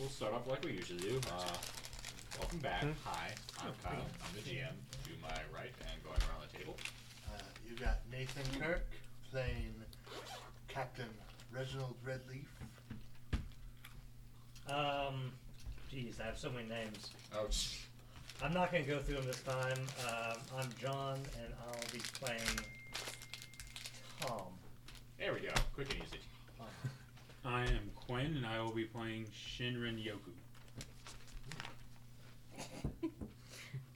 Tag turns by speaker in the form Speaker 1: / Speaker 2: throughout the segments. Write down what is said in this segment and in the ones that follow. Speaker 1: We'll start off like we usually do. Uh, welcome back.
Speaker 2: Hmm.
Speaker 1: Hi, I'm Kyle. I'm the GM. To my right and going around the table.
Speaker 3: Uh, you got Nathan Kirk playing Captain Reginald Redleaf.
Speaker 4: Um, geez, I have so many names.
Speaker 1: Oh,
Speaker 4: I'm not going to go through them this time. Um, I'm John, and I'll be playing Tom.
Speaker 1: there we go. Quick and easy.
Speaker 5: I am Quinn, and I will be playing Shinrin Yoku.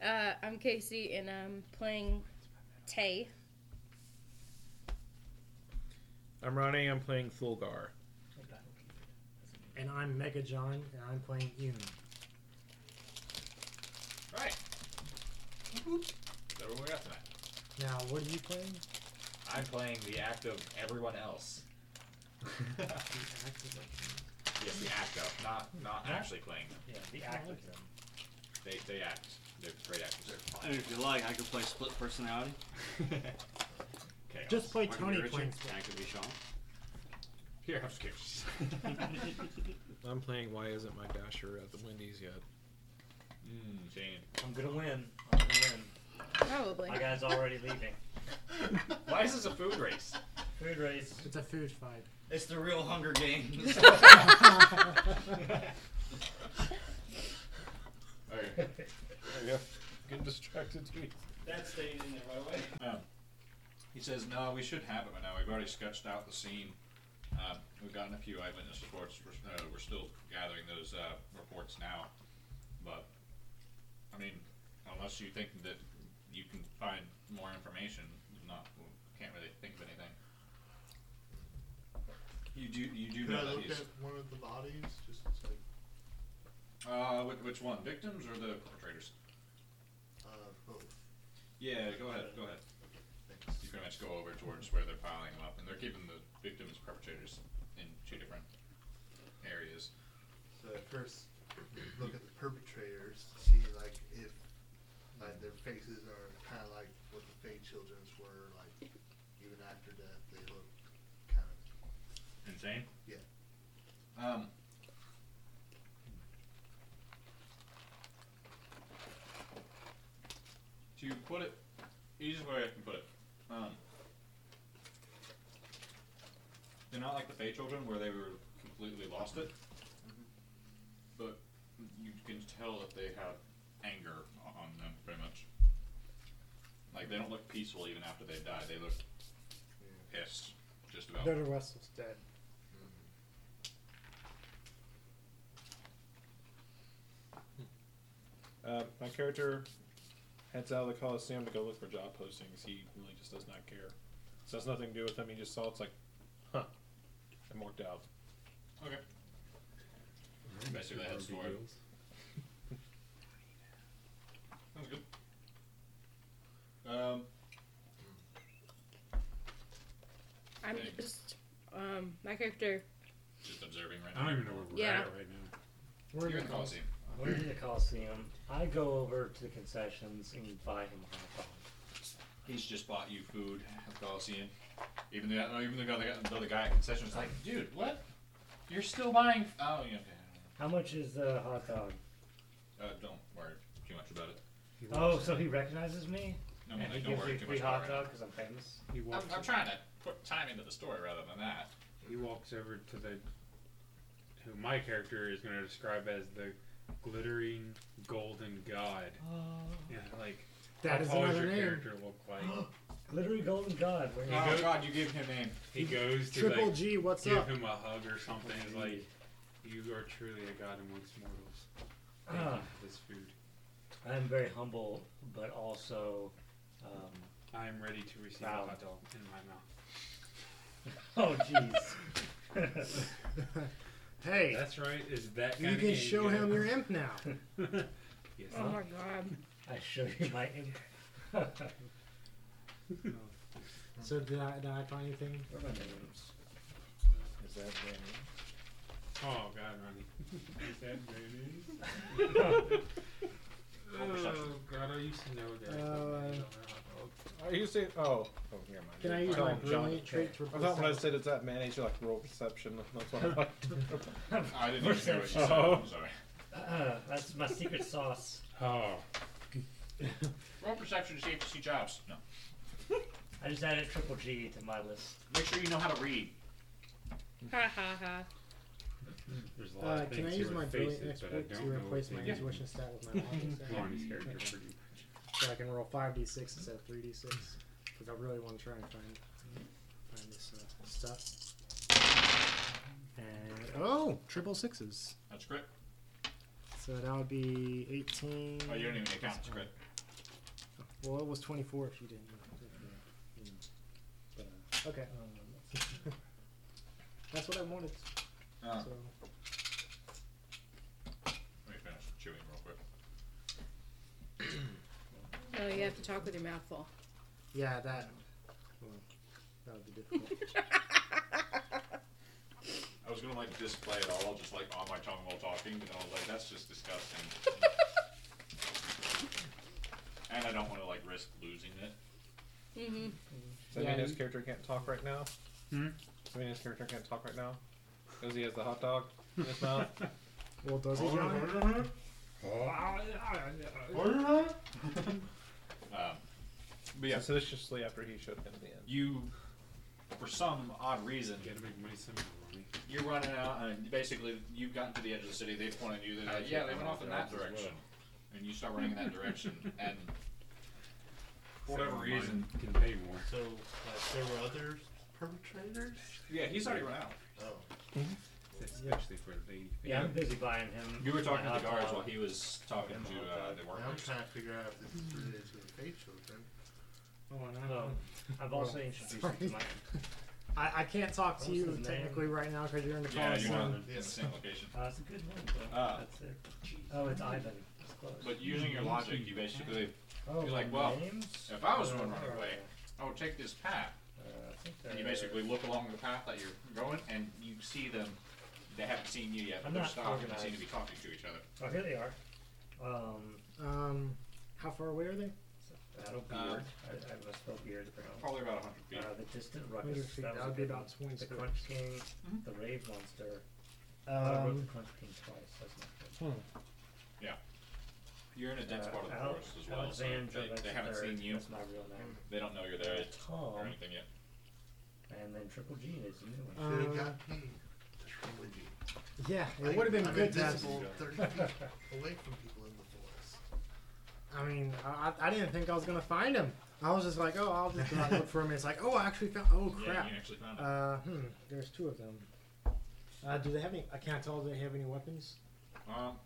Speaker 6: Uh, I'm Casey, and I'm playing Tay.
Speaker 7: I'm Ronnie. I'm playing Thulgar.
Speaker 2: And I'm Mega John, and I'm playing Eun.
Speaker 1: Right. Is that what we got tonight?
Speaker 2: Now, what are you playing?
Speaker 1: I'm playing the act of everyone else. yes, the act of, not not actually playing them.
Speaker 4: Yeah, the act of them.
Speaker 1: They, they act. They're great actors.
Speaker 8: And if you like, I could play split personality.
Speaker 1: They're fine. Chaos.
Speaker 2: Just play
Speaker 8: I could be
Speaker 2: Tony
Speaker 8: Richard,
Speaker 2: Quinn's
Speaker 8: and I could be Sean.
Speaker 1: Here, I'm scared.
Speaker 7: I'm playing Why Isn't My Dasher at the Wendy's Yet?
Speaker 1: Mm, Shane.
Speaker 4: I'm going to win. I'm going to win.
Speaker 6: Probably.
Speaker 4: My guy's already leaving.
Speaker 1: Why is this a food race?
Speaker 4: Food race.
Speaker 2: It's a food fight.
Speaker 8: It's the real Hunger Games.
Speaker 1: Okay.
Speaker 7: Yeah, getting distracted too.
Speaker 8: that stays in there right away.
Speaker 1: Um, He says, "No, we should have it by now. We've already sketched out the scene. Uh, we've gotten a few eyewitness reports. We're, uh, we're still gathering those uh, reports now. But I mean, unless you think that you can find more information, if not we can't really think of anything. You do, you do
Speaker 3: Could I
Speaker 1: know that
Speaker 3: look
Speaker 1: he's.
Speaker 3: at one of the bodies? Just like
Speaker 1: Uh, which, which one? Victims or the perpetrators?
Speaker 3: uh, both.
Speaker 1: Yeah, go ahead. Go ahead.
Speaker 3: Thanks.
Speaker 1: You pretty much go over towards where they're piling them up, and they're keeping the victims, perpetrators, in two different areas.
Speaker 3: So I first look at the perpetrators, see like if like their faces are kind of like what the Fey Children's were, like even after death they look kind of
Speaker 1: Insane.
Speaker 3: Yeah.
Speaker 1: Um. To put it, easiest way I can put it, um, they're not like the Fey children where they were completely lost it, but you can tell that they have anger o- on them pretty much. Like they don't look peaceful even after they die. They look pissed, just about.
Speaker 2: Better Russell's dead.
Speaker 7: Uh, my character heads out of the Coliseum to go look for job postings. He really just does not care. So it's nothing to do with him. He just saw it's like, huh, I'm worked out.
Speaker 1: Okay. Basically, heads forward. Sounds good. Um,
Speaker 6: I'm
Speaker 1: Okay.
Speaker 6: just um, my character.
Speaker 1: just observing right
Speaker 5: I
Speaker 1: now.
Speaker 5: don't even know where we're
Speaker 6: Yeah.
Speaker 5: at right now.
Speaker 2: We're
Speaker 1: You're in
Speaker 2: in
Speaker 1: the
Speaker 2: the
Speaker 1: Coliseum.
Speaker 4: We're in the Coliseum. I go over to the concessions and buy him hot
Speaker 1: He's just bought you food at the Coliseum. Even though, even though the, guy, the other guy at concession was like, dude, what? You're still buying. f- Oh, yeah. okay.
Speaker 4: How much is the hot dog?
Speaker 1: Uh, don't worry too much about it.
Speaker 4: Oh, so he recognizes me?
Speaker 1: No,
Speaker 4: and he
Speaker 1: don't
Speaker 4: gives
Speaker 1: worry
Speaker 4: me
Speaker 1: too
Speaker 4: free
Speaker 1: much
Speaker 4: hot
Speaker 1: about
Speaker 4: dog because I'm famous?
Speaker 5: He
Speaker 1: it. I'm,
Speaker 5: walks.
Speaker 1: I'm trying to put time into the story rather than that.
Speaker 5: he walks over to the who my character is going to describe as the glittering golden god. Yeah, like
Speaker 2: That is
Speaker 5: how does
Speaker 2: another
Speaker 5: your
Speaker 2: name.
Speaker 5: character look like?
Speaker 4: Glittery Golden God. Where you
Speaker 1: Oh
Speaker 5: go-
Speaker 1: God, you give him name.
Speaker 5: he goes to
Speaker 2: Triple
Speaker 5: like,
Speaker 2: G, what's
Speaker 5: give
Speaker 2: up?
Speaker 5: him a hug or something. He's like, you are truly a god amongst mortals. Thank you
Speaker 4: Ah.
Speaker 5: for this food.
Speaker 4: I'm very humble, but also. Um,
Speaker 5: I am ready to receive
Speaker 4: Wow.
Speaker 5: a hot dog in my mouth.
Speaker 4: oh, jeez.
Speaker 2: Hey,
Speaker 5: That's right. Is that
Speaker 2: you
Speaker 5: kinda
Speaker 2: can
Speaker 5: game
Speaker 2: show
Speaker 5: good?
Speaker 2: him your imp now.
Speaker 5: Yes.
Speaker 6: Oh my god.
Speaker 4: I show you my. imp- Where are
Speaker 2: so did I, did I find anything?
Speaker 4: my names?
Speaker 3: Is that
Speaker 5: Oh God, Ronnie. Is that mayonnaise?
Speaker 1: perception.
Speaker 5: oh God, I used to know that.
Speaker 2: Uh,
Speaker 7: Are you saying? Oh, oh, never mind.
Speaker 2: Can I use
Speaker 7: Tell
Speaker 2: my
Speaker 7: him, Johnny.
Speaker 2: roommate trait to
Speaker 7: I
Speaker 2: replace
Speaker 7: thought when I
Speaker 2: that?
Speaker 7: said it's that man, he should like roll perception. That's what I like.
Speaker 4: I'm have
Speaker 1: I didn't even hear what you said.
Speaker 7: Perception.
Speaker 1: I'm sorry.
Speaker 4: Uh-uh, that's my secret sauce.
Speaker 5: Oh.
Speaker 1: Roll perception to see if you see jobs. No.
Speaker 4: I just added triple G to my list.
Speaker 1: Make sure you know how to read.
Speaker 6: Ha ha ha.
Speaker 5: There's a lot
Speaker 2: Uh,
Speaker 5: of
Speaker 2: can
Speaker 5: things
Speaker 2: I
Speaker 5: you
Speaker 2: use my
Speaker 5: would face
Speaker 2: brilliant
Speaker 5: it, but I
Speaker 2: exploit to
Speaker 5: don't know
Speaker 2: replace
Speaker 5: if
Speaker 2: my
Speaker 5: they do.
Speaker 2: intuition stat with my logic
Speaker 5: Lonnie's
Speaker 2: stat?
Speaker 5: character for you.
Speaker 2: so I can roll 5d6 instead of 3d6. Because I really want to try and find, find this uh, stuff. And, oh, triple sixes.
Speaker 1: That's great.
Speaker 2: So that would be 18.
Speaker 1: Oh, you don't even account. That's
Speaker 2: plus-
Speaker 1: great.
Speaker 2: Well, it was 24 if you didn't. know. But, uh, okay. um, That's what I wanted.
Speaker 1: Uh, let
Speaker 2: So,
Speaker 1: me finish chewing real quick.
Speaker 6: No, you have to talk with your mouth full.
Speaker 2: yeah, that. well, that would be difficult.
Speaker 1: I was gonna like display it all, just like on my tongue while talking, but then I was like, that's just disgusting. and I don't want to like risk losing it.
Speaker 6: Mm-hmm.
Speaker 7: Does that
Speaker 2: Yeah,
Speaker 7: mean his
Speaker 2: you-
Speaker 7: character can't talk right now?
Speaker 5: Hmm?
Speaker 7: Does that mean his character can't talk right now? Because he has the hot dog in his mouth?
Speaker 2: well, does he? John?
Speaker 1: Um, but yeah,
Speaker 7: Suspiciously after he showed him the end.
Speaker 1: you, for some odd reason,
Speaker 5: You gotta make money somehow, Lonnie.
Speaker 1: you're running out, and basically you've gotten to the edge of the city. They pointed you. They're like, Uh, yeah, they went off in that direction, and you start running in that direction, and for whatever
Speaker 5: Mine
Speaker 1: reason,
Speaker 5: Can pay more.
Speaker 8: So, like, there were other perpetrators?
Speaker 1: yeah, he's already run out.
Speaker 8: Oh.
Speaker 5: Especially for a lady.
Speaker 4: Yeah, I'm busy buying him.
Speaker 1: You were talking
Speaker 4: my
Speaker 1: to the
Speaker 4: hot
Speaker 1: guards
Speaker 4: dog.
Speaker 1: while he was talking to uh, the
Speaker 3: Now I'm
Speaker 1: workers.
Speaker 3: trying to figure out if this is related to the Fey children.
Speaker 2: Oh, and I
Speaker 4: Oh, I've also introduced him to my.
Speaker 2: I, I can't talk
Speaker 4: What
Speaker 2: to
Speaker 4: was
Speaker 2: you
Speaker 4: his name?
Speaker 2: technically right now because you're in the
Speaker 1: Yeah, you
Speaker 2: Coliseum.
Speaker 1: know, in the same location.
Speaker 4: Uh, it's a good name, though.
Speaker 1: Ah.
Speaker 4: That's it. Oh, it's Ivan. It's close.
Speaker 1: But using your logic, you basically,
Speaker 4: oh,
Speaker 1: you're like,
Speaker 4: my
Speaker 1: well,
Speaker 4: name's-
Speaker 1: if I was the one
Speaker 4: uh,
Speaker 1: running away, I would take oh, this path.
Speaker 4: uh, I think
Speaker 1: And you
Speaker 4: they're-
Speaker 1: basically look along the path that you're going, and you see them. They haven't seen you yet, but
Speaker 4: I'm
Speaker 1: they're
Speaker 4: not
Speaker 1: stopped and they seem
Speaker 4: organized.
Speaker 1: to be talking to each other.
Speaker 4: Oh, here they are. Um,
Speaker 2: Um, how far away are they?
Speaker 4: Battle
Speaker 1: Uh,
Speaker 4: Beard. I, I must spell Beard wrong.
Speaker 1: Probably about 100 feet.
Speaker 4: Uh, the Distant Ruckus.
Speaker 2: 100 feet.
Speaker 4: That was
Speaker 2: That
Speaker 4: a
Speaker 2: would be
Speaker 4: good one.
Speaker 2: about 20
Speaker 4: The
Speaker 2: squares.
Speaker 4: Crunch King,
Speaker 1: Mhm.
Speaker 4: the Rave Monster. Oh, I wrote the
Speaker 2: Um,
Speaker 4: Crunch King twice. That's not good.
Speaker 1: You're in a dense
Speaker 4: Uh,
Speaker 1: part of the
Speaker 4: Al-
Speaker 1: forest as well, so
Speaker 4: Alexandra,
Speaker 1: they,
Speaker 4: that's
Speaker 1: they
Speaker 4: the
Speaker 1: haven't
Speaker 4: third.
Speaker 1: seen you.
Speaker 4: That's my real
Speaker 2: Hmm.
Speaker 4: name.
Speaker 1: They don't know you're there or
Speaker 4: Tom,
Speaker 1: anything yet.
Speaker 4: and then Triple G is the new one.
Speaker 2: Uh,
Speaker 3: Should've got me. That's from Wendy.
Speaker 2: Yeah,
Speaker 3: I-
Speaker 2: it would have been
Speaker 3: I'm
Speaker 2: good to have.
Speaker 3: invisible 30 feet away from people in the forest.
Speaker 2: I mean, I, I I didn't think I was gonna find him. I was just like, oh, I'll just go out and look for him. And it's like, oh, I actually found. Oh
Speaker 1: Yeah,
Speaker 2: crap.
Speaker 1: you actually found it.
Speaker 2: Uh, hmm. There's two of them. Uh, do they have any? I can't tell. Do they have any weapons?
Speaker 4: Uh,
Speaker 1: Um,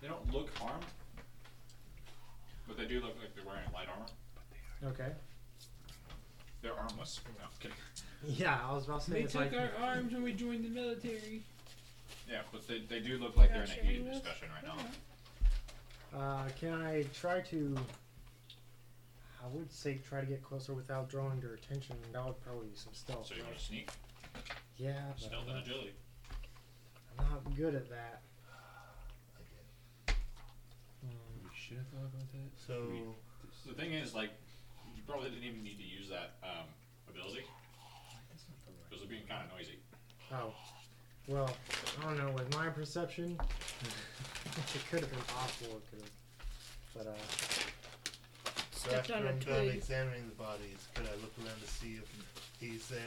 Speaker 1: they don't look armed, but they do look like they're wearing light armor.
Speaker 2: Okay.
Speaker 1: They're armless. No, I'm kidding.
Speaker 2: Yeah, I was about to say. it's like,
Speaker 5: arms when we joined the military.
Speaker 1: Yeah, but they, they do look like they're in a
Speaker 6: Gotcha.
Speaker 1: heated discussion right now.
Speaker 2: Uh, can I try to? I would say try to get closer without drawing their attention. That would probably be some stealth.
Speaker 1: So you
Speaker 2: right?
Speaker 1: want to sneak,
Speaker 2: Yeah, but
Speaker 1: stealth,
Speaker 2: I'm
Speaker 1: and
Speaker 2: not,
Speaker 1: agility.
Speaker 2: I'm not good at that.
Speaker 5: We should have thought about that.
Speaker 3: So,
Speaker 1: The thing is, like, you probably didn't even need to use that um, ability because it'd be kind of noisy.
Speaker 2: Oh, well, I don't know. With my perception, it could have been possible. It could have, but uh,
Speaker 3: so
Speaker 6: Stepped
Speaker 3: after
Speaker 6: on a
Speaker 3: I'm done
Speaker 6: twig.
Speaker 3: examining the bodies, could I look around to see if he's there?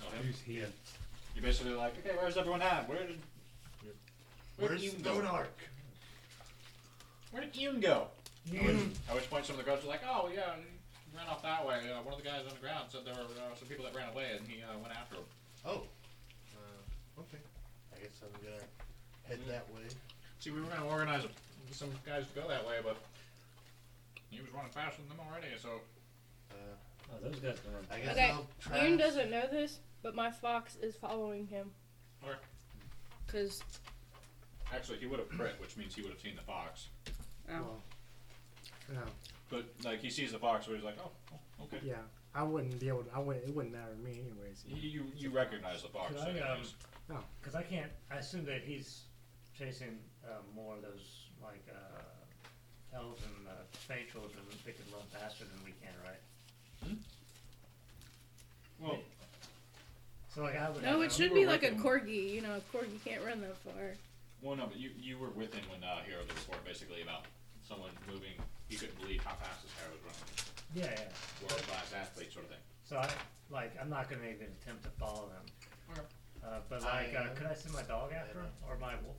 Speaker 1: Tell him.
Speaker 5: Who's he?
Speaker 1: You're basically like, okay, where's everyone at? Where did where did
Speaker 3: Where's
Speaker 1: Yoon go?
Speaker 3: Donark?
Speaker 1: Where did Yoon go? At which, at which point, some of the guards are like, oh yeah, he ran off that way. Uh, one of the guys on the ground said there were uh, some people that ran away, and he uh, went after them.
Speaker 3: Oh. Uh, okay. I guess I'm gonna head that way.
Speaker 1: See, we were going to organize some guys to go that way, but he was running faster than them already. So
Speaker 3: Uh,
Speaker 4: Oh, those guys are
Speaker 3: I guess
Speaker 6: Okay,
Speaker 3: I'll try.
Speaker 6: Ian doesn't know this, but my fox is following him.
Speaker 1: Where?
Speaker 6: Because
Speaker 1: actually, he would have crit, which means he would have seen the fox.
Speaker 6: Oh.
Speaker 2: well, no,
Speaker 1: But like, he sees the fox, but he's like, oh, oh, okay.
Speaker 2: yeah, I wouldn't be able. To, I would. It wouldn't matter to me, anyways.
Speaker 1: You, you, you recognize the fox.
Speaker 4: Could I,
Speaker 1: so
Speaker 4: um,
Speaker 1: he's-
Speaker 4: Because I can't. I assume that he's chasing uh, more of those like uh, elves and uh, fae children. They can run faster than we can, right?
Speaker 1: well,
Speaker 4: So like I would.
Speaker 6: No, it should
Speaker 1: were
Speaker 6: be like a
Speaker 1: working-
Speaker 6: corgi. You know, a corgi can't run that far.
Speaker 1: Well, no, but you, you were with him when uh, Hero the report basically about someone moving. You couldn't believe how fast this guy was running.
Speaker 4: Yeah, yeah.
Speaker 1: World class athlete sort of thing.
Speaker 4: So I like I'm not gonna even attempt to follow them.
Speaker 1: Okay.
Speaker 4: Uh, but
Speaker 8: I
Speaker 4: like, uh,
Speaker 8: am-
Speaker 4: could I send my dog after
Speaker 8: I Hmm?
Speaker 4: him or my wolf?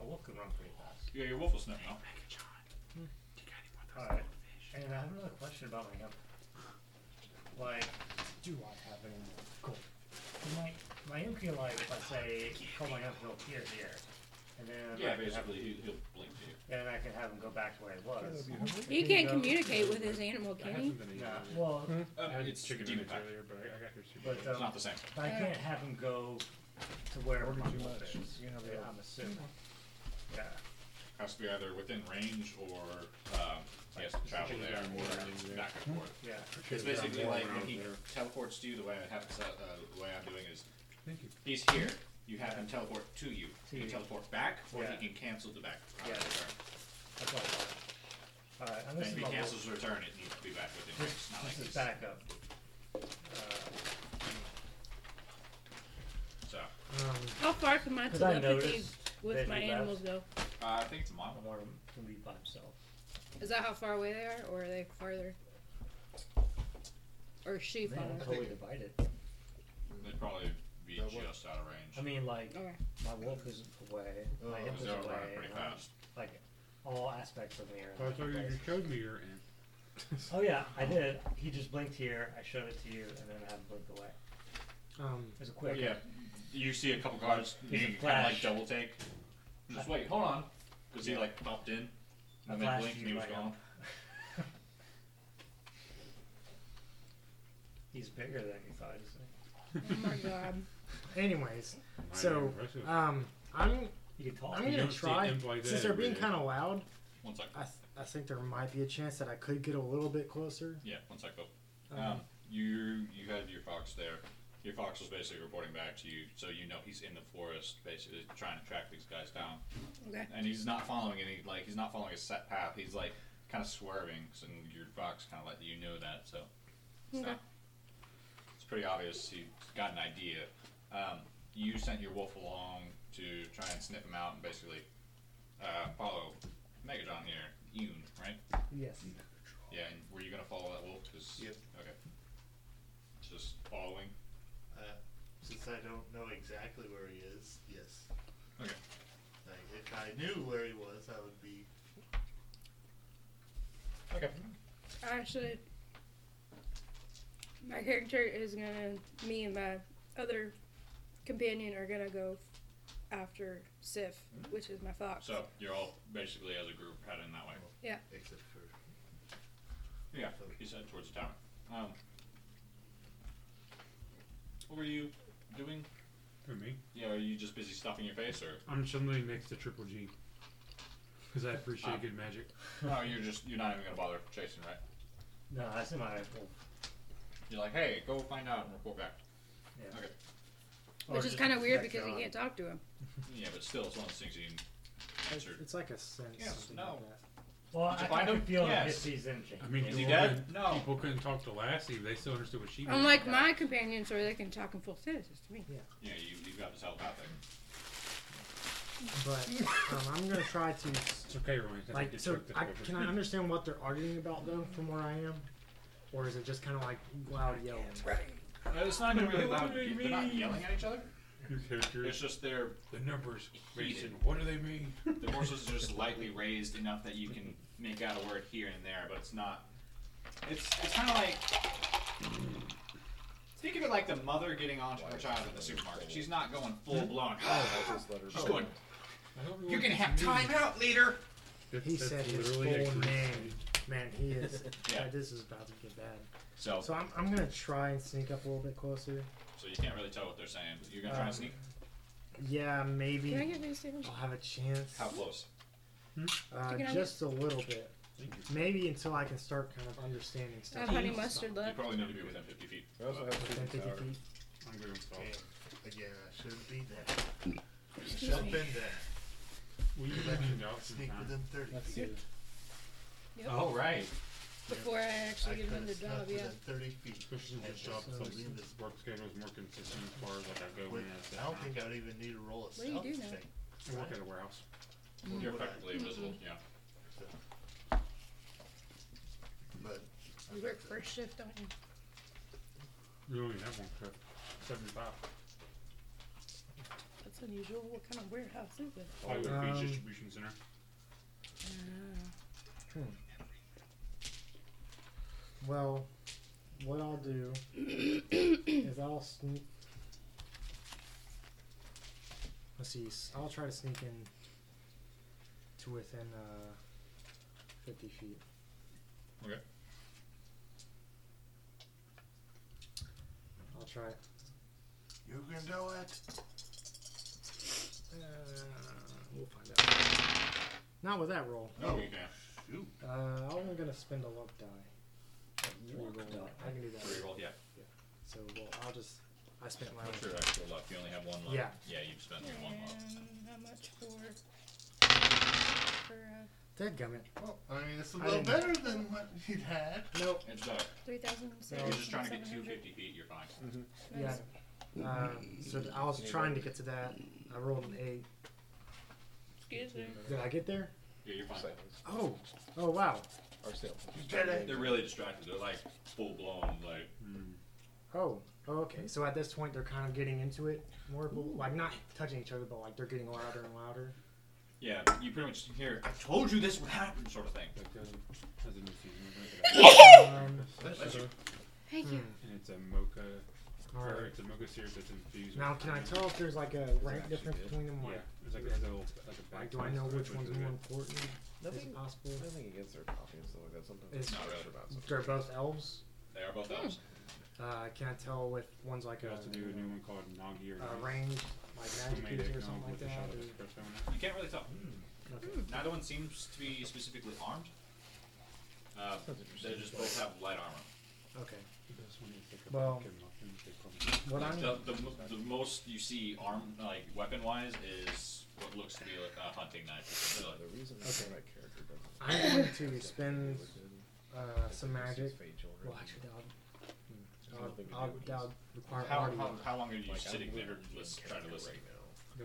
Speaker 4: A wolf can run pretty fast.
Speaker 1: Yeah, your wolf will sniff now.
Speaker 4: All right. And I have another question about my hemp. Like,
Speaker 2: Do I have any more? Cool.
Speaker 4: my my hemp can like let's say call my hemp, he'll appear here, and then
Speaker 1: Yeah,
Speaker 4: I can have,
Speaker 1: basically he, he'll blink to you.
Speaker 4: and I can have him go back to where he was.
Speaker 6: He can't communicate with his animal,
Speaker 5: I
Speaker 6: can he?
Speaker 5: haven't been eating.
Speaker 4: No,
Speaker 5: it.
Speaker 4: well,
Speaker 7: Hmm?
Speaker 1: Uh,
Speaker 5: I had
Speaker 1: it's
Speaker 5: chicken
Speaker 1: demon
Speaker 5: nuggets
Speaker 1: pack.
Speaker 5: earlier, but I, I got your super.
Speaker 4: But,
Speaker 5: nuggets.
Speaker 1: It's not the same.
Speaker 4: but I can't have him go to where
Speaker 7: Ordered
Speaker 4: my
Speaker 7: too
Speaker 4: wolf
Speaker 7: much.
Speaker 4: is.
Speaker 7: You can have your-
Speaker 4: I'm assuming. Yeah.
Speaker 1: Has to be either within range or um, he has to travel there or back and forth.
Speaker 4: Yeah.
Speaker 1: It's basically
Speaker 5: Yeah.
Speaker 1: like when he teleports to you. The way I have it set, uh, the way I'm doing is
Speaker 5: Thank you.
Speaker 1: he's here. You have him teleport to you.
Speaker 4: To
Speaker 1: he can
Speaker 4: you.
Speaker 1: teleport back, or
Speaker 4: Yeah.
Speaker 1: he can cancel the back. Uh,
Speaker 4: Yeah.
Speaker 1: return.
Speaker 4: That's all. All right. I'm
Speaker 1: And
Speaker 4: gonna
Speaker 1: if
Speaker 4: send
Speaker 1: he
Speaker 4: my wolf.
Speaker 1: cancels the return, it needs to be back within range. It's
Speaker 4: This,
Speaker 1: not like
Speaker 4: this is
Speaker 1: he's-
Speaker 4: backup. Uh,
Speaker 1: So uh,
Speaker 2: Um,
Speaker 6: How far can my
Speaker 4: Because I
Speaker 6: telepathy
Speaker 4: noticed that
Speaker 6: with my
Speaker 4: he
Speaker 6: animals
Speaker 4: left.
Speaker 6: go?
Speaker 1: I think it's a
Speaker 4: I
Speaker 1: model.
Speaker 4: don't want him to leave by himself.
Speaker 6: Is that how far away they are, or are they farther? Or she
Speaker 4: Man, I'm
Speaker 6: farther?
Speaker 4: totally divided.
Speaker 1: They'd probably be
Speaker 3: That works.
Speaker 1: just out of range.
Speaker 4: I mean, like
Speaker 6: Okay.
Speaker 4: my wolf is away, my
Speaker 3: Oh,
Speaker 4: hip
Speaker 1: Because
Speaker 4: is
Speaker 1: they're
Speaker 4: away,
Speaker 1: running pretty
Speaker 4: and I'm-
Speaker 1: fast.
Speaker 4: like all aspects of me
Speaker 5: Oh, I
Speaker 4: are.
Speaker 5: thought
Speaker 4: in
Speaker 5: you
Speaker 4: place.
Speaker 5: you showed me your aunt.
Speaker 4: Oh yeah, I did. He just blinked here. I showed it to you, and then I had blinked away.
Speaker 2: um,
Speaker 4: It was a
Speaker 1: Well,
Speaker 4: quick.
Speaker 1: Oh, yeah, you see a couple guards.
Speaker 4: He's
Speaker 1: You
Speaker 4: a
Speaker 1: kind of like
Speaker 4: flash.
Speaker 1: double take. Just wait, hold on, because he like popped in,
Speaker 4: I
Speaker 1: and then
Speaker 4: flashed
Speaker 1: blinked and
Speaker 4: you
Speaker 1: he was
Speaker 4: right
Speaker 1: gone.
Speaker 4: up. He's bigger than you thought. Isn't he?
Speaker 6: Oh my god.
Speaker 2: anyways,
Speaker 5: Mighty
Speaker 2: so
Speaker 5: impressive.
Speaker 2: um, I'm
Speaker 4: He can talk.
Speaker 2: I'm
Speaker 5: You
Speaker 2: gonna
Speaker 5: don't see
Speaker 2: try
Speaker 5: him like that
Speaker 2: since they're
Speaker 5: every
Speaker 2: being
Speaker 5: day.
Speaker 2: kind of loud.
Speaker 1: One sec.
Speaker 2: I th- I think there might be a chance that I could get a little bit closer.
Speaker 1: Yeah, one sec, Bill.
Speaker 2: Um,
Speaker 1: Um, you you had your fox there. Your fox was basically reporting back to you, so you know he's in the forest, basically trying to track these guys down.
Speaker 6: Okay.
Speaker 1: And he's not following any like he's not following a set path. He's like kind of swerving, so your fox kind of let you know that. So it's
Speaker 6: Okay.
Speaker 1: not. It's pretty obvious. He's got an idea. Um, you sent your wolf along to try and sniff him out and basically uh, follow Megajon here, Yoon, right?
Speaker 2: yes.
Speaker 1: Yeah, and were you gonna follow that wolf? 'Cause-
Speaker 8: Yep.
Speaker 1: Okay. Just following.
Speaker 8: Uh, since I don't know exactly where he is, yes.
Speaker 1: Okay.
Speaker 8: Like, if I knew where he was, I would be.
Speaker 1: Okay.
Speaker 6: Actually, my character is gonna, me and my other companion are gonna go after Sif, which is my fox.
Speaker 1: So you're all basically as a group heading that way.
Speaker 8: Except for.
Speaker 1: Yeah. He said towards the tower. Um. What were you doing?
Speaker 5: For me,
Speaker 1: Yeah, are you just busy stuffing your face, or
Speaker 5: I'm suddenly next to Triple G. Because I appreciate
Speaker 1: Ah.
Speaker 5: good magic.
Speaker 1: no? You're just you're not even gonna bother chasing, right?
Speaker 4: No, I sent my wolf.
Speaker 1: You're like, hey, go find out and report back.
Speaker 4: Yeah.
Speaker 1: Okay.
Speaker 4: Or
Speaker 6: Which is
Speaker 4: just
Speaker 6: kind of weird
Speaker 4: back
Speaker 6: because you
Speaker 4: on.
Speaker 6: can't talk to him.
Speaker 1: yeah, but still, it's one of those things you can
Speaker 2: It's,
Speaker 1: answer.
Speaker 2: it's like a sense.
Speaker 1: Yes,
Speaker 2: something
Speaker 1: no.
Speaker 2: Like that.
Speaker 4: Well,
Speaker 1: Did you
Speaker 4: I, I
Speaker 1: find
Speaker 4: can
Speaker 1: him?
Speaker 4: feel him
Speaker 1: Yes.
Speaker 4: if he's inching.
Speaker 5: I mean,
Speaker 1: Is he
Speaker 5: the
Speaker 1: dead?
Speaker 5: woman-
Speaker 1: No.
Speaker 5: People couldn't talk to Lassie. They still understood what she was.
Speaker 6: Unlike my companions, where they can talk in full sentences to me.
Speaker 1: Yeah, you you've got this telepathic.
Speaker 2: But um, I'm gonna try to
Speaker 5: It's okay, Ryan. I
Speaker 2: like.
Speaker 5: did
Speaker 2: So
Speaker 5: check this
Speaker 2: I,
Speaker 5: over.
Speaker 2: can I understand what they're arguing about though, from where I am, or is it just kind of like loud yelling?
Speaker 1: It's not even really
Speaker 5: What
Speaker 1: loud.
Speaker 5: do you
Speaker 1: They're not
Speaker 5: mean?
Speaker 1: yelling at each other.
Speaker 5: Your character
Speaker 1: It's
Speaker 5: is-
Speaker 1: just they're
Speaker 5: The numbers,
Speaker 1: Heated.
Speaker 5: Mason. What do they mean?
Speaker 1: The horses are just lightly raised enough that you can make out a word here and there, but it's not. It's it's kind of like think of it like the mother getting onto her child in the supermarket. She's not going full blown. She's going. You're gonna have time out, leader.
Speaker 5: That's,
Speaker 2: He
Speaker 5: that's
Speaker 2: said his full
Speaker 5: literally a Greek
Speaker 2: name. Man, he is.
Speaker 1: Yeah. Oh.
Speaker 2: yeah. This is about to get bad.
Speaker 1: So
Speaker 2: So I'm, I'm gonna try and sneak up a little bit closer.
Speaker 1: so you can't really tell what they're saying. You're gonna try
Speaker 2: Um,
Speaker 1: and sneak.
Speaker 2: Yeah,
Speaker 6: Can I
Speaker 2: maybe
Speaker 6: get these things?
Speaker 2: I'll have a chance.
Speaker 1: How close?
Speaker 2: Uh,
Speaker 6: Chicken
Speaker 2: just a little bit.
Speaker 5: Thank you.
Speaker 2: Maybe until I can start kind of understanding
Speaker 6: I
Speaker 2: stuff.
Speaker 6: have honey
Speaker 2: Oh, Stop.
Speaker 6: mustard
Speaker 1: You
Speaker 6: left.
Speaker 1: probably need to be within 50 feet.
Speaker 7: I also have
Speaker 2: Within
Speaker 7: two
Speaker 2: 50
Speaker 7: tower.
Speaker 2: feet.
Speaker 5: I'm going to stop.
Speaker 3: Again, I shouldn't be there.
Speaker 6: Excuse
Speaker 3: Jump in
Speaker 6: me.
Speaker 3: there.
Speaker 5: Will you let me know
Speaker 3: Sneak
Speaker 5: sometime?
Speaker 3: within 30
Speaker 7: Let's
Speaker 3: feet.
Speaker 7: see.
Speaker 6: Yep.
Speaker 1: Oh right.
Speaker 6: before I actually get another job, yeah.
Speaker 8: Thirty feet.
Speaker 5: Especially
Speaker 8: I
Speaker 5: the
Speaker 8: just
Speaker 5: job,
Speaker 8: was
Speaker 5: so
Speaker 8: leaving this-
Speaker 5: work schedule is more consistent as far as like I go when
Speaker 8: Wait,
Speaker 5: Oh, that's
Speaker 8: I don't think I would even need to roll a
Speaker 6: do you
Speaker 8: stealth
Speaker 6: do now?
Speaker 8: check.
Speaker 5: I work at a warehouse.
Speaker 1: You're
Speaker 8: Would I-
Speaker 1: effectively invisible, yeah.
Speaker 3: But
Speaker 6: You work first shift, don't you?
Speaker 5: You only have one trip. Seventy-five.
Speaker 6: That's unusual. What kind of warehouse is it?
Speaker 5: Hollywood
Speaker 2: Um,
Speaker 5: Beach Distribution Center.
Speaker 2: Hmm. Well, what I'll do is I'll sneak. Let's see. s- I'll try to sneak in to within uh, 50 feet.
Speaker 1: Okay.
Speaker 2: I'll try it.
Speaker 3: you can do it.
Speaker 2: Uh, we'll find out. Not with that roll.
Speaker 1: No,
Speaker 3: Oh,
Speaker 1: you can't.
Speaker 2: Uh, I'm gonna spend a luck die. Or roll luck. I can do that.
Speaker 1: Three roll, yeah.
Speaker 2: So well, I'll just. I spent my.
Speaker 1: What's your actual luck? You only have one luck.
Speaker 2: Yeah.
Speaker 1: Yeah, you've spent your one luck.
Speaker 6: And how much for for uh,
Speaker 2: Dead gummit.
Speaker 3: Well, I mean, it's a
Speaker 2: I
Speaker 3: little
Speaker 2: didn't-
Speaker 3: better than what you'd had.
Speaker 2: Nope.
Speaker 1: It's dark.
Speaker 6: three thousand
Speaker 1: If
Speaker 6: seven?
Speaker 1: you're just trying to get two fifty feet, you're fine.
Speaker 2: Yeah. Uh, so th- I was trying to get to that. I rolled an eight.
Speaker 6: Excuse me.
Speaker 2: Did I get there?
Speaker 1: Yeah, you're fine.
Speaker 2: Oh. Oh wow.
Speaker 7: Our sales.
Speaker 3: Oh,
Speaker 1: They're really distracted. They're like full blown, like
Speaker 2: Oh. oh. Okay. So at this point, they're kind of getting into it more, but, like not touching each other, but like they're getting louder and louder.
Speaker 1: yeah. You pretty much hear. I told you this would happen, sort of thing.
Speaker 5: Like there's a, there's a new season.
Speaker 2: Um,
Speaker 5: Like
Speaker 1: Bless you.
Speaker 6: Thank you.
Speaker 5: And it's a mocha.
Speaker 2: Hmm. all
Speaker 5: Or
Speaker 2: right.
Speaker 5: it's a mocha syrup that's infused.
Speaker 2: Now,
Speaker 5: with
Speaker 2: can I
Speaker 5: honey.
Speaker 2: tell if there's like a rank difference between them?
Speaker 5: Yeah,
Speaker 2: Like,
Speaker 5: it's like a little like a
Speaker 2: like
Speaker 5: back
Speaker 2: do I
Speaker 5: taste
Speaker 2: know
Speaker 5: to it,
Speaker 2: which one's
Speaker 5: is
Speaker 2: more
Speaker 5: good.
Speaker 2: important? Is
Speaker 7: Nothing.
Speaker 2: it possible?
Speaker 7: Nothing against their coffee and stuff like that. Sometimes
Speaker 2: It's-
Speaker 7: I'm
Speaker 1: Not really.
Speaker 7: about something.
Speaker 2: They're both elves.
Speaker 1: They are both elves.
Speaker 2: Uh, can I tell if one's like
Speaker 5: Could
Speaker 2: a,
Speaker 5: also do a new one called Nagi or
Speaker 2: a
Speaker 5: Nagi.
Speaker 2: range, like magic
Speaker 5: Homemade
Speaker 2: user or
Speaker 5: eggnog
Speaker 2: something like
Speaker 5: with a
Speaker 2: that?
Speaker 5: shot of
Speaker 2: or-
Speaker 5: espresso in it.
Speaker 1: You can't really tell. Hmm.
Speaker 2: Okay.
Speaker 1: Neither one seems to be specifically armed. Uh, they just both have light armor.
Speaker 2: okay.
Speaker 5: This one is like a
Speaker 2: Well-
Speaker 5: pumpkin muffin. They probably-
Speaker 2: What I'm
Speaker 1: The, the, mo- the most you see arm like weapon wise is what looks to be like a hunting knife. Really.
Speaker 7: The reason
Speaker 2: Okay.
Speaker 7: that character doesn't.
Speaker 2: I'm going to spend uh, some magic.
Speaker 7: children.
Speaker 2: Well, actually, that'll,
Speaker 7: I don't think
Speaker 2: that'll,
Speaker 7: we do
Speaker 2: that'll,
Speaker 7: it.
Speaker 2: require
Speaker 1: How,
Speaker 2: audio.
Speaker 1: how, how long are you
Speaker 7: Like, I'm
Speaker 1: sitting there
Speaker 7: literally
Speaker 1: lis-
Speaker 7: in
Speaker 1: trying to
Speaker 7: character
Speaker 1: listen?
Speaker 7: right now.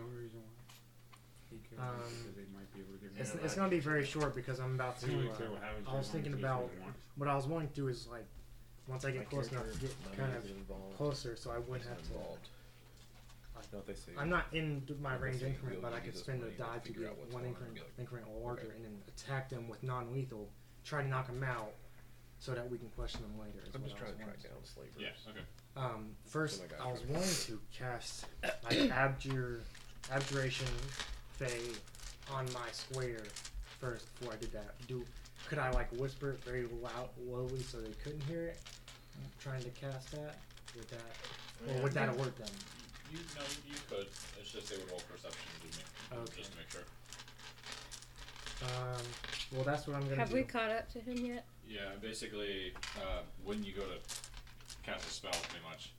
Speaker 5: The only reason why he cares
Speaker 2: Um,
Speaker 5: is because they might be able to give me
Speaker 2: it's,
Speaker 5: a
Speaker 2: it's going to be very short because I'm about to.
Speaker 5: It's really
Speaker 2: uh,
Speaker 5: clear what happens
Speaker 2: I
Speaker 5: to
Speaker 2: was
Speaker 5: him
Speaker 2: thinking
Speaker 5: if he doesn't
Speaker 2: about
Speaker 5: want it.
Speaker 2: what I was wanting to do is like, once I
Speaker 7: My
Speaker 2: get close enough,
Speaker 7: character,
Speaker 2: get
Speaker 7: money
Speaker 2: kind
Speaker 7: is
Speaker 2: of
Speaker 7: involved.
Speaker 2: closer, so I wouldn't
Speaker 7: It's
Speaker 2: have to.
Speaker 7: involved.
Speaker 2: like-
Speaker 7: Know what they say.
Speaker 2: I'm not in d- my
Speaker 7: Like,
Speaker 2: range
Speaker 7: if you
Speaker 2: increment,
Speaker 7: really
Speaker 2: but I
Speaker 7: need
Speaker 2: could
Speaker 7: this
Speaker 2: spend the
Speaker 7: money, like,
Speaker 2: dodge to
Speaker 7: figure
Speaker 2: get
Speaker 7: out what's
Speaker 2: one
Speaker 7: going on
Speaker 2: increment,
Speaker 7: and be like,
Speaker 2: increment larger,
Speaker 7: okay.
Speaker 2: and then attack them with non-lethal, try to knock them out, so that we can question them later. is
Speaker 7: I'm
Speaker 2: what
Speaker 7: just
Speaker 2: I
Speaker 7: trying
Speaker 2: was
Speaker 7: to track
Speaker 2: wanting
Speaker 7: down slavers.
Speaker 1: Yeah. Okay.
Speaker 2: Um, first,
Speaker 7: Oh my gosh,
Speaker 2: I was
Speaker 7: really?
Speaker 2: wanting to cast like abjure, abjuration, fey, on my square first before I did that. Do could I like whisper it very loud, lowly, so they couldn't hear it? trying to cast that. Would that or would that alert them?
Speaker 1: You no, you could. It's just they would roll perception to make,
Speaker 2: Okay.
Speaker 1: just to make sure.
Speaker 2: Um, well, that's what I'm gonna
Speaker 6: Have
Speaker 2: do.
Speaker 6: we caught up to him yet?
Speaker 1: Yeah, basically, uh, when you go to cast a spell, pretty much.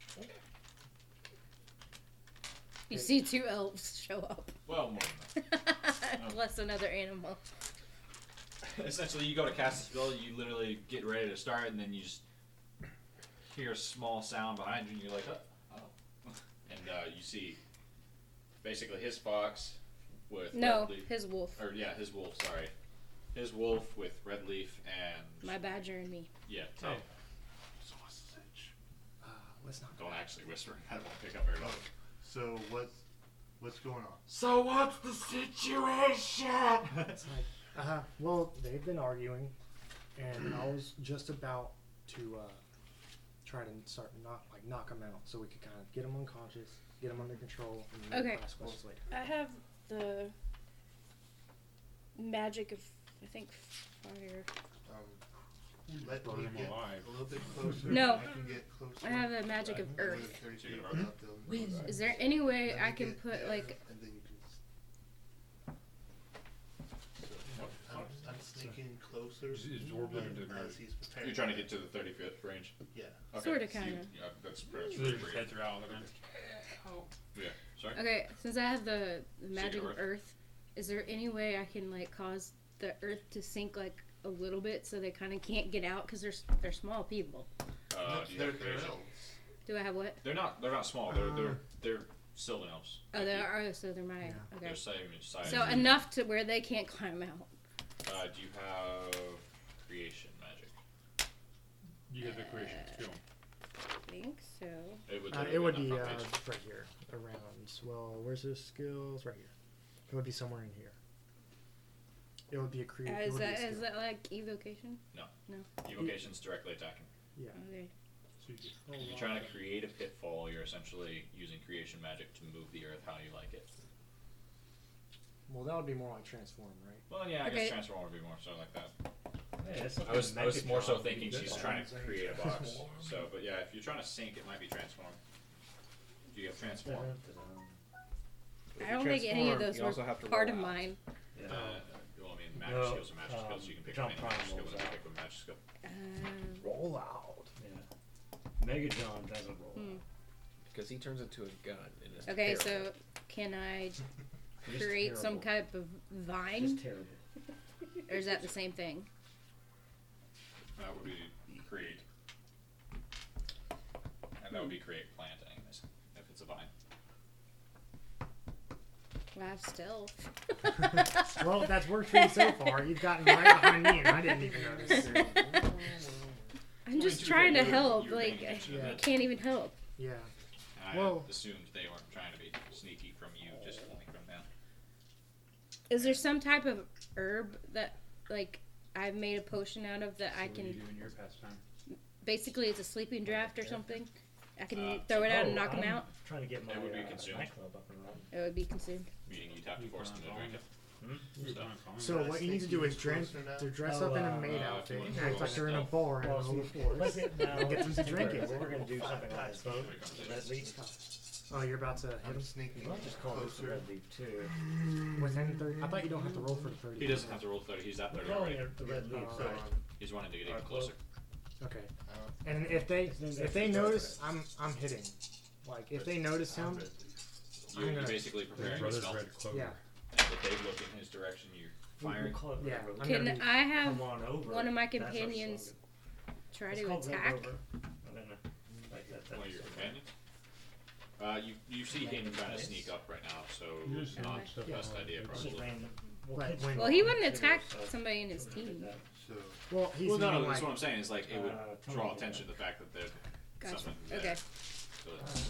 Speaker 6: You
Speaker 2: Okay.
Speaker 6: see two elves show up,
Speaker 1: Well, more than
Speaker 6: plus another animal.
Speaker 1: that. Essentially, you go to cast a spell, you literally get ready to start, and then you just hear a small sound behind you, and you're like, oh. oh." And uh, you see basically his fox with
Speaker 6: No,
Speaker 1: red leaf.
Speaker 6: his wolf,
Speaker 1: Or, yeah, his wolf, sorry. His wolf with red leaf and.
Speaker 6: my badger, and me.
Speaker 1: Yeah, Ted.
Speaker 2: Oh.
Speaker 3: Sausage.
Speaker 2: Uh, let's not.
Speaker 1: Don't actually whisper, that won't pick up very
Speaker 3: Oh,
Speaker 1: well.
Speaker 8: So what's what's going on?
Speaker 3: So what's the situation?
Speaker 2: It's like, uh, well, they've been arguing, and I was just about to uh, try to start knock like knock them out, so we could kind of get them unconscious, get them under control, and then
Speaker 6: Okay.
Speaker 2: ask questions later.
Speaker 6: I have the magic of, I think, fire.
Speaker 3: Um, let
Speaker 5: Burn
Speaker 3: me
Speaker 5: him
Speaker 3: get
Speaker 5: alive.
Speaker 3: a little bit closer.
Speaker 6: No.
Speaker 3: I can get closer.
Speaker 6: I have a magic of
Speaker 3: Within
Speaker 6: earth.
Speaker 3: 30 feet
Speaker 1: Chicken
Speaker 3: without
Speaker 1: burger?
Speaker 3: them.
Speaker 6: Is there any way
Speaker 3: Let
Speaker 6: I
Speaker 3: me
Speaker 6: can
Speaker 3: get
Speaker 6: put
Speaker 3: there,
Speaker 6: like
Speaker 3: And then you can. s- So, I'm, I'm sneaking closer.
Speaker 5: Just absorb them into the ground.
Speaker 3: As he's preparing.
Speaker 1: You're trying to get to the 35th range.
Speaker 3: Yeah.
Speaker 1: Okay.
Speaker 6: Sorta,
Speaker 1: so you-
Speaker 6: kinda.
Speaker 1: Yeah, that's pretty
Speaker 5: So
Speaker 1: pretty
Speaker 5: their just
Speaker 1: brief.
Speaker 5: heads are out. They're gonna
Speaker 1: Yeah, sorry. Uh,
Speaker 6: Okay, since I have the, the magic of
Speaker 1: earth.
Speaker 6: earth, is there any way I can like cause the earth to sink like
Speaker 9: a little bit, so they kind of can't get out because they're s- they're small people.
Speaker 1: Uh,
Speaker 3: they're, they're
Speaker 1: detective.
Speaker 3: elves.
Speaker 9: Do I have what?
Speaker 1: They're not. They're not small. They're they're
Speaker 2: Uh.
Speaker 1: they're sylvan elves.
Speaker 9: Oh, they are. Oh, so they're my
Speaker 2: Yeah.
Speaker 9: okay.
Speaker 1: They're saving size.
Speaker 9: So enough to where they can't climb out.
Speaker 1: uh, do you have creation magic?
Speaker 5: You have the creation skill.
Speaker 9: I think so.
Speaker 1: It would,
Speaker 2: Uh,
Speaker 1: literally
Speaker 2: it would
Speaker 1: on
Speaker 2: be
Speaker 1: the
Speaker 2: uh,
Speaker 1: front page.
Speaker 2: right here, around. Well, where's his skills? Right here. It would be somewhere in here. It would be a creative.
Speaker 9: Uh, is that is that like evocation?
Speaker 2: uh,
Speaker 1: Evocation's directly attacking.
Speaker 2: Yeah.
Speaker 9: Okay.
Speaker 5: So you get a
Speaker 1: If you're
Speaker 5: lot
Speaker 1: trying to
Speaker 5: of-
Speaker 1: create a pitfall, you're essentially using creation magic to move the earth how you like it.
Speaker 2: Well, that would be more like transform, right?
Speaker 1: Well, yeah, I
Speaker 9: Okay.
Speaker 1: guess transform would be more so like that.
Speaker 4: Hey, that's
Speaker 1: I was, I was
Speaker 4: Megatron
Speaker 1: more so
Speaker 4: would
Speaker 1: thinking
Speaker 4: do.
Speaker 1: she's
Speaker 4: That's
Speaker 1: trying to
Speaker 4: what I'm
Speaker 1: create a
Speaker 4: saying.
Speaker 1: box. So, but yeah, if you're trying to sync, it might be transform. Do you have transform?
Speaker 7: If
Speaker 9: I
Speaker 7: you
Speaker 9: don't think any of
Speaker 7: transform,
Speaker 9: those
Speaker 7: you
Speaker 9: were
Speaker 7: also have to
Speaker 9: part
Speaker 7: roll
Speaker 9: of
Speaker 7: out.
Speaker 9: mine.
Speaker 1: Uh, well, I mean, magic
Speaker 4: No,
Speaker 1: skills are magic skills. You can pick
Speaker 2: uh,
Speaker 1: up
Speaker 4: jump
Speaker 1: any magic skill.
Speaker 4: primals
Speaker 1: and then
Speaker 4: out.
Speaker 1: pick up a magic skill.
Speaker 9: Um,
Speaker 2: Roll out.
Speaker 1: Uh.
Speaker 4: Megatron doesn't roll.
Speaker 9: Hmm.
Speaker 10: Because he turns into a gun. And it's
Speaker 9: okay,
Speaker 10: terrible.
Speaker 9: so can I
Speaker 10: He's
Speaker 9: create some
Speaker 10: terrible.
Speaker 9: type of vine,
Speaker 4: terrible.
Speaker 9: or is that the same thing?
Speaker 1: That would be create. And that would be create plant, anyways, if it's a vine.
Speaker 9: Well, I have stealth.
Speaker 2: Well, that's worked for you so far. You've gotten right behind me, and I didn't even notice.
Speaker 9: I'm just
Speaker 1: Well,
Speaker 9: trying to
Speaker 1: you were-
Speaker 9: help.
Speaker 1: you were paying
Speaker 9: Like I
Speaker 1: attention to
Speaker 2: Yeah.
Speaker 1: that.
Speaker 9: can't even help.
Speaker 2: Yeah.
Speaker 1: I
Speaker 2: Well-
Speaker 1: assumed they weren't trying to be sneaky from you, just
Speaker 4: Oh.
Speaker 1: only from them.
Speaker 9: Is there some type of herb that like I've made a potion out of that I
Speaker 5: What do you
Speaker 9: can
Speaker 5: do in your pastime?
Speaker 9: basically it's a sleeping draft or something? I can
Speaker 1: Uh,
Speaker 9: throw it out and
Speaker 4: Oh,
Speaker 9: knock them
Speaker 4: I'm
Speaker 9: out.
Speaker 4: Trying to get my
Speaker 1: That would be
Speaker 4: uh,
Speaker 1: consumed.
Speaker 4: nightclub up and running.
Speaker 9: It would be consumed.
Speaker 1: Meaning you'd have to
Speaker 5: You Hmm?
Speaker 1: force them
Speaker 5: find
Speaker 1: to drink it.
Speaker 5: You
Speaker 1: Stuff.
Speaker 5: find
Speaker 2: So
Speaker 3: Guys,
Speaker 2: what you need to
Speaker 3: think
Speaker 2: do
Speaker 3: you
Speaker 2: is
Speaker 3: can
Speaker 2: dress,
Speaker 3: close it out?
Speaker 2: to dress
Speaker 4: Oh,
Speaker 2: up in
Speaker 4: uh,
Speaker 2: a maid
Speaker 1: uh,
Speaker 2: outfit
Speaker 1: if you
Speaker 2: and
Speaker 1: want
Speaker 2: act
Speaker 1: to
Speaker 2: like you're in a
Speaker 1: stealth.
Speaker 2: bar and
Speaker 4: Well,
Speaker 2: roll
Speaker 4: see,
Speaker 2: for
Speaker 4: let's
Speaker 2: it.
Speaker 4: get now.
Speaker 2: Get them to drink it.
Speaker 4: We're gonna do something like this.
Speaker 1: Quick conversation.
Speaker 4: Red leaf.
Speaker 2: Oh, you're about to hit
Speaker 3: I'm
Speaker 2: him
Speaker 3: sneaking
Speaker 4: I'll just call this a
Speaker 3: closer.
Speaker 4: red leaf too.
Speaker 2: within 30. I thought you don't have to roll for the 30.
Speaker 1: He doesn't have to roll 30, he's at
Speaker 4: We're
Speaker 1: 30
Speaker 4: calling
Speaker 1: already.
Speaker 4: it the red leaf.
Speaker 2: Uh,
Speaker 3: So
Speaker 4: right?
Speaker 3: I'm
Speaker 1: He's wanting to get
Speaker 4: Our
Speaker 1: even
Speaker 4: club.
Speaker 1: closer.
Speaker 2: Okay.
Speaker 10: Uh,
Speaker 2: And if they if they notice I'm I'm hitting, like if they notice him,
Speaker 1: You're,
Speaker 2: I'm
Speaker 1: you're
Speaker 2: gonna-
Speaker 1: basically
Speaker 5: The
Speaker 1: preparing
Speaker 5: brothers
Speaker 1: yourself.
Speaker 5: red clover.
Speaker 2: yeah,
Speaker 1: And if they look in his direction, you're
Speaker 4: We'll
Speaker 1: firing.
Speaker 4: call it
Speaker 2: yeah.
Speaker 4: Red Rover.
Speaker 2: I'm
Speaker 9: Can
Speaker 2: gonna be-
Speaker 9: I have
Speaker 4: Come on over.
Speaker 9: one of my
Speaker 4: That's our
Speaker 9: companions
Speaker 4: slogan.
Speaker 9: try
Speaker 4: It's
Speaker 9: to
Speaker 4: called Red
Speaker 9: attack?
Speaker 4: Rover. I don't know. Like that, that
Speaker 1: One of
Speaker 4: is
Speaker 1: your
Speaker 4: so
Speaker 1: companions? Uh, you, you see him trying to sneak up right now, so it's
Speaker 5: Yeah.
Speaker 1: not the
Speaker 5: Yeah.
Speaker 1: best idea,
Speaker 4: bad. It's just
Speaker 1: probably.
Speaker 4: random.
Speaker 2: Like
Speaker 4: catch
Speaker 2: when-
Speaker 4: him
Speaker 9: Well, he
Speaker 4: on
Speaker 9: wouldn't
Speaker 4: Twitter,
Speaker 9: attack
Speaker 4: so
Speaker 9: somebody in his
Speaker 4: we'll do
Speaker 9: team.
Speaker 4: that.
Speaker 3: So
Speaker 2: well he's
Speaker 1: Well, no, no,
Speaker 2: meaning,
Speaker 1: that's
Speaker 2: like,
Speaker 1: what I'm saying. Is like it would
Speaker 4: Uh, Tony
Speaker 1: draw
Speaker 4: did
Speaker 1: attention to the fact that they're
Speaker 9: Gotcha.
Speaker 1: something.
Speaker 9: Okay.
Speaker 1: Yeah, so
Speaker 4: Uh,
Speaker 1: that's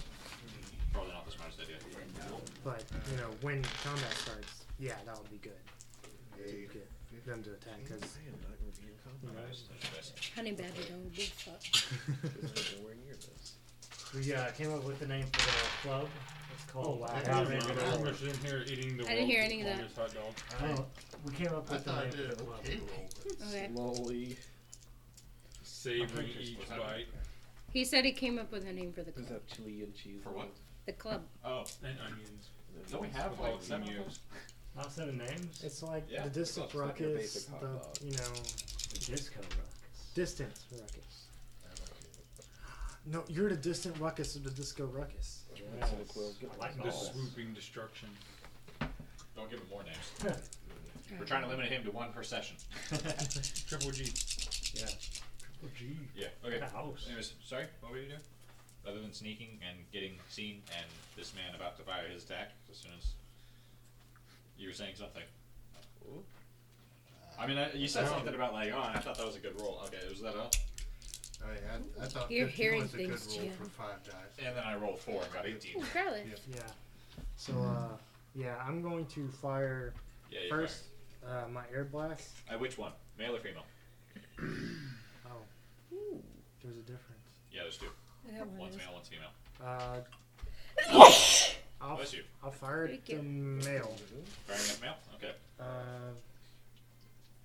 Speaker 1: probably not the smartest idea.
Speaker 2: but you know when combat starts, yeah, that would be good to
Speaker 3: eight,
Speaker 2: get them to attack because
Speaker 10: I am not going to be in combat.
Speaker 9: Honey badger don't give a fuck.
Speaker 10: It's nowhere near this.
Speaker 4: We uh, came up with the name for the club. It's called.
Speaker 2: Oh, wow.
Speaker 5: I
Speaker 4: Red
Speaker 5: don't
Speaker 4: Rover.
Speaker 5: remember. I was in here eating the
Speaker 9: I didn't hear
Speaker 5: world's
Speaker 9: any of that.
Speaker 5: longest hot dog.
Speaker 4: Oh, we came up
Speaker 3: I
Speaker 4: with the
Speaker 3: thought I
Speaker 4: name
Speaker 3: did
Speaker 4: for
Speaker 3: an
Speaker 4: the club.
Speaker 3: okay roll, but
Speaker 9: Okay.
Speaker 10: Slowly.
Speaker 5: Savoring
Speaker 1: Okay.
Speaker 5: each
Speaker 1: What's that?
Speaker 5: bite.
Speaker 9: He said he came up with a name for the
Speaker 10: Does
Speaker 9: club.
Speaker 10: have chili and cheese.
Speaker 1: For what?
Speaker 9: The club.
Speaker 1: Oh,
Speaker 5: And onions.
Speaker 1: don't we have
Speaker 5: Well,
Speaker 1: like seven
Speaker 5: you-
Speaker 1: years?
Speaker 4: Not seven names.
Speaker 2: it's like
Speaker 1: Yeah,
Speaker 2: the distant
Speaker 10: it's like your
Speaker 2: ruckus,
Speaker 10: basic hot
Speaker 2: the
Speaker 10: dog.
Speaker 2: you know
Speaker 4: The disco rockets.
Speaker 2: distance ruckus. No, you're the distant ruckus of the disco ruckus.
Speaker 10: That's an equivalent.
Speaker 4: I like
Speaker 5: The
Speaker 4: balls.
Speaker 5: swooping destruction.
Speaker 1: Don't give him more names. We're trying to limit him to one per session.
Speaker 5: Triple G.
Speaker 4: Yeah. Gee.
Speaker 1: yeah. Okay.
Speaker 4: The house.
Speaker 1: Anyways, sorry. What were you doing? Other than sneaking and getting seen, and this man about to fire his attack as soon as you were saying something. I mean, I, you said something about like, oh, and I thought that was a good roll. Okay, was that a?
Speaker 3: I, Oh, I, I thought
Speaker 9: You're
Speaker 3: 15
Speaker 9: hearing
Speaker 3: was a
Speaker 9: things,
Speaker 3: good roll
Speaker 9: Jim.
Speaker 3: for five dice.
Speaker 1: And then I rolled four and got 18.
Speaker 9: Ooh, garlic.
Speaker 3: Yeah.
Speaker 2: Yeah. So uh, yeah, I'm going to fire
Speaker 1: Yeah, you
Speaker 2: first uh, my air blast.
Speaker 1: Uh, which one? Male or female?
Speaker 2: Oh, there's a difference.
Speaker 1: Yeah, there's two.
Speaker 9: I got one of
Speaker 1: One's
Speaker 9: those.
Speaker 1: male, one's female.
Speaker 2: Uh, I'll,
Speaker 1: Bless you.
Speaker 2: I'll fire it
Speaker 9: Thank
Speaker 2: to
Speaker 9: you.
Speaker 2: male.
Speaker 1: Firing at male? Okay.
Speaker 2: Uh,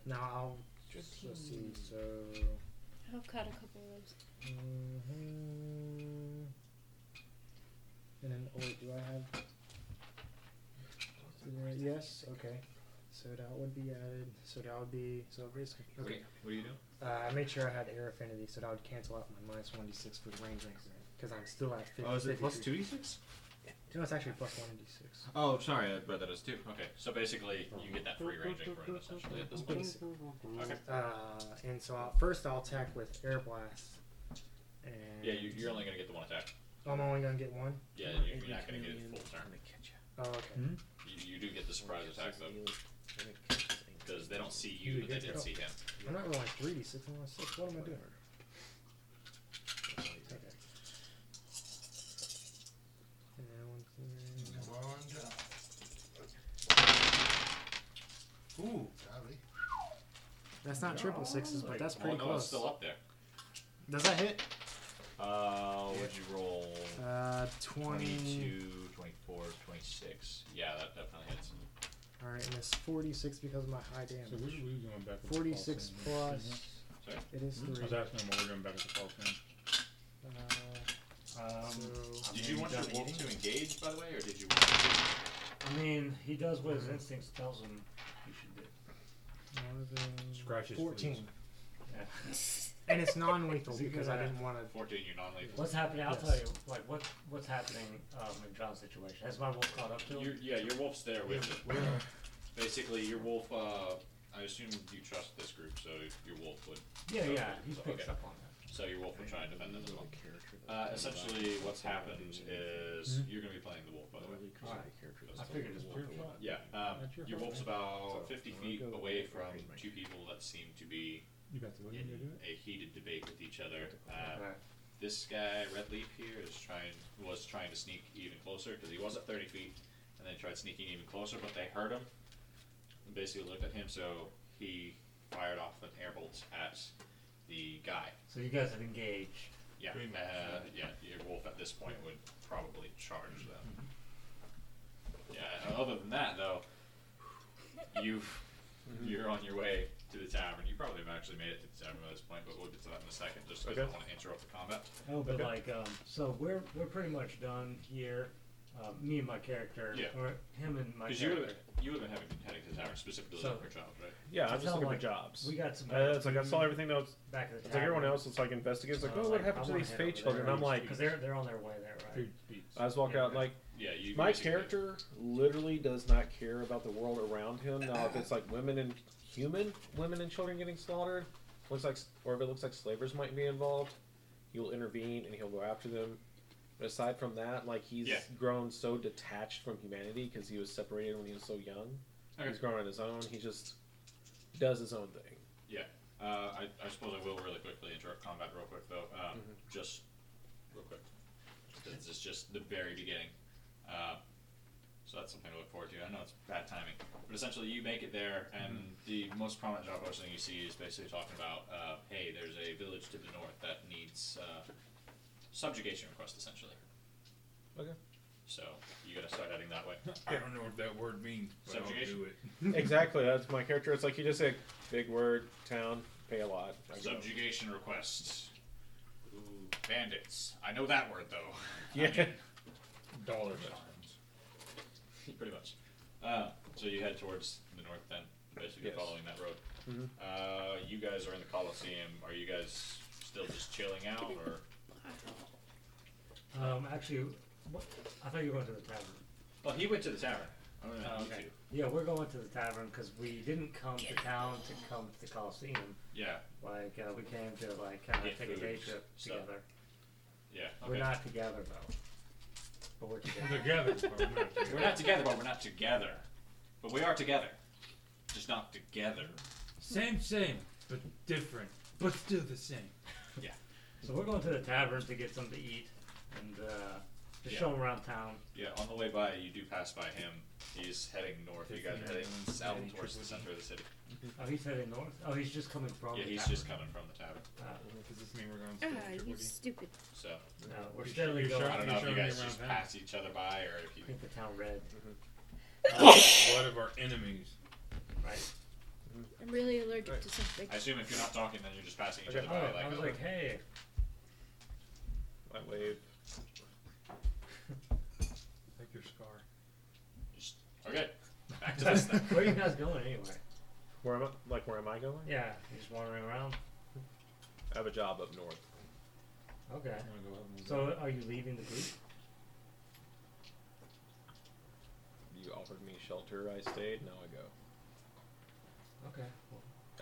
Speaker 2: now I'll just let's see. So
Speaker 9: I've caught a couple of those.
Speaker 2: mm-hmm. mhm. and then oh wait, do I have? did I- Yes. Okay. So that would be added. So that would be so basically.
Speaker 1: What, are
Speaker 2: Okay.
Speaker 1: you, what are you doing?
Speaker 2: Uh, I made sure I had air affinity, so that would cancel out my minus one d six for the range because I'm still at fifty.
Speaker 10: Oh, is it plus
Speaker 2: 53.
Speaker 10: 2d6?
Speaker 2: No, it's actually plus one d six.
Speaker 1: Oh, sorry, I read that as two. Okay, so basically you get that free range increment essentially at this point. Okay.
Speaker 2: Uh, and so I'll, first I'll attack with air blast. And Oh,
Speaker 1: Yeah, you, you're only gonna get the one attack.
Speaker 2: I'm only gonna get one.
Speaker 1: Yeah,
Speaker 10: Come on,
Speaker 1: you- you're
Speaker 10: Eddie,
Speaker 1: not gonna
Speaker 10: come
Speaker 1: get
Speaker 10: in.
Speaker 1: a full turn.
Speaker 10: I'm gonna catch ya.
Speaker 2: Oh, okay.
Speaker 1: Hmm? You, you do get the surprise attack
Speaker 10: Just
Speaker 1: though,
Speaker 10: kneel. I'm gonna catch this thing.
Speaker 1: because they don't see
Speaker 2: You
Speaker 1: you, but they
Speaker 2: get
Speaker 1: did
Speaker 2: it.
Speaker 1: see him.
Speaker 2: I'm not rolling three d six. I'm rolling six. What am I doing?
Speaker 10: That's all you
Speaker 2: Okay.
Speaker 10: do.
Speaker 2: And that one's in there.
Speaker 3: One job.
Speaker 2: Ooh,
Speaker 3: Golly.
Speaker 2: that's not triple sixes, but that's pretty
Speaker 1: oh, no, it's
Speaker 2: close.
Speaker 1: still up there.
Speaker 2: Does that hit?
Speaker 1: Uh, would you roll?
Speaker 2: Uh, twenty.
Speaker 1: 22, 24, 26. Yeah, that definitely hits.
Speaker 2: All right, and it's forty-six because of my high damage.
Speaker 5: So we're, we're going back with
Speaker 2: Forty-six
Speaker 5: the false
Speaker 2: plus.
Speaker 1: Sorry?
Speaker 2: It is
Speaker 5: end. I
Speaker 2: three.
Speaker 5: was asking him what we're going back with the false end.
Speaker 2: Uh,
Speaker 4: Um,
Speaker 2: so
Speaker 1: Did you want your
Speaker 4: done
Speaker 1: wolf
Speaker 4: eating?
Speaker 1: to engage, by the way, or did you? Want
Speaker 4: I mean, he does what his instincts tells him he should do.
Speaker 2: more
Speaker 5: Scratches,
Speaker 2: than
Speaker 5: please.
Speaker 2: fourteen,
Speaker 4: Yeah.
Speaker 2: and it's non-lethal
Speaker 4: Is he
Speaker 2: because I
Speaker 4: gonna-
Speaker 2: didn't want to.
Speaker 1: to? 14, you're non-lethal.
Speaker 4: What's happening? I'll
Speaker 2: Yes.
Speaker 4: tell you. Like what what's happening um, in John's situation? Has my wolf caught up to him?
Speaker 1: Your- yeah, your wolf's there with you. Basically, your wolf. Uh, I assume you trust this group, so your wolf would.
Speaker 4: yeah,
Speaker 1: so-
Speaker 4: yeah. He
Speaker 1: so-
Speaker 4: picks
Speaker 1: okay.
Speaker 4: up on that.
Speaker 1: So your wolf would try and defend them as well.
Speaker 10: Character that
Speaker 1: Uh,
Speaker 10: doesn't
Speaker 1: essentially,
Speaker 10: like-
Speaker 1: what's happened is
Speaker 10: Hmm?
Speaker 1: you're going to be playing the wolf, by the way.
Speaker 10: Really create
Speaker 4: Alright.
Speaker 10: a character
Speaker 4: I
Speaker 10: that's
Speaker 4: figured
Speaker 10: like
Speaker 4: it's
Speaker 10: a
Speaker 4: pretty
Speaker 10: wolf.
Speaker 4: fun.
Speaker 1: Yeah, um,
Speaker 5: That's your
Speaker 1: your
Speaker 5: fault,
Speaker 1: wolf's
Speaker 5: man.
Speaker 1: about
Speaker 10: So,
Speaker 1: 50
Speaker 10: I'm gonna
Speaker 1: feet
Speaker 10: go
Speaker 1: away
Speaker 10: with
Speaker 1: from
Speaker 10: Raven Ranger.
Speaker 1: two people that seem to be
Speaker 5: You got the way
Speaker 1: in
Speaker 5: to do it?
Speaker 1: a heated debate with each other. Uh,
Speaker 4: Alright.
Speaker 1: This guy, Red Leaf here, is trying was trying to sneak even closer because he was at 30 feet, and then tried sneaking even closer, but they heard him and basically looked at him. So he fired off an air bolts at the guy.
Speaker 4: So you guys have engaged.
Speaker 1: Yeah,
Speaker 3: Pretty much,
Speaker 1: uh, yeah. Your wolf at this point would probably charge them. Yeah. and Other than that, though, you you're on your way to the tavern. You probably have actually made it to the tavern by this point, but we'll get to that in a second. Just 'cause I don't
Speaker 7: Okay.
Speaker 1: want to interrupt the combat.
Speaker 4: No, but
Speaker 7: Okay.
Speaker 4: like, um, so we're we're pretty much done here. Um, me and my character,
Speaker 1: Yeah.
Speaker 4: or him and my
Speaker 1: Because you would
Speaker 4: character.
Speaker 1: have you would have been having heading to the tavern specifically
Speaker 4: So-
Speaker 1: looking for jobs, right?
Speaker 7: Yeah, I'm
Speaker 4: Tell
Speaker 7: just looking
Speaker 4: like,
Speaker 7: for jobs.
Speaker 4: We got some.
Speaker 7: Uh, it's like I
Speaker 4: Mm-hmm.
Speaker 7: saw everything else.
Speaker 4: back at the
Speaker 7: It's like everyone
Speaker 4: tavern.
Speaker 7: else. It's like investigating. It's like,
Speaker 4: I was
Speaker 7: oh, what happened
Speaker 4: I
Speaker 7: to
Speaker 4: wanna
Speaker 7: these
Speaker 4: head over
Speaker 7: Fey
Speaker 4: there.
Speaker 7: children? I'm like,
Speaker 4: because they're they're on their way there, right?
Speaker 5: Food speaks.
Speaker 7: I just walk out like
Speaker 1: Yeah. You.
Speaker 7: my
Speaker 1: basically-
Speaker 7: character literally does not care about the world around him. Now, if it's like women and human women and children getting slaughtered, looks like, or if it looks like slavers might be involved, he'll intervene and he'll go after them. But aside from that, like he's
Speaker 1: Yeah.
Speaker 7: grown so detached from humanity because he was separated when he was so young.
Speaker 1: Okay.
Speaker 7: He's grown on his own. He just does his own thing.
Speaker 1: Uh, I, I suppose I will really quickly interrupt combat real quick though. Um,
Speaker 7: Mm-hmm.
Speaker 1: Just real quick. This is just the very beginning. Uh, so that's something to look forward to. I know it's bad timing, but essentially you make it there, and
Speaker 7: Mm-hmm.
Speaker 1: the most prominent job posting you see is basically talking about, uh, hey, there's a village to the north that needs uh, subjugation request essentially.
Speaker 7: Okay.
Speaker 1: So you gotta start heading that way.
Speaker 8: I don't know what that word means, but I'll
Speaker 1: Subjugation?
Speaker 8: do it.
Speaker 7: exactly. That's my character. It's like you just say big word, town, pay a lot. I go.
Speaker 1: Subjugation requests. Ooh, bandits. I know that word though.
Speaker 7: Yeah.
Speaker 5: Dollar
Speaker 1: Pretty much. Uh, so you head towards the north then, basically
Speaker 7: Yes.
Speaker 1: following that road.
Speaker 7: Mhm.
Speaker 1: Uh, you guys are in the Coliseum. Are you guys still just chilling out, or
Speaker 4: Um, actually, what, I thought you were going to the tavern.
Speaker 1: well, he went to the tavern. I don't know.
Speaker 4: Oh,
Speaker 1: you
Speaker 4: okay.
Speaker 1: two.
Speaker 4: Yeah, we're going to the tavern because we didn't come to town to come to the Coliseum.
Speaker 1: Yeah,
Speaker 4: Like uh, we came to like kind
Speaker 1: Get
Speaker 4: of take a
Speaker 1: food,
Speaker 4: day trip
Speaker 1: stuff.
Speaker 4: together.
Speaker 1: yeah.
Speaker 4: We're
Speaker 1: okay.
Speaker 4: not together though, but we're together.
Speaker 5: Together. but we're not together.
Speaker 1: We're not together, but we're not together. But we are together, just not together.
Speaker 5: Same, same, but different, but still the same.
Speaker 4: so we're going to the tavern to get something to eat and uh, just
Speaker 1: Yeah.
Speaker 4: show 'em around town.
Speaker 1: Yeah. On the way by, you do pass by him. He's heading north. You guys are heading
Speaker 5: Fifteen
Speaker 1: south
Speaker 5: minutes,
Speaker 1: towards the
Speaker 5: fifteen.
Speaker 1: center of the city.
Speaker 4: Oh, he's heading north. Oh, he's just coming from.
Speaker 1: Yeah,
Speaker 4: the
Speaker 1: he's
Speaker 4: tavern. Uh,
Speaker 1: just coming from the tavern.
Speaker 5: Does this mean we're going
Speaker 6: Ah,
Speaker 5: to stay in
Speaker 6: you
Speaker 5: Djibouti?
Speaker 6: stupid.
Speaker 1: So
Speaker 4: No, we're
Speaker 5: You're sh-
Speaker 4: steadily
Speaker 5: you're
Speaker 4: going.
Speaker 5: sure-
Speaker 1: I don't know if you
Speaker 5: You're showing me
Speaker 1: guys
Speaker 5: around
Speaker 1: just
Speaker 5: town.
Speaker 1: pass each other by, or if you
Speaker 4: Paint the town red,
Speaker 5: One Uh, of our enemies.
Speaker 4: right?
Speaker 6: I'm really allergic to something.
Speaker 1: I assume if you're not talking, then you're just passing each
Speaker 7: Okay.
Speaker 1: other
Speaker 4: Oh,
Speaker 1: by.
Speaker 4: I was
Speaker 1: uh,
Speaker 4: like, hey,
Speaker 7: I wave.
Speaker 5: Like your scar.
Speaker 1: just- okay, back to this then.
Speaker 4: where are you guys going anyway?
Speaker 7: Where am I? Like where am I going?
Speaker 4: Yeah, you're just wandering around.
Speaker 7: I have a job up north.
Speaker 4: Okay.
Speaker 5: I'm gonna go out and
Speaker 4: So, are you leaving the group?
Speaker 7: offered me shelter. I stayed. Now I go.
Speaker 5: Okay.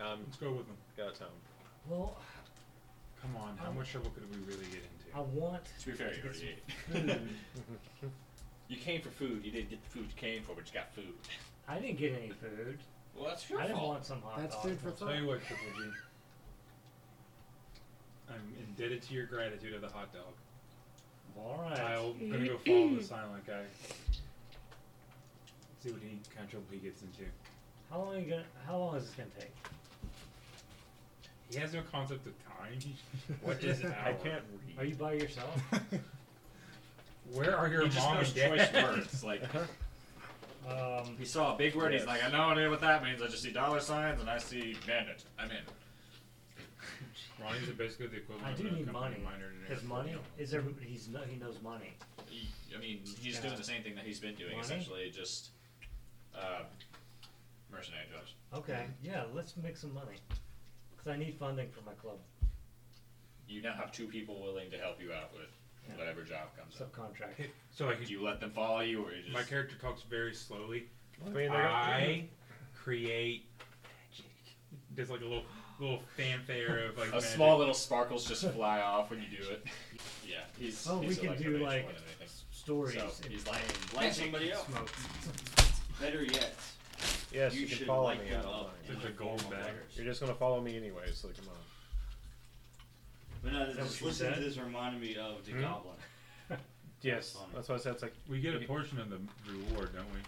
Speaker 7: Um,
Speaker 1: Let's go with them.
Speaker 7: Got of town.
Speaker 2: Well,
Speaker 5: Come on, how much trouble could we really get into?
Speaker 2: I want.
Speaker 1: To be fair,
Speaker 2: to
Speaker 1: you
Speaker 2: get
Speaker 1: already ate.
Speaker 2: some food.
Speaker 1: You came for food. You didn't get the food you came for, but you got food.
Speaker 4: I didn't get any food.
Speaker 1: Well, that's your
Speaker 4: I didn't
Speaker 1: fault.
Speaker 4: want some hot
Speaker 2: That's
Speaker 4: dogs.
Speaker 2: food for
Speaker 5: I'll tell you what, Triple G. I'm indebted to your gratitude of the hot dog.
Speaker 4: All right.
Speaker 5: I'm gonna go follow the silent guy. See what he kind of trouble he gets into.
Speaker 4: How long? Are you gonna, how long is this gonna take?
Speaker 5: He has no concept of time. What is an hour?
Speaker 4: I can't Are you by yourself?
Speaker 5: Where are your
Speaker 1: He just
Speaker 5: mom
Speaker 1: knows
Speaker 5: and dad?
Speaker 1: choice words. Like
Speaker 4: um,
Speaker 1: he saw a big word. He's
Speaker 7: Yes.
Speaker 1: like, I have no idea what that means. I just see dollar signs and I see bandit. I'm in.
Speaker 5: Ronnie's basically the equivalent
Speaker 4: I do
Speaker 5: of a
Speaker 4: need
Speaker 5: company
Speaker 4: money.
Speaker 5: minor in
Speaker 4: Because money is there. He's no, he knows money.
Speaker 1: He, I mean, he's
Speaker 4: Yeah.
Speaker 1: doing the same thing that he's been doing.
Speaker 4: Money?
Speaker 1: Essentially, just uh, mercenary jobs.
Speaker 4: Okay. Yeah. Let's make some money. Because I need funding for my club
Speaker 1: You now have two people willing to help you out with
Speaker 4: Yeah.
Speaker 1: whatever job comes up.
Speaker 4: subcontract.
Speaker 5: So like,
Speaker 1: Do you let them follow you, or you just
Speaker 5: my character talks very slowly.
Speaker 7: I mean, they got-
Speaker 5: I create magic. There's like a little little fanfare of like
Speaker 1: a
Speaker 5: magic.
Speaker 1: small little sparkles just fly off when you do it? Yeah, he's.
Speaker 4: Oh,
Speaker 1: he's
Speaker 4: we can do,
Speaker 1: electromagnetic
Speaker 4: like,
Speaker 1: more than anything.
Speaker 4: Stories.
Speaker 1: So
Speaker 4: and
Speaker 1: he's like, light somebody up.
Speaker 4: smoke.
Speaker 8: Better yet,
Speaker 7: Yes, you,
Speaker 8: you
Speaker 7: can
Speaker 8: should
Speaker 7: follow
Speaker 8: light
Speaker 7: me. I
Speaker 8: them
Speaker 7: don't
Speaker 8: up.
Speaker 7: mind.
Speaker 8: and
Speaker 5: It's a
Speaker 8: like
Speaker 5: gold
Speaker 8: form a
Speaker 5: bag.
Speaker 8: letters.
Speaker 7: You're just gonna follow me anyway, so come on.
Speaker 8: But no,
Speaker 4: that what
Speaker 8: just
Speaker 4: you
Speaker 8: listen
Speaker 4: said?
Speaker 8: to this reminded me of the
Speaker 5: Hmm?
Speaker 8: goblin.
Speaker 7: Yes,
Speaker 8: Fun.
Speaker 7: that's why I said it's like
Speaker 5: We get a portion of the reward, don't we?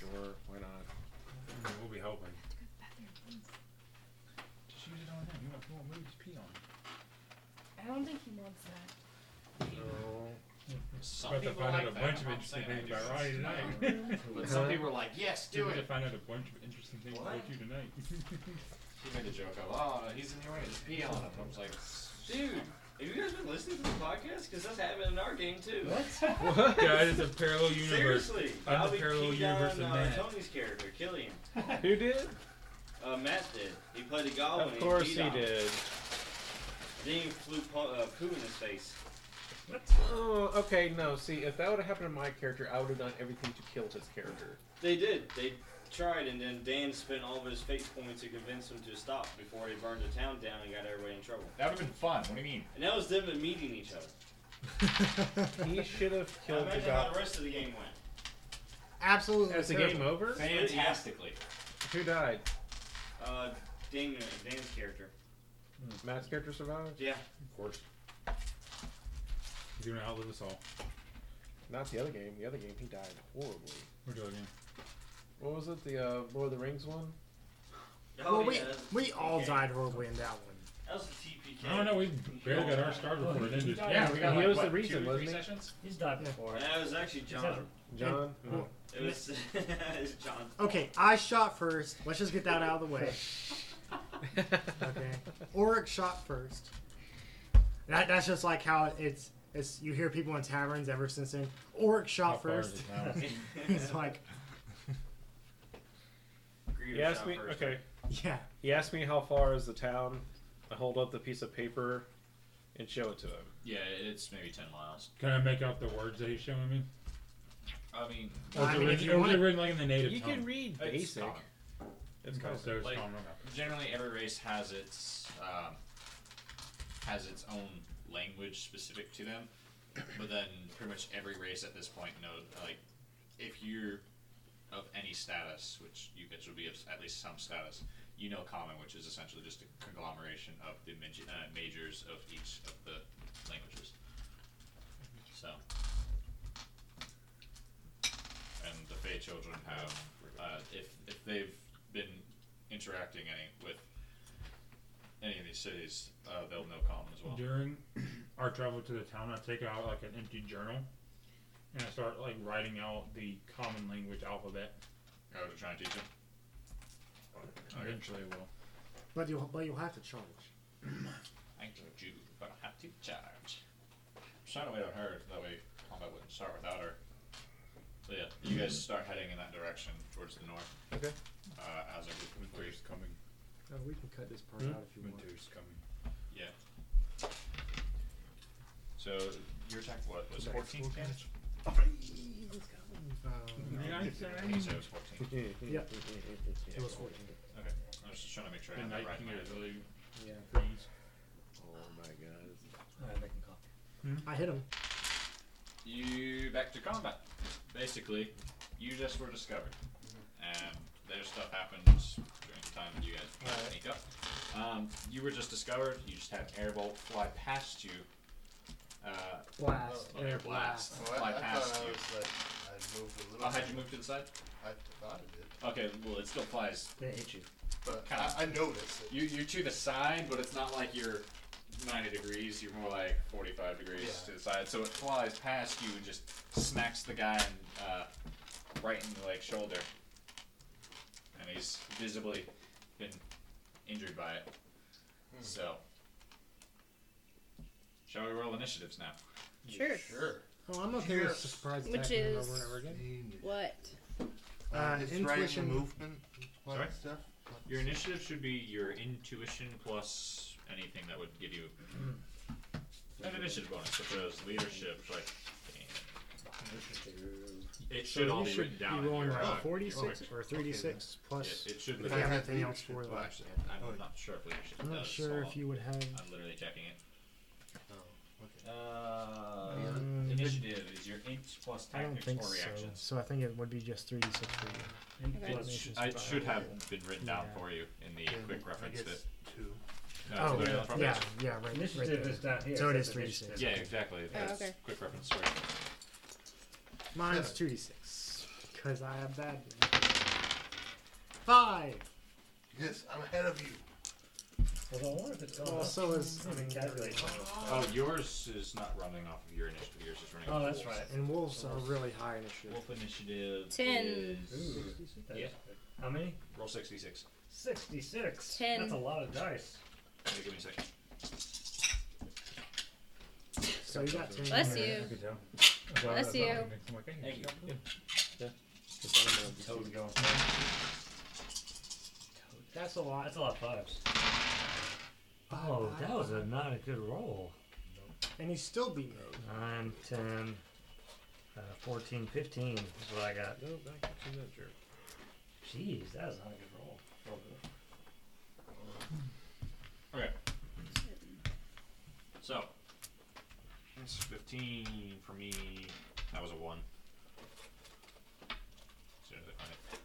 Speaker 7: sure, why not?
Speaker 5: I mean, We'll be helping. Just use it on him. You want to pee on
Speaker 9: I don't think he wants that.
Speaker 1: Some
Speaker 5: About to
Speaker 1: people
Speaker 5: find out
Speaker 1: like
Speaker 5: a
Speaker 1: that.
Speaker 5: bunch of
Speaker 1: I'm not saying
Speaker 5: interesting
Speaker 1: I
Speaker 5: things
Speaker 1: do.
Speaker 5: about Ronnie tonight.
Speaker 1: But some people are like, yes, do
Speaker 5: We're
Speaker 1: it.
Speaker 5: gonna find out a bunch of interesting things about you tonight.
Speaker 1: He made a joke of, oh, he's in your way, just pee on him. I was like,
Speaker 8: Dude, have you guys been listening to the podcast? Because that's happening in our game too.
Speaker 5: God, it's a parallel universe.
Speaker 8: Seriously,
Speaker 5: I'm
Speaker 8: I'll
Speaker 5: the
Speaker 8: be
Speaker 5: parallel
Speaker 8: keyed
Speaker 5: universe
Speaker 8: on,
Speaker 5: of
Speaker 8: uh,
Speaker 5: Matt.
Speaker 8: Tony's character, Killian.
Speaker 7: Who did?
Speaker 8: Uh, Matt did. He played the goblin.
Speaker 7: of
Speaker 8: and
Speaker 7: course
Speaker 8: beat
Speaker 7: he
Speaker 8: on him.
Speaker 7: did.
Speaker 8: Then he flew po- uh, poo in his face.
Speaker 7: Oh, okay, no. See, if that would have happened to my character, I would have done everything to kill his character.
Speaker 8: They did. They tried, and then Dan spent all of his fate points to convince him to stop before he burned the town down and got everybody in trouble.
Speaker 1: that would have been fun. What do you mean?
Speaker 8: And that was them meeting each other.
Speaker 7: He should have
Speaker 8: Now
Speaker 7: killed the
Speaker 8: imagine how
Speaker 7: guy.
Speaker 8: the rest of the game went.
Speaker 2: Absolutely.
Speaker 7: Is the
Speaker 2: terrible.
Speaker 7: game over?
Speaker 1: Fantastically.
Speaker 7: Who died?
Speaker 8: Uh, Damon, Dan's character.
Speaker 7: Matt's character survived.
Speaker 8: Yeah.
Speaker 7: Of course.
Speaker 5: He's gonna outlive us all.
Speaker 7: Not the other game. The other game, he died horribly.
Speaker 5: We're doing
Speaker 7: What was it? The uh, Lord of the Rings one?
Speaker 8: Oh,
Speaker 2: well,
Speaker 8: yeah, that was-
Speaker 2: we, we all
Speaker 8: okay.
Speaker 2: died horribly in that one.
Speaker 8: That was the TPK.
Speaker 5: I don't know. We barely got our stars
Speaker 4: Oh,
Speaker 5: before it ended.
Speaker 4: yeah.
Speaker 1: Yeah, we got
Speaker 7: He
Speaker 1: like,
Speaker 7: was
Speaker 1: what,
Speaker 7: the reason,
Speaker 1: two, three
Speaker 7: wasn't he?
Speaker 1: sessions?
Speaker 4: He's died before.
Speaker 8: That was actually John.
Speaker 7: John.
Speaker 2: Well,
Speaker 8: It was, it was John.
Speaker 2: Okay, I shot first. Let's just get that out of the way. Okay. Oric shot first. That, that's just like how it's it's you hear people in taverns ever since then. Oric shot first. it's like
Speaker 8: Grievous
Speaker 7: He asked
Speaker 8: shot
Speaker 7: me.
Speaker 8: first.
Speaker 7: Okay.
Speaker 2: yeah.
Speaker 7: He asked me how far is the town. I hold up the piece of paper and show it to him.
Speaker 1: Yeah, it's maybe 10 miles.
Speaker 5: Can I make out the words that he's showing me?
Speaker 1: I mean,
Speaker 5: Or was
Speaker 2: I
Speaker 5: it
Speaker 2: mean, if
Speaker 5: written-
Speaker 2: you
Speaker 5: or was
Speaker 2: want
Speaker 5: it
Speaker 2: it-
Speaker 5: written like in the native
Speaker 7: You
Speaker 5: tongue?
Speaker 7: can read
Speaker 1: It's
Speaker 7: basic.
Speaker 1: common.
Speaker 7: It's
Speaker 5: Okay,
Speaker 7: common.
Speaker 5: so it's
Speaker 1: Like-
Speaker 5: common.
Speaker 1: generally every race has its um, has its own language specific to them, but then pretty much every race at this point knows like if you're of any status, which you guys would be of at least some status, you know common, which is essentially just a conglomeration of the maj- uh, majors of each of the languages. So. And the Fey children have, uh, if, if they've been interacting any with any of these cities, uh, they'll know common as well.
Speaker 5: During our travel to the town, I take out like an empty journal, and I start like writing out the common language alphabet.
Speaker 1: Oh, to try and teach them. Okay.
Speaker 5: Eventually, I will.
Speaker 2: But you but you'll have to charge.
Speaker 1: I told you, but I have to charge. I'm trying to wait on her, that way combat wouldn't start without her. So yeah, you guys start heading in that direction towards the north.
Speaker 7: Okay.
Speaker 1: Uh, as a group before you.
Speaker 5: coming.
Speaker 2: Oh, we can cut this part
Speaker 1: Hmm?
Speaker 2: out if
Speaker 5: Winter's coming.
Speaker 1: Yeah. So your attack what was
Speaker 2: Nice.
Speaker 1: 14 damage?
Speaker 7: Let's go.
Speaker 2: Uh,
Speaker 4: I'm
Speaker 1: If you
Speaker 4: sorry.
Speaker 1: release it, it was 14.
Speaker 2: Yep.
Speaker 1: Yeah,
Speaker 2: It was
Speaker 1: cool.
Speaker 2: 14.
Speaker 1: Okay, I was just trying to make sure I
Speaker 5: And
Speaker 1: had that right.
Speaker 5: Nike
Speaker 1: in my
Speaker 5: is
Speaker 1: head.
Speaker 5: really
Speaker 2: Yeah.
Speaker 5: freeze.
Speaker 10: Oh my god.
Speaker 2: I hit him.
Speaker 1: You back to combat. Basically, you just were discovered, and there's stuff happens during the time that you guys
Speaker 2: Right.
Speaker 1: meet up. Um, you were just discovered. You just had an airbolt fly past you. Uh,
Speaker 2: Blast.
Speaker 1: Oh,
Speaker 2: air
Speaker 1: air blast.
Speaker 3: Well,
Speaker 1: Fly
Speaker 3: I, I
Speaker 1: past
Speaker 3: thought I
Speaker 1: you.
Speaker 3: was like, I moved a little.
Speaker 1: oh, had
Speaker 3: bit.
Speaker 1: you moved to the side?
Speaker 3: I thought it did,
Speaker 1: Okay, well it still flies.
Speaker 2: They hit you.
Speaker 3: but
Speaker 1: Kinda.
Speaker 3: I, I noticed it.
Speaker 1: You you're to the side, but it's not like you're 90 degrees. You're more like 45 degrees
Speaker 3: Yeah.
Speaker 1: to the side. So it flies past you and just smacks the guy in, uh, right in the like shoulder, and he's visibly been injured by it. So, shall we roll initiatives now?
Speaker 9: Sure.
Speaker 3: Sure.
Speaker 2: Oh, I'm okay with
Speaker 3: Yes.
Speaker 2: surprise
Speaker 9: Which
Speaker 2: attack him
Speaker 9: is-
Speaker 2: over and over again.
Speaker 9: What?
Speaker 3: Uh,
Speaker 2: Uh,
Speaker 3: it's
Speaker 2: intuition-
Speaker 3: right movement, like
Speaker 1: Sorry?
Speaker 3: stuff. like
Speaker 1: Your initiative should be your intuition plus anything that would give you an initiative bonus, such as leadership. Like it should
Speaker 2: so
Speaker 1: all
Speaker 2: you
Speaker 1: be
Speaker 2: should
Speaker 1: written
Speaker 2: be
Speaker 1: down. in
Speaker 2: rolling
Speaker 1: your, uh,
Speaker 2: like 46
Speaker 1: your-
Speaker 2: or 3d6 plus.
Speaker 1: Yeah, it should
Speaker 2: if
Speaker 1: be.
Speaker 2: you have
Speaker 3: Yeah.
Speaker 2: anything else
Speaker 3: Leadership
Speaker 2: for
Speaker 3: plus.
Speaker 2: that.
Speaker 1: Actually, I'm not sure if leadership
Speaker 2: I'm not
Speaker 1: does,
Speaker 2: sure
Speaker 1: so
Speaker 2: if you would have.
Speaker 1: I'm literally checking it.
Speaker 3: Oh, okay.
Speaker 1: Uh,
Speaker 2: Um,
Speaker 1: initiative is your int plus
Speaker 2: I don't
Speaker 1: tactics
Speaker 2: think
Speaker 1: or
Speaker 2: so.
Speaker 1: reactions.
Speaker 2: So I think it would be just 3d6 for you.
Speaker 9: Okay.
Speaker 1: It, sh- it should have been written down
Speaker 2: Yeah.
Speaker 1: for you in the
Speaker 3: Then
Speaker 1: quick
Speaker 3: I
Speaker 1: reference
Speaker 3: guess
Speaker 1: that.
Speaker 3: Two.
Speaker 1: No, it's
Speaker 2: oh,
Speaker 1: literally
Speaker 2: yeah,
Speaker 1: on the front
Speaker 2: yeah,
Speaker 1: page.
Speaker 2: yeah, right. right
Speaker 4: Initiative
Speaker 2: there.
Speaker 4: is down here.
Speaker 2: So it
Speaker 4: it
Speaker 2: is
Speaker 4: is
Speaker 2: 3d6.
Speaker 1: Yeah, exactly. That's
Speaker 9: okay.
Speaker 1: Quick reference. Sorry.
Speaker 2: Mine's
Speaker 3: Seven.
Speaker 2: 2d6. Because I have bad. Five!
Speaker 3: Yes, I'm ahead of you.
Speaker 4: Although I wonder if it's going
Speaker 2: Well,
Speaker 4: up.
Speaker 2: so is. I
Speaker 4: I
Speaker 2: mean,
Speaker 4: didn't calculate that.
Speaker 1: Oh, yours is not running off of your initiative. Yours is running.
Speaker 4: Oh,
Speaker 1: off of
Speaker 4: that's
Speaker 1: wolves.
Speaker 4: right.
Speaker 2: And wolves are really high initiative.
Speaker 1: Wolf initiative.
Speaker 9: Ten.
Speaker 1: Is
Speaker 4: That
Speaker 1: Yeah.
Speaker 4: is good. How many?
Speaker 1: roll sixty-six.
Speaker 4: 66.
Speaker 9: Ten.
Speaker 4: That's a lot of dice.
Speaker 1: Okay, give me a second.
Speaker 2: So you got 10.
Speaker 9: Bless you. Bless you.
Speaker 1: Thank you.
Speaker 4: Toad going.
Speaker 2: That's a lot.
Speaker 4: That's a lot of fives. Oh, that was a not a good roll.
Speaker 2: And he still beat me.
Speaker 4: 9, 10, uh, 14, 15 is what I got.
Speaker 10: No, back to that jerk.
Speaker 4: Jeez, that was not a good roll.
Speaker 1: Okay. So, that's 15 for me. That was a 1. So, I find it.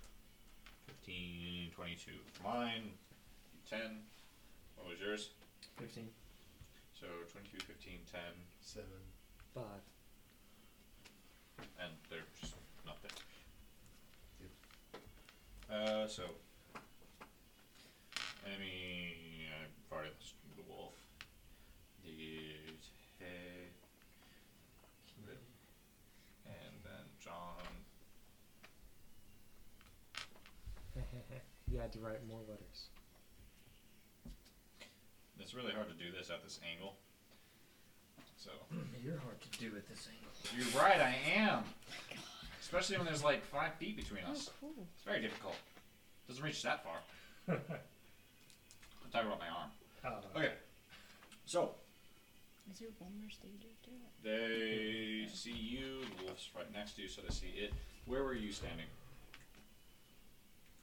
Speaker 1: 15, 22 for mine, 10. What was yours?
Speaker 4: 15.
Speaker 1: So, 22, 15, 10,
Speaker 3: Seven.
Speaker 2: Five.
Speaker 1: and they're just not there. Uh, so, enemy, I've already lost the wolf. The hey, and then John.
Speaker 2: you had to write more letters.
Speaker 1: It's really hard to do this at this angle. So
Speaker 4: You're hard to do at this angle.
Speaker 1: you're right, I am. Especially when there's like five feet between us.
Speaker 9: Oh, cool.
Speaker 1: It's very difficult. Doesn't reach that far. I'm talking about my arm.
Speaker 4: Oh,
Speaker 1: Okay. So
Speaker 9: Is there one more stage after that?
Speaker 1: They see you. The wolf's right next to you, so they see it. Where were you standing?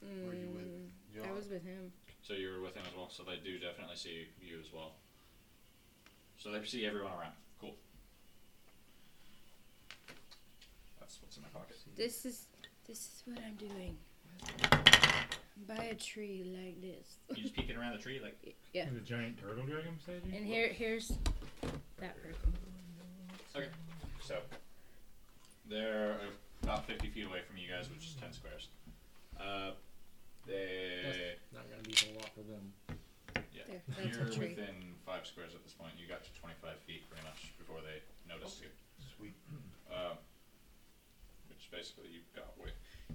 Speaker 3: Were you with
Speaker 9: Mm, I
Speaker 3: John?
Speaker 9: was with him.
Speaker 1: So you were with him as well. So they do definitely see you as well. So they see everyone around. Cool. That's what's in my pocket.
Speaker 9: This is this is what I'm doing. By a tree like this.
Speaker 1: You just peeking around the tree, like
Speaker 9: Yeah.
Speaker 5: The giant turtle dragon beside you?
Speaker 9: And here here's that person.
Speaker 1: okay. So they're about fifty feet away from you guys, which is ten squares. Uh, they
Speaker 2: Not gonna be a whole lot for them.
Speaker 1: yeah.
Speaker 9: There, that's
Speaker 1: You're
Speaker 9: a tree.
Speaker 1: within five squares at this point. You got to twenty-five feet pretty much before they noticed you.
Speaker 3: Sweet.
Speaker 1: Um, which basically you got away.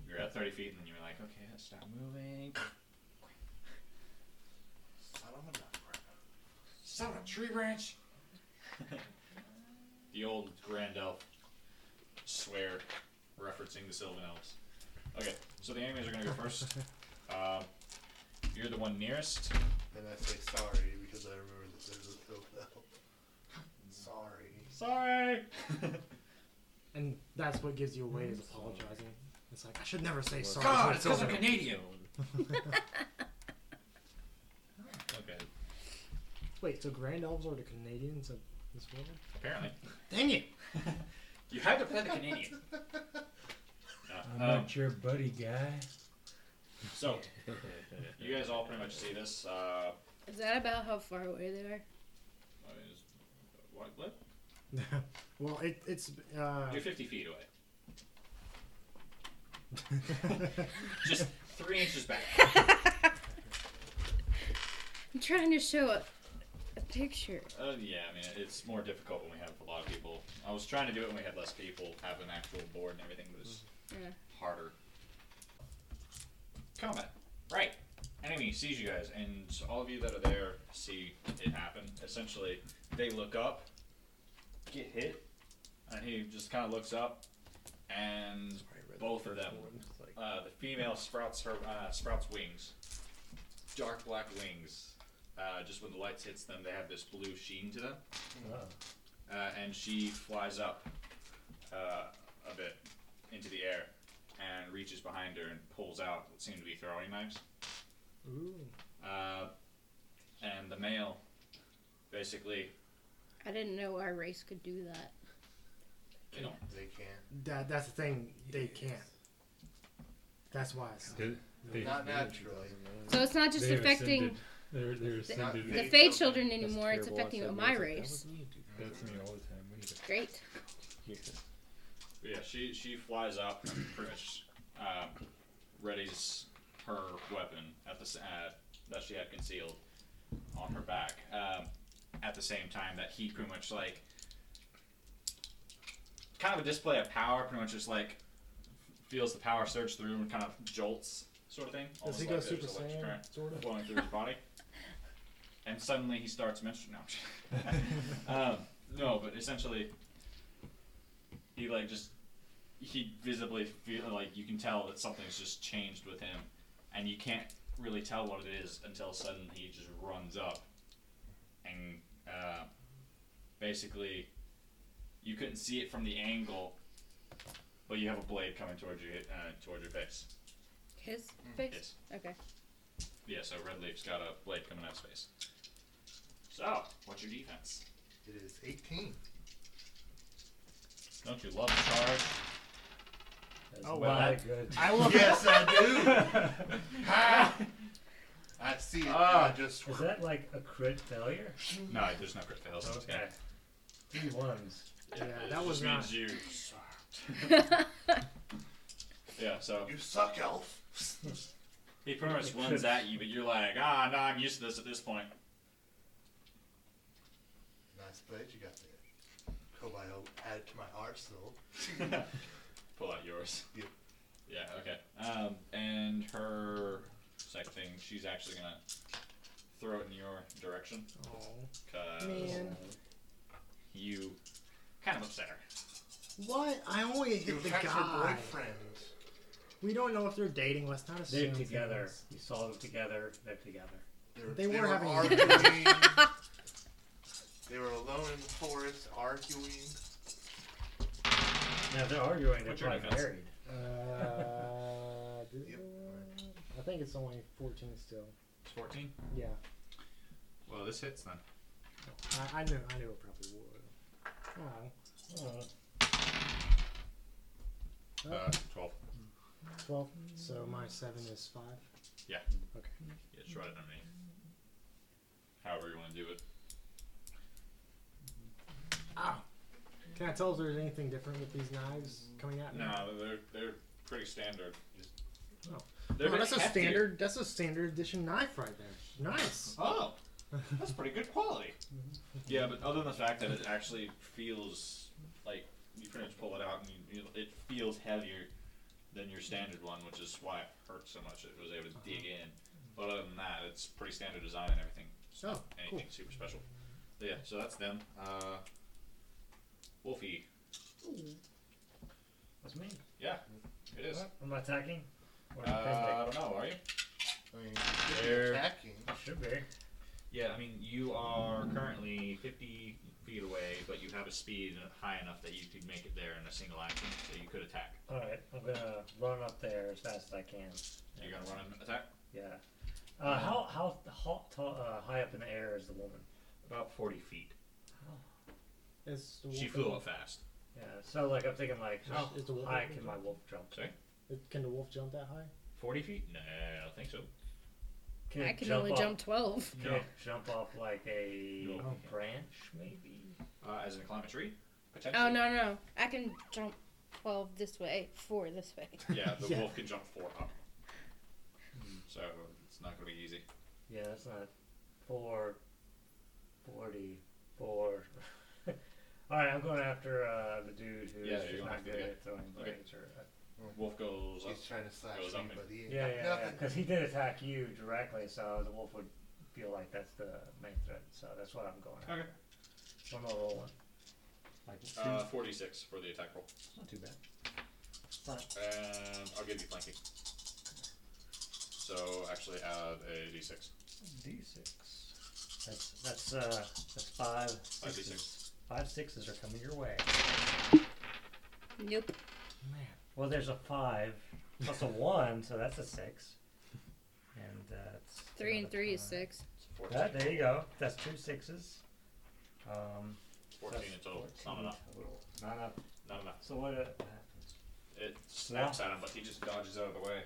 Speaker 1: You're at 30 feet, and then you're like, okay, let's stop moving.
Speaker 3: I don't have enough.
Speaker 1: Son of a tree branch! the old grand elf swear, referencing the Sylvan Elves. Okay, so the enemies are gonna go first. um, you're the one nearest.
Speaker 3: And I say sorry because I remember that there's a fill out. Sorry.
Speaker 1: Sorry!
Speaker 2: And that's what gives you away is apologizing. It's like I should never say sorry.
Speaker 1: God,
Speaker 2: when
Speaker 1: it's 'cause I'm
Speaker 2: over.
Speaker 1: Canadian.
Speaker 8: Okay.
Speaker 2: Wait, so Grand Elves are the Canadians of this world?
Speaker 1: Apparently.
Speaker 2: Dang it!
Speaker 1: You had to play the Canadian.
Speaker 5: I'm
Speaker 1: Uh, um,
Speaker 5: not your buddy guy.
Speaker 1: so, you guys all pretty much see this. Uh,
Speaker 9: Is that about how far away they are?
Speaker 1: what is- what, what?
Speaker 2: well, it, it's uh,
Speaker 1: You're 50 feet away. Just three inches back.
Speaker 9: I'm trying to show a, a picture.
Speaker 1: Uh, yeah, I mean, it's more difficult when we have a lot of people. I was trying to do it when we had less people, have an actual board and everything, but it's
Speaker 9: Yeah.
Speaker 1: harder. Combat. Right. Enemy sees you guys, and so all of you that are there see it happen. Essentially, they look up, get hit, and he just kind of looks up, and both of them. Uh, the female sprouts her uh, sprouts wings, dark black wings. Uh, just when the lights hits them, they have this blue sheen to them, uh, and she flies up uh, a bit into the air and reaches behind her and pulls out what seem to be throwing knives.
Speaker 2: ooh,
Speaker 1: Uh, and the male basically
Speaker 9: I didn't know our race could do that.
Speaker 1: you know,
Speaker 3: They can't.
Speaker 2: that that's the thing. They can't. That's why. It's,
Speaker 5: They,
Speaker 3: Not naturally.
Speaker 9: So it's not just
Speaker 5: they've ascended.
Speaker 9: affecting
Speaker 5: They're, they're ascended.
Speaker 9: the
Speaker 3: They-
Speaker 9: Fey children
Speaker 7: That's
Speaker 9: anymore. It's
Speaker 7: terrible. I
Speaker 9: affecting
Speaker 7: said,
Speaker 9: my
Speaker 7: "That was- that
Speaker 9: race.
Speaker 7: was me, dude."
Speaker 5: That's me all the time. What do you think?
Speaker 9: Great.
Speaker 7: Yeah.
Speaker 1: Yeah, she she flies up and pretty much um, readies her weapon at the s- uh, that she had concealed on her back. Um, at the same time that he pretty much like kind of a display of power, pretty much just like feels the power surge through him and kind of jolts, sort of thing.
Speaker 2: does he
Speaker 1: almost
Speaker 2: go
Speaker 1: like
Speaker 2: Super
Speaker 1: there's electric current
Speaker 2: Saiyan? Sort of.
Speaker 1: flowing through his body. And suddenly he starts menstruating. No, I'm just- um, no, but essentially, he like just he visibly feel like you can tell that something's just changed with him, and you can't really tell what it is until suddenly he just runs up, and uh, basically, you couldn't see it from the angle, but you have a blade coming towards your uh, towards your face.
Speaker 9: His face.
Speaker 1: Yes.
Speaker 9: Okay.
Speaker 1: Yeah, so Red Leaf's got a blade coming out of space. So, what's your defense?
Speaker 3: It is 18.
Speaker 1: Don't you love charge?
Speaker 2: Oh wow!
Speaker 5: good.
Speaker 2: I love
Speaker 3: yes, I do. Ha! I see it. I
Speaker 4: Ah.
Speaker 3: just
Speaker 4: Is that like a crit failure?
Speaker 1: No, there's no crit fails. in this game.
Speaker 4: Okay. Three ones.
Speaker 2: Yeah,
Speaker 1: it
Speaker 2: that was
Speaker 1: just means
Speaker 2: not.
Speaker 1: you. yeah, so
Speaker 3: You suck, elf.
Speaker 1: he pretty much runs at you, but you're like, ah, no, I'm used to this at this point.
Speaker 3: Nice blade you got there. Kobayo added to my arsenal.
Speaker 1: Pull out yours.
Speaker 3: Yeah.
Speaker 1: Yeah. Okay. Um, and her second thing, she's actually gonna throw it in your direction
Speaker 2: Oh.
Speaker 1: because
Speaker 9: Man.
Speaker 1: you kind of upset her.
Speaker 2: What? I only
Speaker 3: You
Speaker 2: hit the
Speaker 3: attacked
Speaker 2: guy.
Speaker 3: her boyfriend.
Speaker 2: We don't know if they're dating. Let's not
Speaker 4: They're
Speaker 2: assume.
Speaker 4: together.
Speaker 2: things.
Speaker 4: You saw them together. They're together.
Speaker 2: They were having-
Speaker 3: arguing. they were alone in the forest arguing.
Speaker 4: Now they're arguing. They're
Speaker 1: What's your
Speaker 4: probably
Speaker 1: defense?
Speaker 4: married.
Speaker 2: Uh, do-
Speaker 3: Yep.
Speaker 2: I think it's only 14 still.
Speaker 1: It's 14.
Speaker 2: Yeah,
Speaker 1: Well, this hits then.
Speaker 2: I, I knew. I knew it probably would. Oh, Oh.
Speaker 1: Uh, 12.
Speaker 2: 12. So my seven is five.
Speaker 1: Yeah.
Speaker 2: Okay.
Speaker 1: Yeah, just write it on me. However you want to do it.
Speaker 2: Can I tell if there's anything different with these knives coming Oh, at me?
Speaker 1: No, they're they're pretty standard. Just,
Speaker 2: Oh.
Speaker 1: They're
Speaker 2: Oh,
Speaker 1: a bit
Speaker 2: that's a
Speaker 1: heftier.
Speaker 2: standard. That's a standard edition knife right there. Nice.
Speaker 1: Oh, that's pretty good quality. yeah, but other than the fact that it actually feels like you pretty much pull it out and you, you, it feels heavier than your standard one, which is why it hurt so much. It was able to dig in. But other than that, it's pretty standard design and everything. It's not
Speaker 2: Oh, cool.
Speaker 1: anything super special. But yeah, so that's them. Uh, Wolfie.
Speaker 4: That's me.
Speaker 1: Yeah, it is.
Speaker 4: I'm attacking. Or
Speaker 1: Uh, I don't know. Are you?
Speaker 3: I mean, you
Speaker 1: They're-
Speaker 3: attacking.
Speaker 4: should be.
Speaker 1: Yeah, I mean, you are currently 50 feet away, but you have a speed high enough that you could make it there in a single action, so you could attack.
Speaker 4: All right. I'm gonna run up as fast as I can.
Speaker 1: You gonna run an attack?
Speaker 4: Yeah. Uh, how how, how tall, uh, high up in the air is the woman?
Speaker 1: About 40 feet.
Speaker 2: Is the
Speaker 1: She
Speaker 2: wolf
Speaker 1: flew
Speaker 2: able-
Speaker 1: up fast.
Speaker 4: Yeah. So like I'm thinking like how
Speaker 2: Is the wolf
Speaker 4: high
Speaker 2: able to
Speaker 4: can my wolf jump?
Speaker 1: Sorry?
Speaker 2: it- Can the wolf jump that high?
Speaker 1: 40 feet? Nah, I don't think so.
Speaker 4: Can
Speaker 9: I
Speaker 4: it
Speaker 9: can only
Speaker 4: off,
Speaker 9: jump 12.
Speaker 4: Can it jump off like a
Speaker 1: No.
Speaker 4: Oh, branch maybe?
Speaker 1: Uh, as in climb a tree? Potentially.
Speaker 9: Oh, no, no. I can jump 12 this way, 4 this way.
Speaker 1: Yeah, the
Speaker 2: Yeah.
Speaker 1: wolf can jump four up. So it's not going to be easy.
Speaker 4: Yeah, that's not four forty four. All right, I'm going after uh, the dude who's
Speaker 1: Yeah, you're
Speaker 4: just
Speaker 1: going
Speaker 4: not
Speaker 1: after
Speaker 4: good
Speaker 1: the guy.
Speaker 4: at throwing
Speaker 1: Okay.
Speaker 4: blades or. uh,
Speaker 1: Wolf goes up.
Speaker 3: He's trying to slash
Speaker 1: Goes
Speaker 3: me,
Speaker 1: up and-
Speaker 3: but he ain't
Speaker 4: Yeah,
Speaker 3: got
Speaker 4: yeah,
Speaker 3: nothing.
Speaker 4: because he did attack you directly, so the wolf would feel like that's the main threat. So that's what I'm going. At.
Speaker 1: Okay.
Speaker 4: One more roll one.
Speaker 1: Uh, 46 for the attack roll.
Speaker 4: Not too bad.
Speaker 1: And I'll give you flanking. So actually add a d6.
Speaker 4: D six. That's that's uh that's five
Speaker 1: Five
Speaker 4: sixes.
Speaker 1: D6.
Speaker 4: Five sixes are coming your way.
Speaker 9: Nope.
Speaker 2: Man.
Speaker 4: Well, there's a five plus a one, so that's a six. And that's
Speaker 9: 3 and
Speaker 4: another
Speaker 9: 3 is
Speaker 4: five.
Speaker 9: 6.
Speaker 4: That, there you go. That's two sixes. Um,
Speaker 1: 14
Speaker 4: that's
Speaker 1: in total. Not
Speaker 4: 14
Speaker 1: enough.
Speaker 4: total. Not enough.
Speaker 1: Not enough.
Speaker 4: So what uh, happens?
Speaker 1: It snaps at him, but he just dodges out of the way.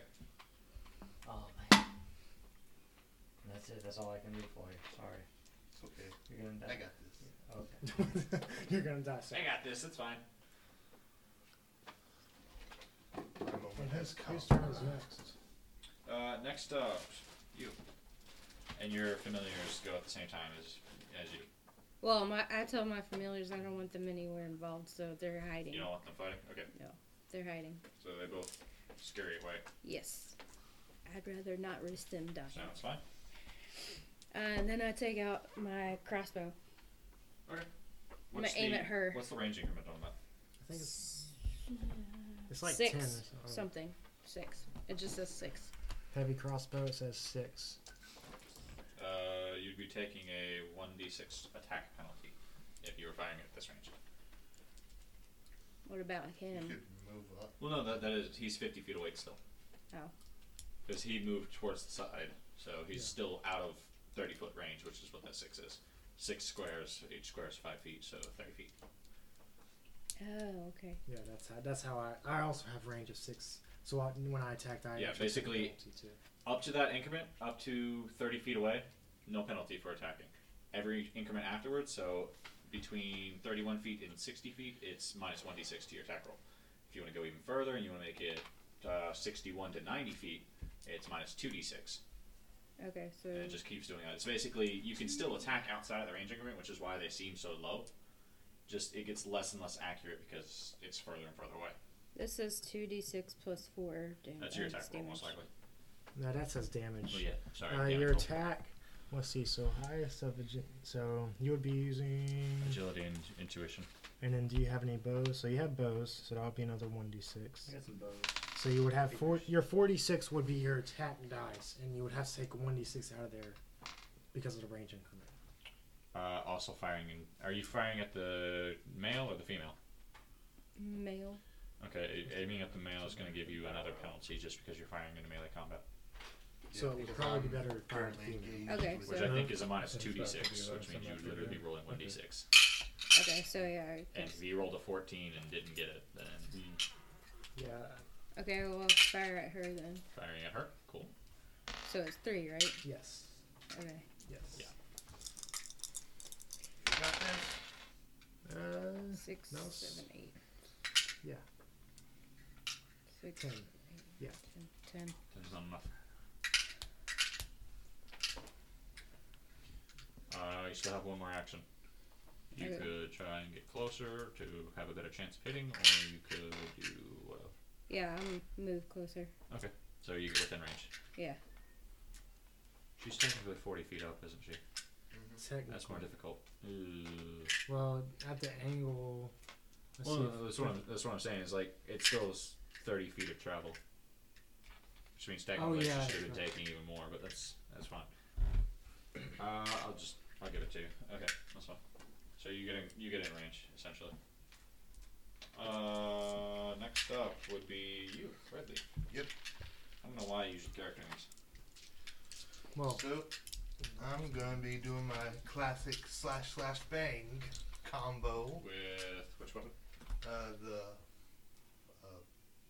Speaker 4: Oh man. And that's it. That's all I can do for you. Sorry,
Speaker 3: It's okay.
Speaker 4: you're gonna die.
Speaker 3: I got this.
Speaker 4: Okay.
Speaker 2: You're gonna die. Soon.
Speaker 1: I got this. It's fine.
Speaker 3: My moment has come.
Speaker 2: Whose turn is next?
Speaker 1: Uh, next up, you. And your familiars go at the same time as as you.
Speaker 9: Well, my, I tell my familiars I don't want them anywhere involved, so they're hiding.
Speaker 1: You don't want them fighting? Okay.
Speaker 9: They're hiding.
Speaker 1: So they both scurry away.
Speaker 9: Yes. I'd rather not risk them dying.
Speaker 1: Sounds fine.
Speaker 9: Uh, and then I take out my crossbow. gonna aim
Speaker 1: the,
Speaker 9: at her.
Speaker 1: What's the range increment on that?
Speaker 2: I think it's it's like
Speaker 9: six,
Speaker 2: ten. Or something.
Speaker 9: something. Six. It just says six.
Speaker 2: Heavy crossbow. It says six.
Speaker 1: Uh, you'd be taking a 1d6 attack penalty if you were firing at this range.
Speaker 9: What about
Speaker 3: You
Speaker 9: him?
Speaker 3: could move up.
Speaker 1: Well, no, that, that is he's 50 feet away still.
Speaker 9: Oh.
Speaker 1: Because he moved towards the side, so he's still out of 30 foot range, which is what that six is. Six squares, each square is five feet, so 30 feet.
Speaker 9: Oh, okay.
Speaker 2: Yeah, that's how. That's how I. I also have range of six. So I, when I attacked, I
Speaker 1: Yeah,
Speaker 2: actually took a
Speaker 1: basically-
Speaker 2: penalty too.
Speaker 1: Up to that increment, up to 30 feet away, no penalty for attacking. Every increment afterwards, so between 31 feet and 60 feet, it's minus 1d6 to your attack roll. If you want to go even further and you want to make it uh, 61 to 90 feet, it's minus 2d6.
Speaker 9: Okay, so
Speaker 1: and it just keeps doing that. It's basically you can still attack outside of the range increment, which is why they seem so low. Just it gets less and less accurate because it's further and further away.
Speaker 9: this says 2d6 plus 4 damage.
Speaker 1: That's your attack roll,
Speaker 9: damage.
Speaker 1: most likely.
Speaker 2: No, that says damage.
Speaker 1: Oh yeah, sorry.
Speaker 2: Uh,
Speaker 1: yeah,
Speaker 2: your
Speaker 1: cool.
Speaker 2: attack. Let's see. So highest of agi- so you would be using.
Speaker 1: agility and intuition.
Speaker 2: And then do you have any bows? So you have bows. So that'll be another one d six.
Speaker 4: I got some bows.
Speaker 2: So you would have four. Your forty six would be your attack dice, and you would have to take one d six out of there because of the range increment.
Speaker 1: Uh, also firing. In, are you firing at the male or the female?
Speaker 9: Male.
Speaker 1: Okay, a- aiming at the male is going to give you another penalty just because you're firing into melee combat,
Speaker 2: So it would
Speaker 3: because
Speaker 2: probably be
Speaker 3: I'm
Speaker 2: better if you're a
Speaker 3: currently
Speaker 2: female.
Speaker 3: engaged
Speaker 9: Okay,
Speaker 3: with
Speaker 1: which
Speaker 9: so-
Speaker 1: I think is a minus
Speaker 5: That's
Speaker 1: two d
Speaker 5: about to
Speaker 1: six,
Speaker 5: do
Speaker 1: which
Speaker 5: that,
Speaker 1: means
Speaker 5: so
Speaker 1: you
Speaker 5: that's
Speaker 1: would literally
Speaker 5: good.
Speaker 1: be rolling one d
Speaker 5: Okay.
Speaker 1: six.
Speaker 9: Okay, so yeah. I
Speaker 1: And
Speaker 9: can-
Speaker 1: if you rolled a fourteen and didn't get it, then
Speaker 2: Yeah.
Speaker 9: Okay, well, I'll fire at her then.
Speaker 1: firing at her. Cool.
Speaker 9: So it's 3, right?
Speaker 2: Yes.
Speaker 9: Okay.
Speaker 2: Yes.
Speaker 1: Yeah.
Speaker 3: You got this?
Speaker 2: Uh,
Speaker 9: Six,
Speaker 2: No,
Speaker 9: seven, eight.
Speaker 2: s- yeah.
Speaker 9: Six,
Speaker 2: Ten.
Speaker 9: seven, eight,
Speaker 2: Yeah.
Speaker 9: ten, ten.
Speaker 1: There's not enough. Uh, you still have one more action. You
Speaker 9: Okay.
Speaker 1: could try and get closer to have a better chance of hitting, or you could do what else?
Speaker 9: Yeah, I'm move closer.
Speaker 1: So you get within range.
Speaker 9: Yeah.
Speaker 1: She's technically 40 feet up, isn't she?
Speaker 2: Technically.
Speaker 1: That's more difficult. Uh,
Speaker 2: Well, at the angle. let's
Speaker 1: Well,
Speaker 2: see
Speaker 1: no,
Speaker 2: if-
Speaker 1: no, that's, what I'm, that's what I'm saying. Is like it still is 30 feet of travel, which means technically
Speaker 2: Oh, yeah,
Speaker 1: she should have been
Speaker 2: right.
Speaker 1: taking even more, but that's that's fine. Uh, I'll just I'll give it to you. Okay, that's fine. So you get in you get in range essentially. Uh, next up would be you, Redley.
Speaker 3: Yep.
Speaker 1: don't know why I usually character names.
Speaker 2: Well,
Speaker 3: So, I'm gonna be doing my classic slash slash bang combo.
Speaker 1: With which weapon?
Speaker 3: Uh, the uh,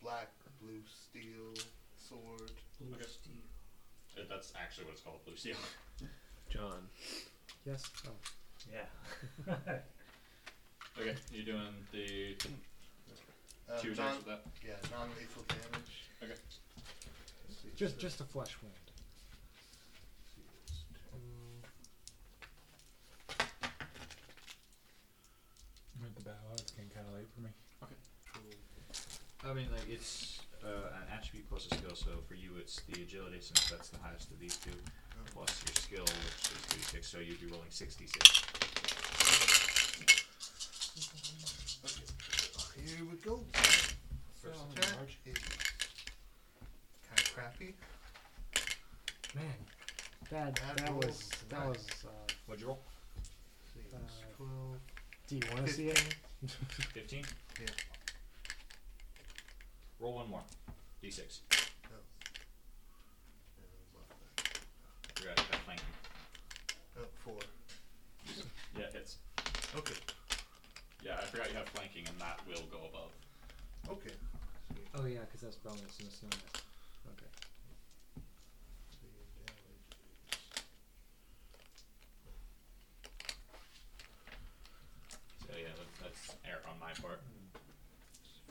Speaker 3: black blue steel sword.
Speaker 1: Okay. Uh, That's actually what it's called, blue steel.
Speaker 7: John.
Speaker 2: yes. Oh.
Speaker 4: Yeah.
Speaker 1: okay, you're doing the
Speaker 3: Uh,
Speaker 1: two
Speaker 3: non-
Speaker 1: attacks with that.
Speaker 3: yeah, non-lethal damage.
Speaker 1: Okay.
Speaker 3: Let's see,
Speaker 2: Just
Speaker 3: so-
Speaker 2: just a flesh wound.
Speaker 5: With the bow, it's getting kind of late for me.
Speaker 1: I mean, like it's uh, an attribute plus a skill. So for you, it's the agility since that's the highest of these two, plus your skill, which is d6. So you'd be rolling 66.
Speaker 3: Here we go. First
Speaker 5: Oh,
Speaker 3: attack
Speaker 5: Marge.
Speaker 3: is kind of crappy.
Speaker 2: Man, that
Speaker 3: That
Speaker 2: that
Speaker 3: rolls
Speaker 2: was that
Speaker 3: nice.
Speaker 2: was. Uh,
Speaker 1: What'd you roll?
Speaker 3: Six,
Speaker 2: Uh,
Speaker 3: 12,
Speaker 2: do you want to see it?
Speaker 1: 15.
Speaker 3: Yeah.
Speaker 1: Roll one more. D6.
Speaker 3: no.
Speaker 1: You're at that flanking.
Speaker 3: Uh, four.
Speaker 1: Yeah, it's.
Speaker 3: Okay.
Speaker 1: Yeah, I forgot you have flanking, and that will go above.
Speaker 3: Okay. Sweet.
Speaker 2: Oh yeah, because that's bonus and it's not. Okay.
Speaker 3: So your damage
Speaker 1: So yeah, that- that's error on my part.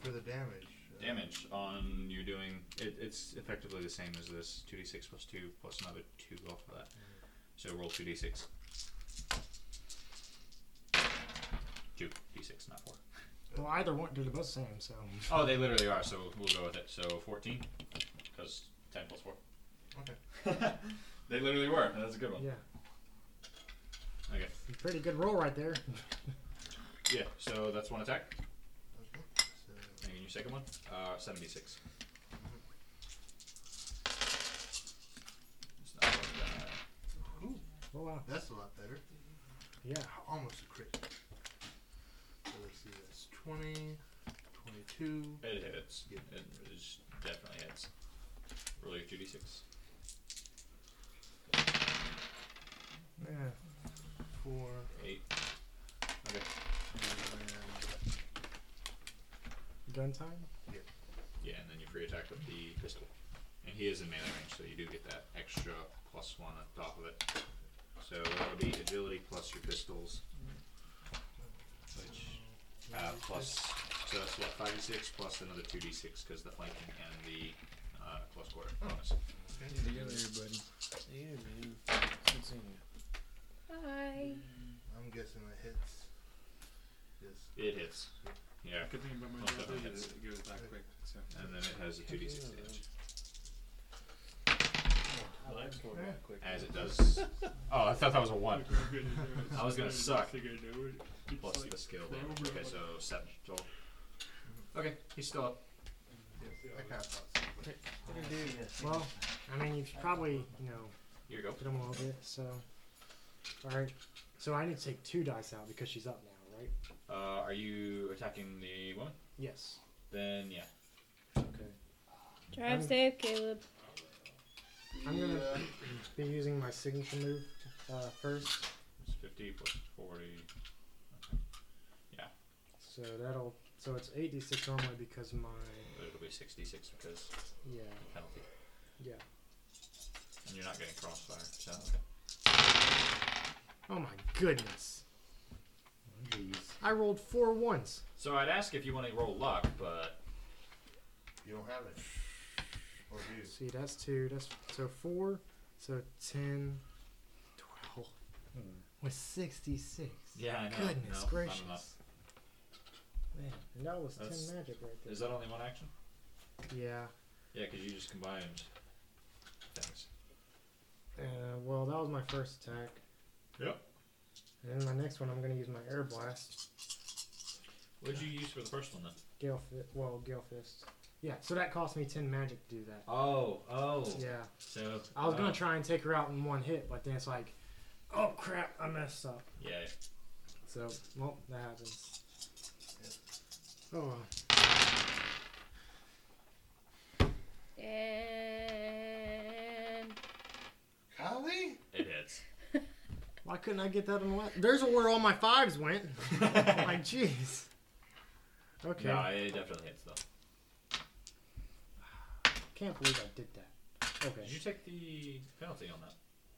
Speaker 3: For the damage. uh,
Speaker 1: Damage on you're doing it, it's effectively the same as this 2d6 plus 2 plus another 2 off of that. So roll 2d6. 2 d6, not 4.
Speaker 2: Well, either one, they're both the same. So
Speaker 1: Oh, they literally are, so we'll go with it. So 14, because 10 plus 4.
Speaker 3: Okay.
Speaker 1: they literally were. That's a good one.
Speaker 2: yeah,
Speaker 1: Okay.
Speaker 2: pretty good roll right there.
Speaker 1: Yeah, so that's one attack.
Speaker 3: Okay. So
Speaker 1: And your second one, uh, 76. It's not one die.
Speaker 2: Oh wow.
Speaker 3: that's a lot better.
Speaker 2: Yeah.
Speaker 3: Almost a crit. So let's see, that's 20, 22.
Speaker 1: It hits.
Speaker 3: Yeah.
Speaker 1: It is definitely hits. Roll your 2d6.
Speaker 2: Yeah.
Speaker 3: four,
Speaker 1: 8. Okay.
Speaker 3: and
Speaker 2: Gun time.
Speaker 1: Yeah, and then your free attack with the pistol. And he is in melee range, so you do get that extra plus 1 on top of it. So that would be agility plus your pistols. Which, uh, plus, so that's what, 5d6 plus another 2d6 because the flanking and the uh, close quarter bonus.
Speaker 10: Together, everybody.
Speaker 7: Yeah, man. Good seeing you.
Speaker 6: Hi.
Speaker 2: Mm.
Speaker 3: I'm guessing it hits. Yes.
Speaker 1: It hits. Yeah,
Speaker 5: Good thing about my
Speaker 1: Most
Speaker 5: job
Speaker 1: definitely
Speaker 5: is
Speaker 1: hits.
Speaker 5: it goes that quick. So.
Speaker 1: and then it has a 2d6 damage.
Speaker 7: Well, that's going back quick.
Speaker 1: As it does. Oh, I thought that was a 1.
Speaker 5: I
Speaker 1: was gonna suck. Plus
Speaker 5: Plus
Speaker 1: the skill damage. Okay, so seven total. Okay, he's still up.
Speaker 3: I kind of thought so. but-
Speaker 2: Well, I mean, you should probably you know
Speaker 1: Here you go.
Speaker 2: hit them a little bit. So, all right. So I need to take two dice out because she's up now, right?
Speaker 1: Uh, are you attacking the woman?
Speaker 2: Yes.
Speaker 1: Then yeah.
Speaker 2: Okay.
Speaker 6: Drive
Speaker 2: I'm-
Speaker 6: safe, Caleb.
Speaker 2: I'm gonna
Speaker 3: Yeah.
Speaker 2: be using my signature move uh, first.
Speaker 1: It's fifty plus forty.
Speaker 2: So that'll. So it's eight d six normally because my
Speaker 1: But it'll be sixty-six because
Speaker 2: yeah
Speaker 1: penalty,
Speaker 2: yeah.
Speaker 1: and you're not getting crossfire. So okay.
Speaker 2: Oh my goodness. I rolled four ones.
Speaker 1: So I'd ask if you want to roll luck, but
Speaker 3: You don't have it. Or do you?
Speaker 2: See, that's two. That's so four. So ten, twelve. With sixty-six.
Speaker 1: Hmm. yeah, I know.
Speaker 2: Goodness
Speaker 1: no,
Speaker 2: gracious.
Speaker 1: Not enough.
Speaker 2: Man, and that was
Speaker 1: That's-
Speaker 2: ten magic right there.
Speaker 1: Is that only one action?
Speaker 2: yeah.
Speaker 1: Yeah, because you just combined things.
Speaker 2: Uh, well, that was my first attack.
Speaker 1: Yep.
Speaker 2: And then my next one, I'm gonna use my air blast.
Speaker 1: What did you use for the first one then?
Speaker 2: Gale fist. Well, gale fist. Yeah. So that cost me ten magic to do that.
Speaker 1: Oh, oh.
Speaker 2: Yeah.
Speaker 1: So
Speaker 2: I was
Speaker 1: oh,
Speaker 2: gonna try and take her out in one hit, but then it's like, oh crap, I messed up.
Speaker 1: Yeah.
Speaker 2: So, well, that happens. Oh. well.
Speaker 6: Yeah.
Speaker 2: Why couldn't I get that on the left? There's where all my fives went. like, jeez. Okay.
Speaker 8: No, it definitely hits though.
Speaker 2: Can't believe I did that.
Speaker 8: Did
Speaker 2: Okay.
Speaker 8: you take the penalty on that?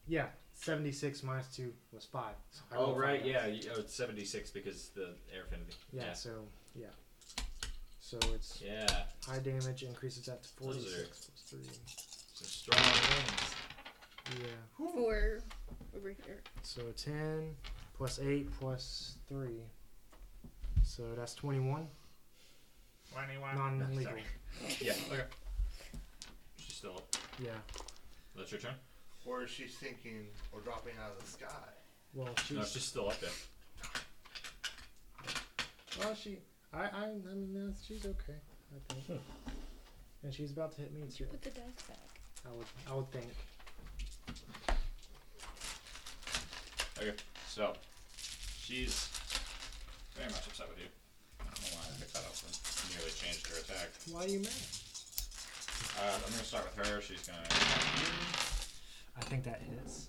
Speaker 2: Yeah, 76 minus 2 was 5. So I
Speaker 8: Oh
Speaker 2: rolled
Speaker 8: right,
Speaker 2: five
Speaker 8: yeah.
Speaker 2: dice.
Speaker 8: You, oh, it's seventy six because the air affinity.
Speaker 2: Yeah,
Speaker 8: Yeah.
Speaker 2: so, yeah. So it's
Speaker 8: Yeah.
Speaker 2: high damage increases that to
Speaker 8: Those are-
Speaker 2: 46 plus 3.
Speaker 8: Some strong things.
Speaker 2: Yeah.
Speaker 6: Four over here.
Speaker 2: So 10 plus 8 plus 3. So that's 21. Non legal.
Speaker 8: Yeah. Okay. She's still up.
Speaker 2: Yeah.
Speaker 8: That's your turn.
Speaker 3: Or is she sinking or dropping out of the sky?
Speaker 2: Well, she's.
Speaker 8: No, she's still up there.
Speaker 2: Well, Oh, she. I, I, I mean, that's- she's okay, I think. And she's about to hit me too.
Speaker 6: Put the dice back.
Speaker 2: I would, I would think.
Speaker 1: Okay, so she's very much upset with you. I don't know why I picked that up and nearly changed her attack.
Speaker 2: Why are you mad?
Speaker 1: Uh, I'm gonna start with her. She's gonna attack you.
Speaker 2: I think that hits.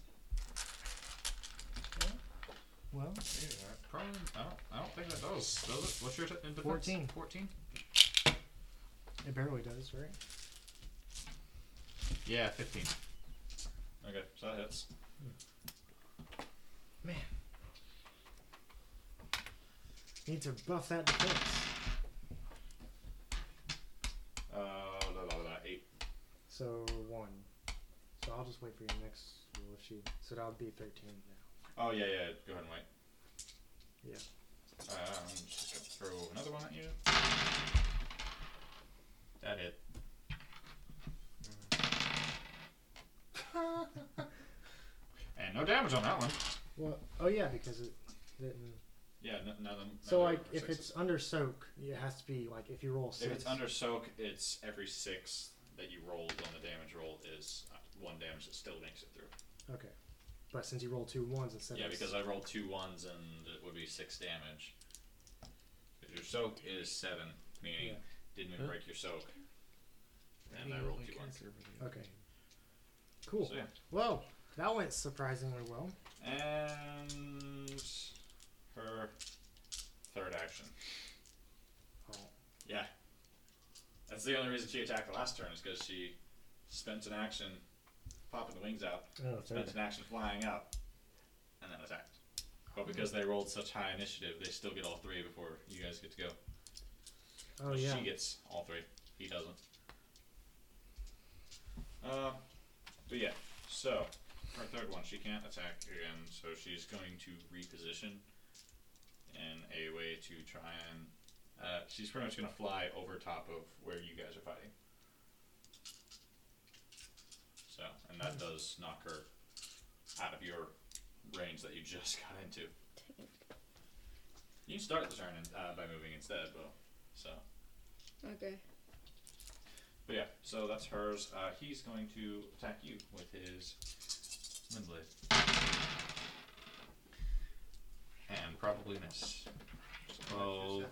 Speaker 2: Well,
Speaker 1: Ew, that Probably, I don't. I don't think that does. Does it? What's your t- in defense?
Speaker 2: 14.
Speaker 1: Fourteen.
Speaker 2: it barely does, right?
Speaker 1: Yeah, fifteen. Okay, so that hits.
Speaker 2: Man. Need to buff that defense.
Speaker 1: Uh, la, la, la, eight.
Speaker 2: So, one. So I'll just wait for your next roll if she. So that would be 13 now.
Speaker 1: Oh yeah, yeah. Go ahead and wait.
Speaker 2: Yeah.
Speaker 1: Um, just gonna throw another one at you. That hit. and no damage on that one.
Speaker 2: Well, oh yeah, because it didn't.
Speaker 1: Yeah, no, none of them.
Speaker 2: So
Speaker 1: none
Speaker 2: like,
Speaker 1: of them are
Speaker 2: if
Speaker 1: sixes.
Speaker 2: it's under soak, it has to be like if you roll six.
Speaker 1: if it's under soak, it's every six that you rolled on the damage roll is uh, one damage that still makes it through.
Speaker 2: Okay, but since you roll two ones instead
Speaker 1: yeah,
Speaker 2: of
Speaker 1: because I rolled two ones and it would be six damage. 'Cause your soak is seven, meaning
Speaker 2: Yeah.
Speaker 1: didn't even
Speaker 7: Huh?
Speaker 1: break your soak. And I rolled two ones.
Speaker 2: okay, cool.
Speaker 1: So yeah.
Speaker 2: Whoa, that went surprisingly well.
Speaker 1: And her third action.
Speaker 2: Oh.
Speaker 1: Yeah. That's the only reason she attacked the last turn is because she spent an action popping the wings out,
Speaker 2: Oh,
Speaker 1: spent an action flying up, and then attacked. But because they rolled such high initiative, they still get all three before you guys get to go.
Speaker 2: Oh yeah.
Speaker 1: She gets all three. He doesn't. Uh, but yeah, so her third one, she can't attack again, so she's going to reposition in a way to try and. Uh, she's pretty much going to fly over top of where you guys are fighting. So, and
Speaker 2: Hmm.
Speaker 1: that does knock her out of your range that you just got into. You can start the turn uh, by moving instead, but so.
Speaker 6: Okay.
Speaker 1: But yeah, so that's hers. Uh, he's going to attack you with his wind blade. And probably miss. Oh, So,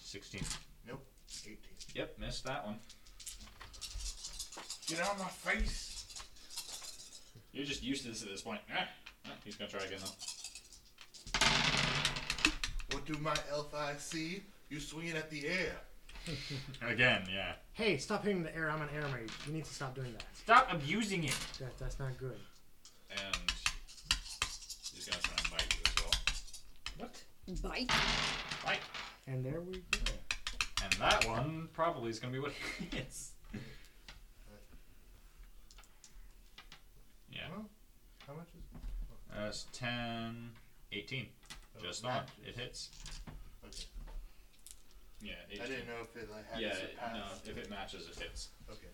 Speaker 1: 16.
Speaker 3: Nope. 18.
Speaker 1: Yep, missed that one.
Speaker 3: Get out of my face!
Speaker 1: You're just used to this at this point. Ah, ah, he's going to try again, though.
Speaker 3: What do my elf eyes see? You swinging at the air.
Speaker 1: Again, yeah.
Speaker 2: Hey, stop hitting the air. I'm an air mage. You need to stop doing that.
Speaker 10: Stop abusing it.
Speaker 2: That that's not good.
Speaker 1: And he's going to try and bite you as well.
Speaker 2: What?
Speaker 6: Bite.
Speaker 1: Bite.
Speaker 2: And there we go.
Speaker 1: And that one probably is going to be what hits. Yeah.
Speaker 3: Well, how much is
Speaker 1: That's 10, 18. Just
Speaker 3: Oh,
Speaker 1: not.
Speaker 3: matches.
Speaker 1: It hits.
Speaker 3: Okay.
Speaker 1: Yeah, 18.
Speaker 3: I didn't know if it like, had
Speaker 1: Yeah,
Speaker 3: to
Speaker 1: it-
Speaker 3: surpass.
Speaker 1: no, if it matches, it hits.
Speaker 3: Okay.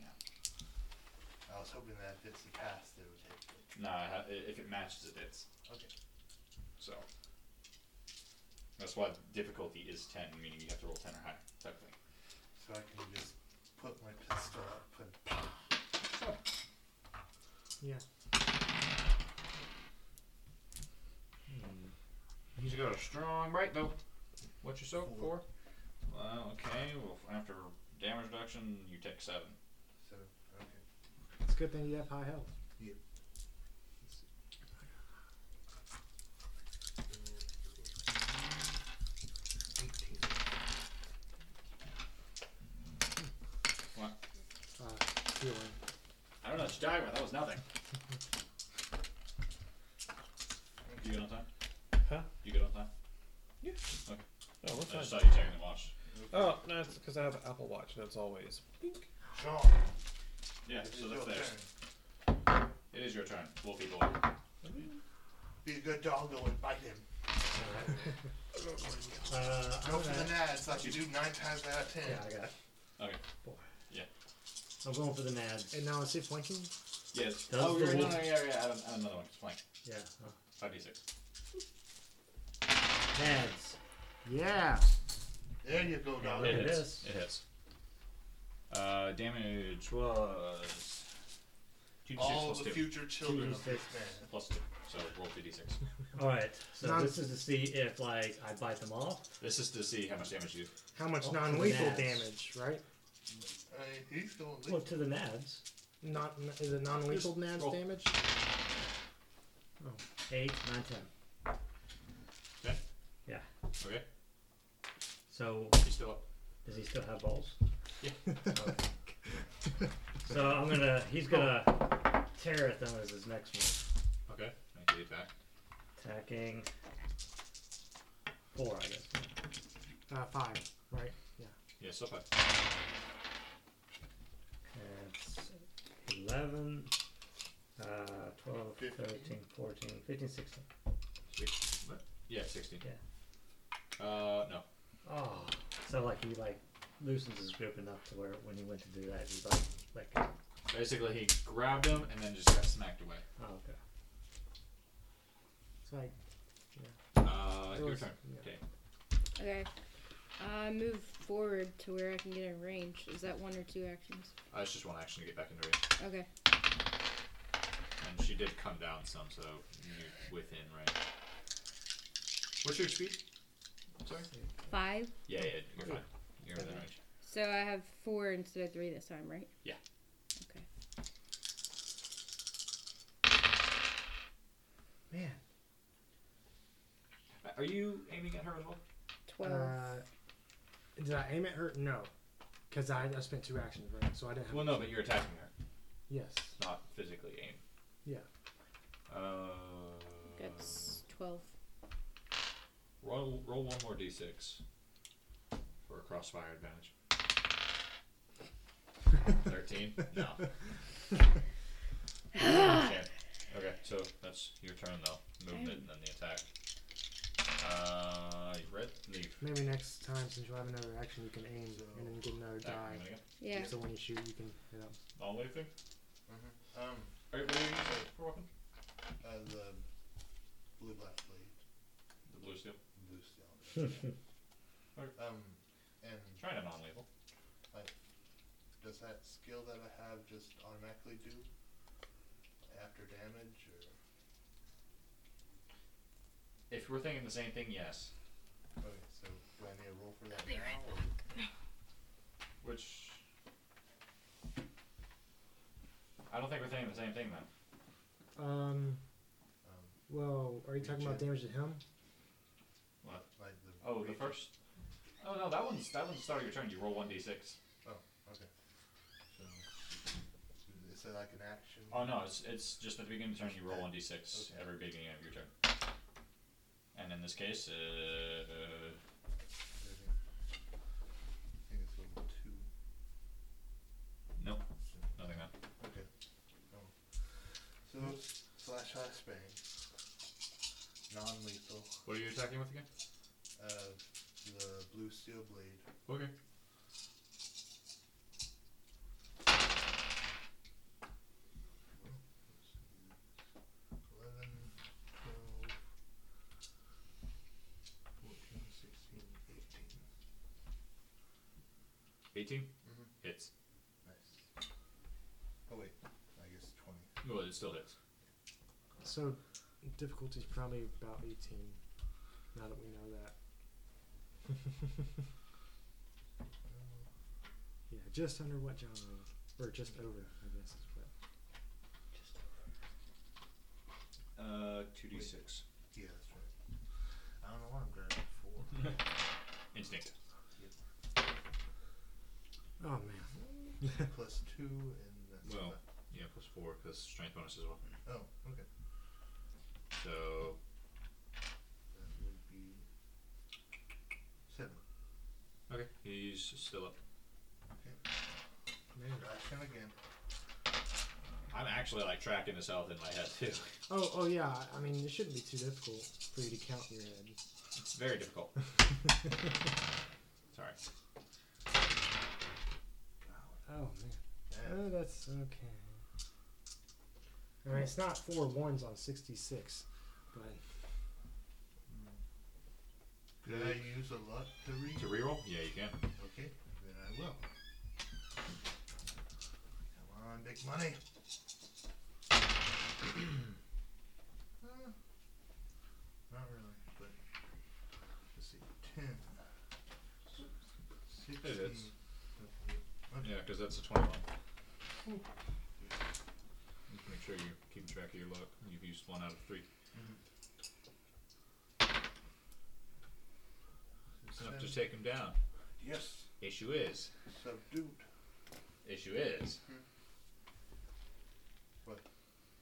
Speaker 1: Yeah.
Speaker 3: I was hoping that if it surpassed, it would hit.
Speaker 1: No, it ha- i- if it matches, it hits.
Speaker 3: Okay.
Speaker 1: So that's why difficulty is ten, meaning you have to roll ten or higher, type of thing.
Speaker 3: So I can just put my pistol up and
Speaker 2: Yeah.
Speaker 1: He's got a strong right though. What's your soak for? Well, okay. Well, after damage reduction, you take seven.
Speaker 3: so okay.
Speaker 2: It's a good thing you have high health. Uh, healing.
Speaker 1: I don't know what you're talking about. That was nothing. you good on time?
Speaker 7: Huh?
Speaker 1: You good on time?
Speaker 7: Yeah.
Speaker 1: Okay.
Speaker 7: No, we're
Speaker 1: I
Speaker 7: fine.
Speaker 1: just saw you checking the watch.
Speaker 7: Oh, no, it's because I have an Apple Watch, and it's always. Pink.
Speaker 3: Sean,
Speaker 1: Yeah,
Speaker 3: it's
Speaker 1: so
Speaker 3: your
Speaker 1: that's there.
Speaker 3: turn.
Speaker 1: It is your turn, Wolfie Boy.
Speaker 3: Be a good dog, though, and bite him.
Speaker 4: Uh, I'm
Speaker 3: Go for
Speaker 4: gonna-
Speaker 3: the nads like you do nine times out of ten.
Speaker 4: yeah, I got it.
Speaker 1: Okay.
Speaker 4: I'm going for the nads.
Speaker 2: And now is it flanking?
Speaker 1: Yes.
Speaker 4: Does
Speaker 1: oh,
Speaker 4: the
Speaker 1: you're, no,
Speaker 4: wolf-
Speaker 1: no, yeah, yeah. Add, an- add another one. It's flank.
Speaker 4: Yeah.
Speaker 1: 5d6.
Speaker 4: Nads.
Speaker 2: Yeah.
Speaker 3: There you go, dog.
Speaker 4: Yeah.
Speaker 1: It
Speaker 4: It
Speaker 1: hits.
Speaker 4: is.
Speaker 1: It hits. Uh, damage was. 2d6
Speaker 3: All
Speaker 1: plus
Speaker 3: the
Speaker 1: 2.
Speaker 3: future children of this
Speaker 4: six.
Speaker 3: man.
Speaker 1: Plus 2. So roll 2d6.
Speaker 4: All right. So
Speaker 2: Non-
Speaker 4: this is to see if like I bite them off.
Speaker 1: This is to see how much damage you
Speaker 2: How much
Speaker 4: Oh,
Speaker 2: non-lethal
Speaker 4: nads.
Speaker 2: damage, right?
Speaker 3: I mean, he's going to
Speaker 4: Well, to the nads.
Speaker 2: Not is it non-lethal nads
Speaker 1: roll.
Speaker 2: damage?
Speaker 4: Eight, nine, ten.
Speaker 1: Okay.
Speaker 4: Yeah.
Speaker 1: Okay.
Speaker 4: So
Speaker 1: He's still up.
Speaker 4: does he still have balls?
Speaker 1: Yeah.
Speaker 4: Okay. so I'm gonna. He's gonna tear at them as his next move.
Speaker 1: Okay. Make the attack.
Speaker 4: Attacking. Four, I guess.
Speaker 2: Uh, five, right?
Speaker 1: Yeah, still fine.
Speaker 4: That's 11, uh, 12,
Speaker 3: 15.
Speaker 4: 13, 14, 15, 16.
Speaker 1: Yeah, 16.
Speaker 4: Yeah.
Speaker 1: Uh, no.
Speaker 4: Oh, so like he like loosens his grip enough to where when he went to do that, he like like go.
Speaker 1: Basically, he grabbed him and then just got smacked away.
Speaker 4: Oh, okay.
Speaker 2: It's like
Speaker 1: Uh,
Speaker 2: It
Speaker 1: your
Speaker 2: was-
Speaker 1: turn.
Speaker 2: yeah.
Speaker 1: Okay.
Speaker 9: Okay. I move forward to where I can get in range. Is that one or two actions?
Speaker 1: Uh, it's just one action to get back into range.
Speaker 9: Okay.
Speaker 1: And she did come down some, so you within range. What's your speed? Sorry?
Speaker 9: Five.
Speaker 1: Yeah, yeah, you're fine. You're within range.
Speaker 9: So I have four instead of three this time, right?
Speaker 1: Yeah.
Speaker 9: Okay.
Speaker 2: man.
Speaker 1: Uh, Are you aiming at her as well?
Speaker 9: Twelve.
Speaker 2: Uh, did I aim at her? No, because I, I spent two actions, right? So I didn't. Have,
Speaker 1: Well, no, but you're attacking her,
Speaker 2: yes.
Speaker 1: not physically aim.
Speaker 2: Yeah.
Speaker 1: Uh,
Speaker 9: That's twelve.
Speaker 1: roll, roll one more d6 for a crossfire advantage. 13? No. okay. okay, so that's your turn, though. Movement and then the attack. Uh, red leaf.
Speaker 2: Maybe next time, since you have another action, you can aim and then get another
Speaker 1: Attack.
Speaker 2: die.
Speaker 1: I'm gonna go.
Speaker 9: Yeah.
Speaker 2: So when you shoot, you can hit up.
Speaker 1: All the way through?
Speaker 3: Um,
Speaker 1: Alright, what are you using for weapon?
Speaker 3: uh, the blue black blade.
Speaker 1: The blue steel.
Speaker 3: Blue steel. um, and
Speaker 1: Trying to non lethal.
Speaker 3: does that skill that I have just automatically do after damage? Or?
Speaker 1: If we're thinking the same thing, yes.
Speaker 3: Okay, so do I need a roll for that
Speaker 9: be
Speaker 3: now?
Speaker 9: right
Speaker 3: or-
Speaker 1: Which. I don't think we're thinking the same thing then.
Speaker 2: Um.
Speaker 3: Um,
Speaker 2: Well, are you talking about damage to him?
Speaker 3: like the
Speaker 1: Oh, the
Speaker 3: reach-
Speaker 1: first. Oh no, that one's that one's start of your turn. You roll one d6.
Speaker 3: Okay. So, is it like an action?
Speaker 1: Oh no, it's it's just at the beginning of your turn. You roll one d6
Speaker 3: Okay.
Speaker 1: every beginning of your turn. And in this case, uh,
Speaker 3: I think it's level two.
Speaker 1: nope, nothing. Then.
Speaker 3: Okay. Oh. So slash high bang. Non-lethal.
Speaker 1: What are you attacking with again?
Speaker 3: Uh, the blue steel blade.
Speaker 1: Okay.
Speaker 3: Eleven, twelve, fourteen, sixteen, eighteen.
Speaker 1: 18
Speaker 3: Mhm.
Speaker 1: hits.
Speaker 3: Nice. Oh wait, I guess twenty.
Speaker 1: Well, it still hits.
Speaker 2: So, difficulty's probably about 18. Now that we know that. yeah, just under what John was. Or just over, I guess. Is what.
Speaker 1: Uh, two d6.
Speaker 3: Yeah, that's right. I don't know what I'm grabbing for.
Speaker 1: Instinct.
Speaker 2: Oh, man.
Speaker 3: Plus two and uh,
Speaker 1: Well, yeah, plus four because strength bonus as well.
Speaker 3: Oh, okay.
Speaker 1: So
Speaker 3: That would be seven.
Speaker 1: okay, he's still up.
Speaker 3: Man, I can again.
Speaker 1: I'm actually like tracking his health in my head too.
Speaker 2: Oh, oh yeah. I mean, it shouldn't be too difficult for you to count in your head.
Speaker 1: It's very difficult. Sorry.
Speaker 2: Oh
Speaker 3: Yeah.
Speaker 2: man. Oh, that's okay. I mean, it's not four ones on sixty-six, but
Speaker 3: Could I use a luck to read?
Speaker 1: To reroll? Yeah, you can.
Speaker 3: Okay, then I will. Come on, big money. Uh, Not really, but let's see, ten.
Speaker 1: It
Speaker 3: Sixteen.
Speaker 1: is. Yeah, because that's a 21. Just make sure you keep track of your luck. You've used one out of three. It's enough to
Speaker 3: Seven.
Speaker 1: take him down.
Speaker 3: Yes,
Speaker 1: Issue is.
Speaker 3: subdued.
Speaker 1: Issue is.
Speaker 3: Mm-hmm. What?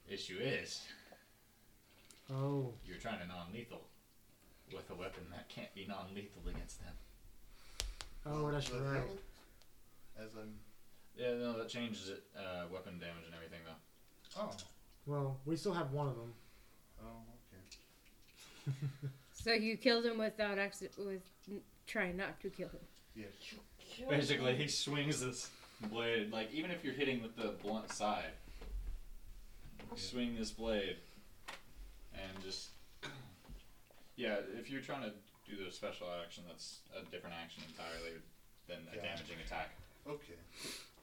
Speaker 1: Issue is.
Speaker 2: oh,
Speaker 1: You're trying to non lethal with a weapon that can't be non lethal against them.
Speaker 2: oh, that's
Speaker 3: But
Speaker 2: right.
Speaker 3: held As I'm,
Speaker 1: Yeah, no, that changes it. Uh, weapon damage and everything, though.
Speaker 3: oh,
Speaker 2: Well, we still have one of them.
Speaker 3: oh, okay.
Speaker 9: So you killed him without accident, with n- trying not to kill him.
Speaker 3: Yes.
Speaker 1: Basically, he swings this blade. Like even if you're hitting with the blunt side, swing this blade, and just yeah. If you're trying to do the special action, that's a different action entirely than a
Speaker 3: Yeah.
Speaker 1: damaging attack,
Speaker 3: Okay,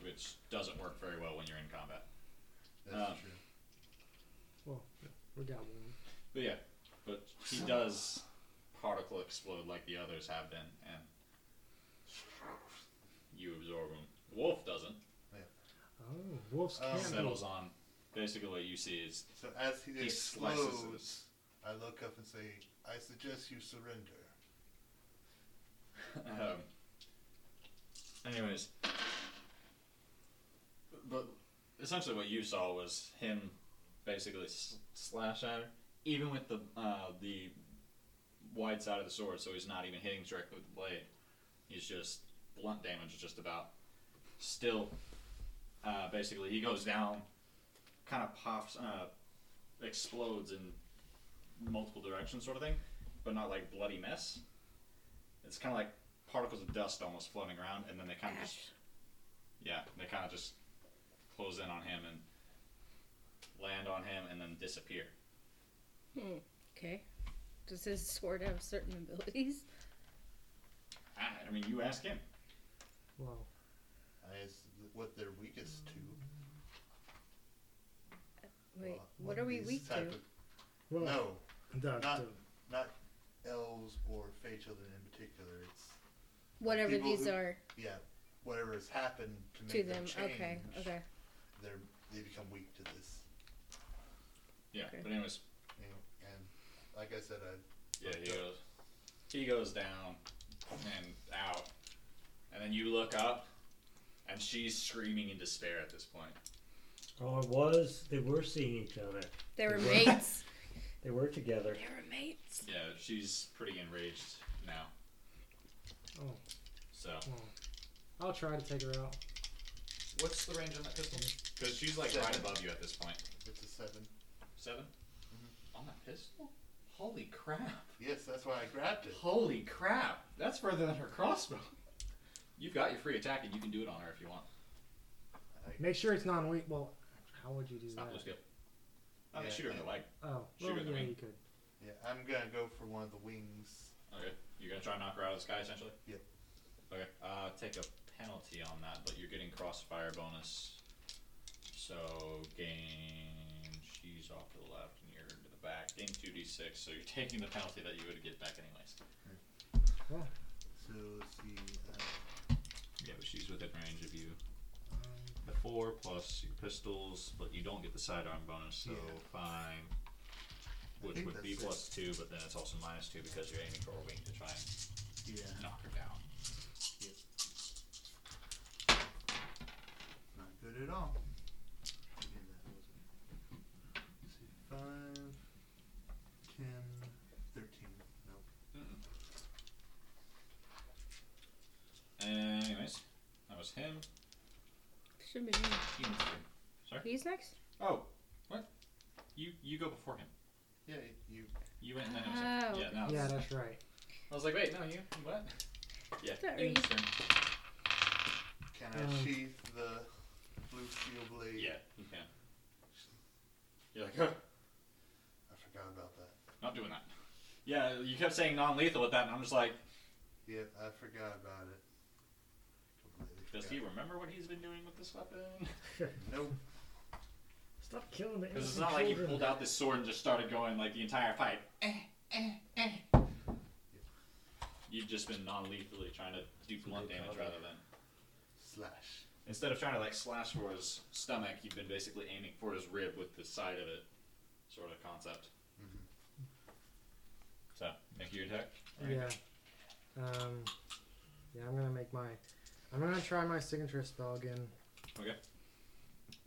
Speaker 1: which doesn't work very well when you're in combat. Um,
Speaker 3: that's true.
Speaker 2: We got one.
Speaker 1: But yeah, but he does particle explode like the others have been, and you absorb him. Wolf doesn't.
Speaker 2: Oh, wolves
Speaker 3: Uh,
Speaker 2: can't.
Speaker 1: Settles on. Basically, what you see is
Speaker 3: So as he,
Speaker 1: He slices
Speaker 3: explodes,
Speaker 1: this.
Speaker 3: I look up and say, I suggest you surrender.
Speaker 1: Um, anyways, but essentially what you saw was him basically s- slash at her, even with the uh, the wide side of the sword, so he's not even hitting directly with the blade. He's just blunt damage, just about. Still, uh, basically, he goes down, kind of pops, uh, explodes in multiple directions, sort of thing, but not like bloody mess. It's kind of like particles of dust almost floating around, and then they kind of just
Speaker 9: Ash.
Speaker 1: yeah, they kind of just close in on him and land on him, and then disappear.
Speaker 9: Okay. Does his sword have certain abilities?
Speaker 1: I, I mean, you ask him.
Speaker 2: Well,
Speaker 3: I ask what they're weakest to.
Speaker 9: Wait,
Speaker 3: Well,
Speaker 9: what
Speaker 3: one
Speaker 9: are
Speaker 3: of
Speaker 9: we
Speaker 3: these
Speaker 9: weak to?
Speaker 3: type
Speaker 2: well,
Speaker 3: Of, no,
Speaker 2: the,
Speaker 3: not-
Speaker 2: the-
Speaker 3: not elves or fae children in particular. It's
Speaker 9: Whatever
Speaker 3: people
Speaker 9: these
Speaker 3: who
Speaker 9: are
Speaker 3: yeah, whatever has happened to make
Speaker 9: to them.
Speaker 3: change.
Speaker 9: Okay, okay.
Speaker 3: They're they become weak to this.
Speaker 1: Yeah,
Speaker 9: Okay.
Speaker 1: but anyways,
Speaker 3: You know, and like I said, I
Speaker 1: yeah, he goes, he goes down and out, and then you look up, and she's screaming in despair at this point.
Speaker 4: Oh, it was. They were seeing each other.
Speaker 9: They were mates.
Speaker 4: They were together.
Speaker 9: They were mates.
Speaker 1: Yeah, she's pretty enraged now.
Speaker 2: Oh.
Speaker 1: So
Speaker 2: well, I'll try to take her out.
Speaker 1: what's the range on that pistol? Because she's like right above you at this point.
Speaker 3: it's a seven.
Speaker 1: 7 On that pistol? Holy crap!
Speaker 3: Yes, that's why I grabbed it.
Speaker 1: Holy crap! That's further than her crossbow. You've got your free attack, and you can do it on her if you want.
Speaker 2: Make sure it's non-weak. Well, how would you do
Speaker 1: It's
Speaker 2: that?
Speaker 1: not blue skill. I mean,
Speaker 3: Yeah.
Speaker 1: shoot her in the leg.
Speaker 2: Oh,
Speaker 1: Shoot
Speaker 2: well,
Speaker 1: her in the
Speaker 2: yeah,
Speaker 1: wing.
Speaker 2: you could.
Speaker 3: Yeah, I'm gonna go for one of the wings.
Speaker 1: Okay. You're gonna try and knock her out of the sky, essentially.
Speaker 3: Yep.
Speaker 1: Okay. Uh, take a penalty on that, but you're getting crossfire bonus. So gain. She's off to the left, and you're to the back. Gain two d6. So you're taking the penalty that you would get back anyways.
Speaker 3: So let's see. Uh,
Speaker 1: Yeah, but she's within range of you.
Speaker 3: um,
Speaker 1: The four plus your pistols, but you don't get the sidearm bonus, so
Speaker 3: Yeah.
Speaker 1: fine.
Speaker 3: I
Speaker 1: Which
Speaker 3: think
Speaker 1: would be
Speaker 3: that's it.
Speaker 1: plus two, but then it's also minus two because you're aiming for a wing to try and
Speaker 3: yeah,
Speaker 1: knock her down.
Speaker 3: not good at all.
Speaker 9: Should be him.
Speaker 1: He's- Sorry.
Speaker 9: He's next.
Speaker 1: Oh, what? You you go before him.
Speaker 3: Yeah, you.
Speaker 1: You went and then it was
Speaker 9: Oh.
Speaker 1: yeah. Now
Speaker 2: Yeah,
Speaker 1: it's-
Speaker 2: that's right.
Speaker 1: I was like, wait, no, you what? Yeah.
Speaker 9: Sorry.
Speaker 1: Ian's turn.
Speaker 3: Can I
Speaker 2: Um,
Speaker 3: sheath the blue steel blade?
Speaker 1: Yeah, you can. You're like, huh,
Speaker 3: I forgot about that.
Speaker 1: not doing that. Yeah, you kept saying non-lethal with that, and I'm just like,
Speaker 3: Yep, I forgot about it. Completely
Speaker 1: does he
Speaker 3: forgot.
Speaker 1: remember what he's been doing with this weapon?
Speaker 3: Nope.
Speaker 2: Stop killing the
Speaker 1: Because it's
Speaker 2: innocent
Speaker 1: not like he
Speaker 2: children.
Speaker 1: pulled out this sword and just started going like the entire fight. Eh, eh, eh. You've just been non-lethally trying to do blunt damage rather than
Speaker 3: Slash.
Speaker 1: instead of trying to like slash for his stomach, you've been basically aiming for his rib with the side of it, sort of concept.
Speaker 3: Mhm.
Speaker 1: So make your attack.
Speaker 2: Yeah. Um, yeah, I'm gonna make my. I'm gonna try my signature spell again.
Speaker 1: Okay.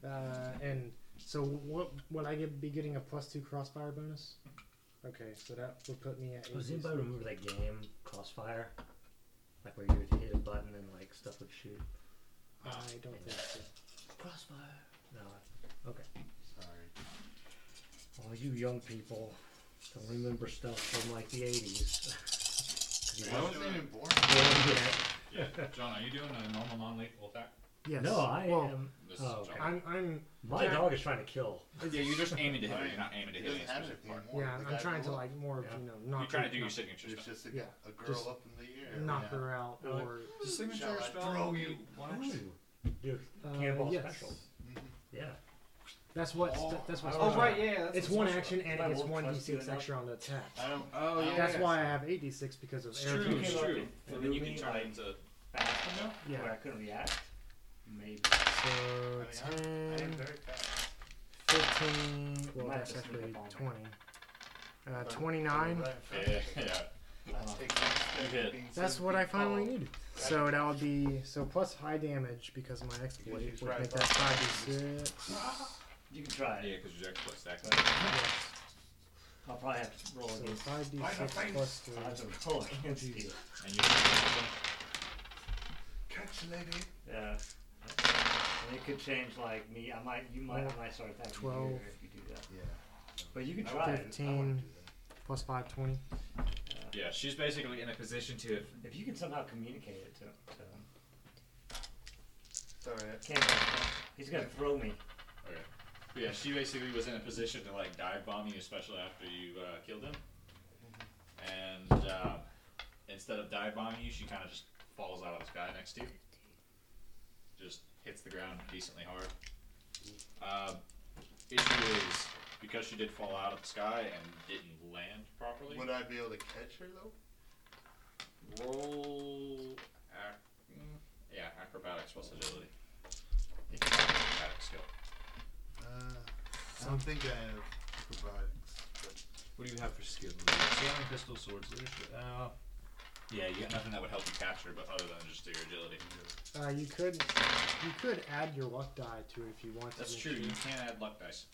Speaker 2: Uh, and so what? Would I get, be getting a plus two crossfire bonus? Okay, so that would put me at.
Speaker 11: Does
Speaker 2: 80.
Speaker 11: anybody remember that game, Crossfire? Like where you would hit a button and like stuff would shoot.
Speaker 2: I don't think so.
Speaker 11: Crossfire. No.
Speaker 3: Sorry.
Speaker 11: All you young people don't remember stuff from like the eighties.
Speaker 3: I wasn't even born.
Speaker 1: Yeah, John, are you doing a normal non-lethal attack?
Speaker 2: Yes.
Speaker 11: No, I
Speaker 2: well,
Speaker 11: am.
Speaker 1: This
Speaker 11: Oh,
Speaker 1: is
Speaker 11: okay.
Speaker 1: John.
Speaker 2: I'm. I'm.
Speaker 11: My
Speaker 2: Yeah.
Speaker 11: dog is trying to kill.
Speaker 1: Yeah, you're just aiming to hit.
Speaker 3: Right.
Speaker 1: You're not aiming to
Speaker 3: He
Speaker 1: hit any
Speaker 3: doesn't have
Speaker 1: specific
Speaker 3: anything
Speaker 1: part.
Speaker 3: anymore.
Speaker 2: Yeah, I'm,
Speaker 3: The
Speaker 2: I'm
Speaker 3: guy
Speaker 2: trying to
Speaker 3: blew up.
Speaker 2: like more.
Speaker 11: Yeah.
Speaker 2: You know, knock.
Speaker 1: You're trying
Speaker 2: her,
Speaker 1: to do your
Speaker 2: knock,
Speaker 1: signature
Speaker 3: There's
Speaker 1: stuff.
Speaker 3: just a,
Speaker 2: Yeah.
Speaker 3: a girl
Speaker 11: Just-
Speaker 3: up in the air.
Speaker 2: knock
Speaker 3: yeah.
Speaker 2: her out
Speaker 11: Like-
Speaker 2: or.
Speaker 3: Shall I throw you?
Speaker 11: Ooh. Dude,
Speaker 2: Uh,
Speaker 11: Cannonball
Speaker 2: yes.
Speaker 11: special.
Speaker 3: Mhm.
Speaker 11: Yeah.
Speaker 2: That's what.
Speaker 1: Oh,
Speaker 2: that's what.
Speaker 11: Oh, right,
Speaker 1: yeah.
Speaker 2: It's one action and
Speaker 11: I
Speaker 2: it gets
Speaker 11: won't
Speaker 2: one
Speaker 11: trust you
Speaker 2: d6
Speaker 11: enough.
Speaker 2: extra on the attack.
Speaker 3: I don't.
Speaker 1: Oh
Speaker 3: I
Speaker 1: yeah.
Speaker 3: don't-
Speaker 2: That's why I have 8d6 because of
Speaker 1: It's
Speaker 2: air.
Speaker 1: true.
Speaker 11: You
Speaker 1: It's
Speaker 11: can,
Speaker 1: true.
Speaker 11: like,
Speaker 1: And then you can
Speaker 11: remove,
Speaker 1: turn
Speaker 11: like-
Speaker 1: it into.
Speaker 11: Fast enough
Speaker 2: Yeah.
Speaker 11: where I couldn't react. Maybe.
Speaker 2: So
Speaker 3: I mean, I, I am
Speaker 2: 10,
Speaker 3: very fast.
Speaker 2: 15, well,
Speaker 11: Might have
Speaker 2: that's
Speaker 11: to sneak
Speaker 2: actually
Speaker 11: up on
Speaker 2: 20. Uh,
Speaker 3: But-
Speaker 2: 29.
Speaker 3: Right in front of
Speaker 1: Yeah,
Speaker 3: you.
Speaker 1: yeah.
Speaker 3: I take one
Speaker 1: You
Speaker 3: step,
Speaker 1: hit.
Speaker 3: being
Speaker 2: Uh-huh. That's
Speaker 3: seven
Speaker 2: what
Speaker 3: feet
Speaker 2: I finally
Speaker 3: tall.
Speaker 2: needed. So that would be, so plus high damage because of my exploit
Speaker 3: Because he's
Speaker 2: would
Speaker 3: right
Speaker 2: make that 5d6.
Speaker 11: You can
Speaker 4: Uh,
Speaker 11: try it.
Speaker 1: Yeah, because your exploit stack.
Speaker 11: I'll probably have to roll
Speaker 2: So
Speaker 11: against.
Speaker 3: Why not
Speaker 2: 5d6
Speaker 3: find-
Speaker 2: plus 3.
Speaker 11: I'll have to roll against you.
Speaker 1: And you.
Speaker 3: Catch you later.
Speaker 11: Yeah. And it could change like me. I might. You might. I might start attacking
Speaker 2: Twelve.
Speaker 11: you if you do that.
Speaker 3: Yeah.
Speaker 11: But you can
Speaker 3: I
Speaker 11: try it.
Speaker 3: wouldn't- I wouldn't
Speaker 2: 15
Speaker 3: do that.
Speaker 2: plus 5, 20.
Speaker 1: Yeah, she's basically in a position to.
Speaker 11: If you can somehow communicate it to, to him.
Speaker 3: It's alright.
Speaker 11: Can't. He's gonna throw me.
Speaker 1: Okay. But yeah, she basically was in a position to like dive bomb you, especially after you uh, killed him. And um, instead of dive bombing you, she kind of just falls out of the sky next to you. Just hits the ground decently hard. Um, issue is because she did fall out of the sky and didn't land properly.
Speaker 3: Would I be able to catch her though?
Speaker 1: Roll. Ac- mm, yeah, acrobatics plus agility. If you have acrobatic skill.
Speaker 3: Uh, I
Speaker 2: um,
Speaker 3: don't think I have acrobatics, but
Speaker 10: What do you have for skill?
Speaker 1: Scaling pistol swords. leadership- Uh, yeah, you got nothing that would help you capture, but other than just your agility.
Speaker 2: Uh, you could you could add your luck die to it if you want to.
Speaker 1: That's
Speaker 2: make
Speaker 1: true.
Speaker 2: sure.
Speaker 1: You can add luck dice.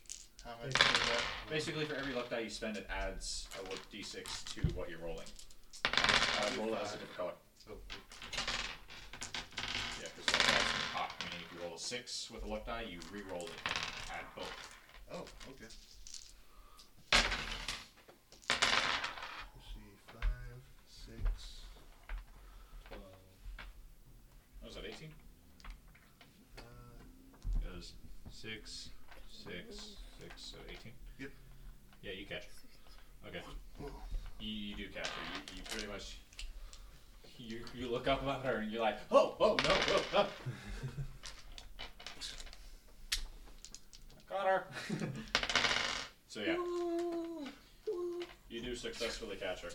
Speaker 3: how much is that?
Speaker 1: Basically, for every luck die you spend, it adds a luck d6 to what you're rolling. Uh, roll that as a different color.
Speaker 3: Oh,
Speaker 1: Yeah, because luck dice can pop. Meaning, if you roll a six with a luck die, you re-roll it and add both.
Speaker 3: oh, okay. Let's see, five, six,
Speaker 1: What was that? 18?
Speaker 3: uh,
Speaker 1: It was six, six, six, so 18.
Speaker 3: Yep.
Speaker 1: Yeah, you catch. her. Okay.
Speaker 3: oh,
Speaker 1: You, you do capture. You, you pretty much. You, you look up at her and you're like, oh, oh, no, oh, oh. I Got her. so yeah, you do successfully catch her.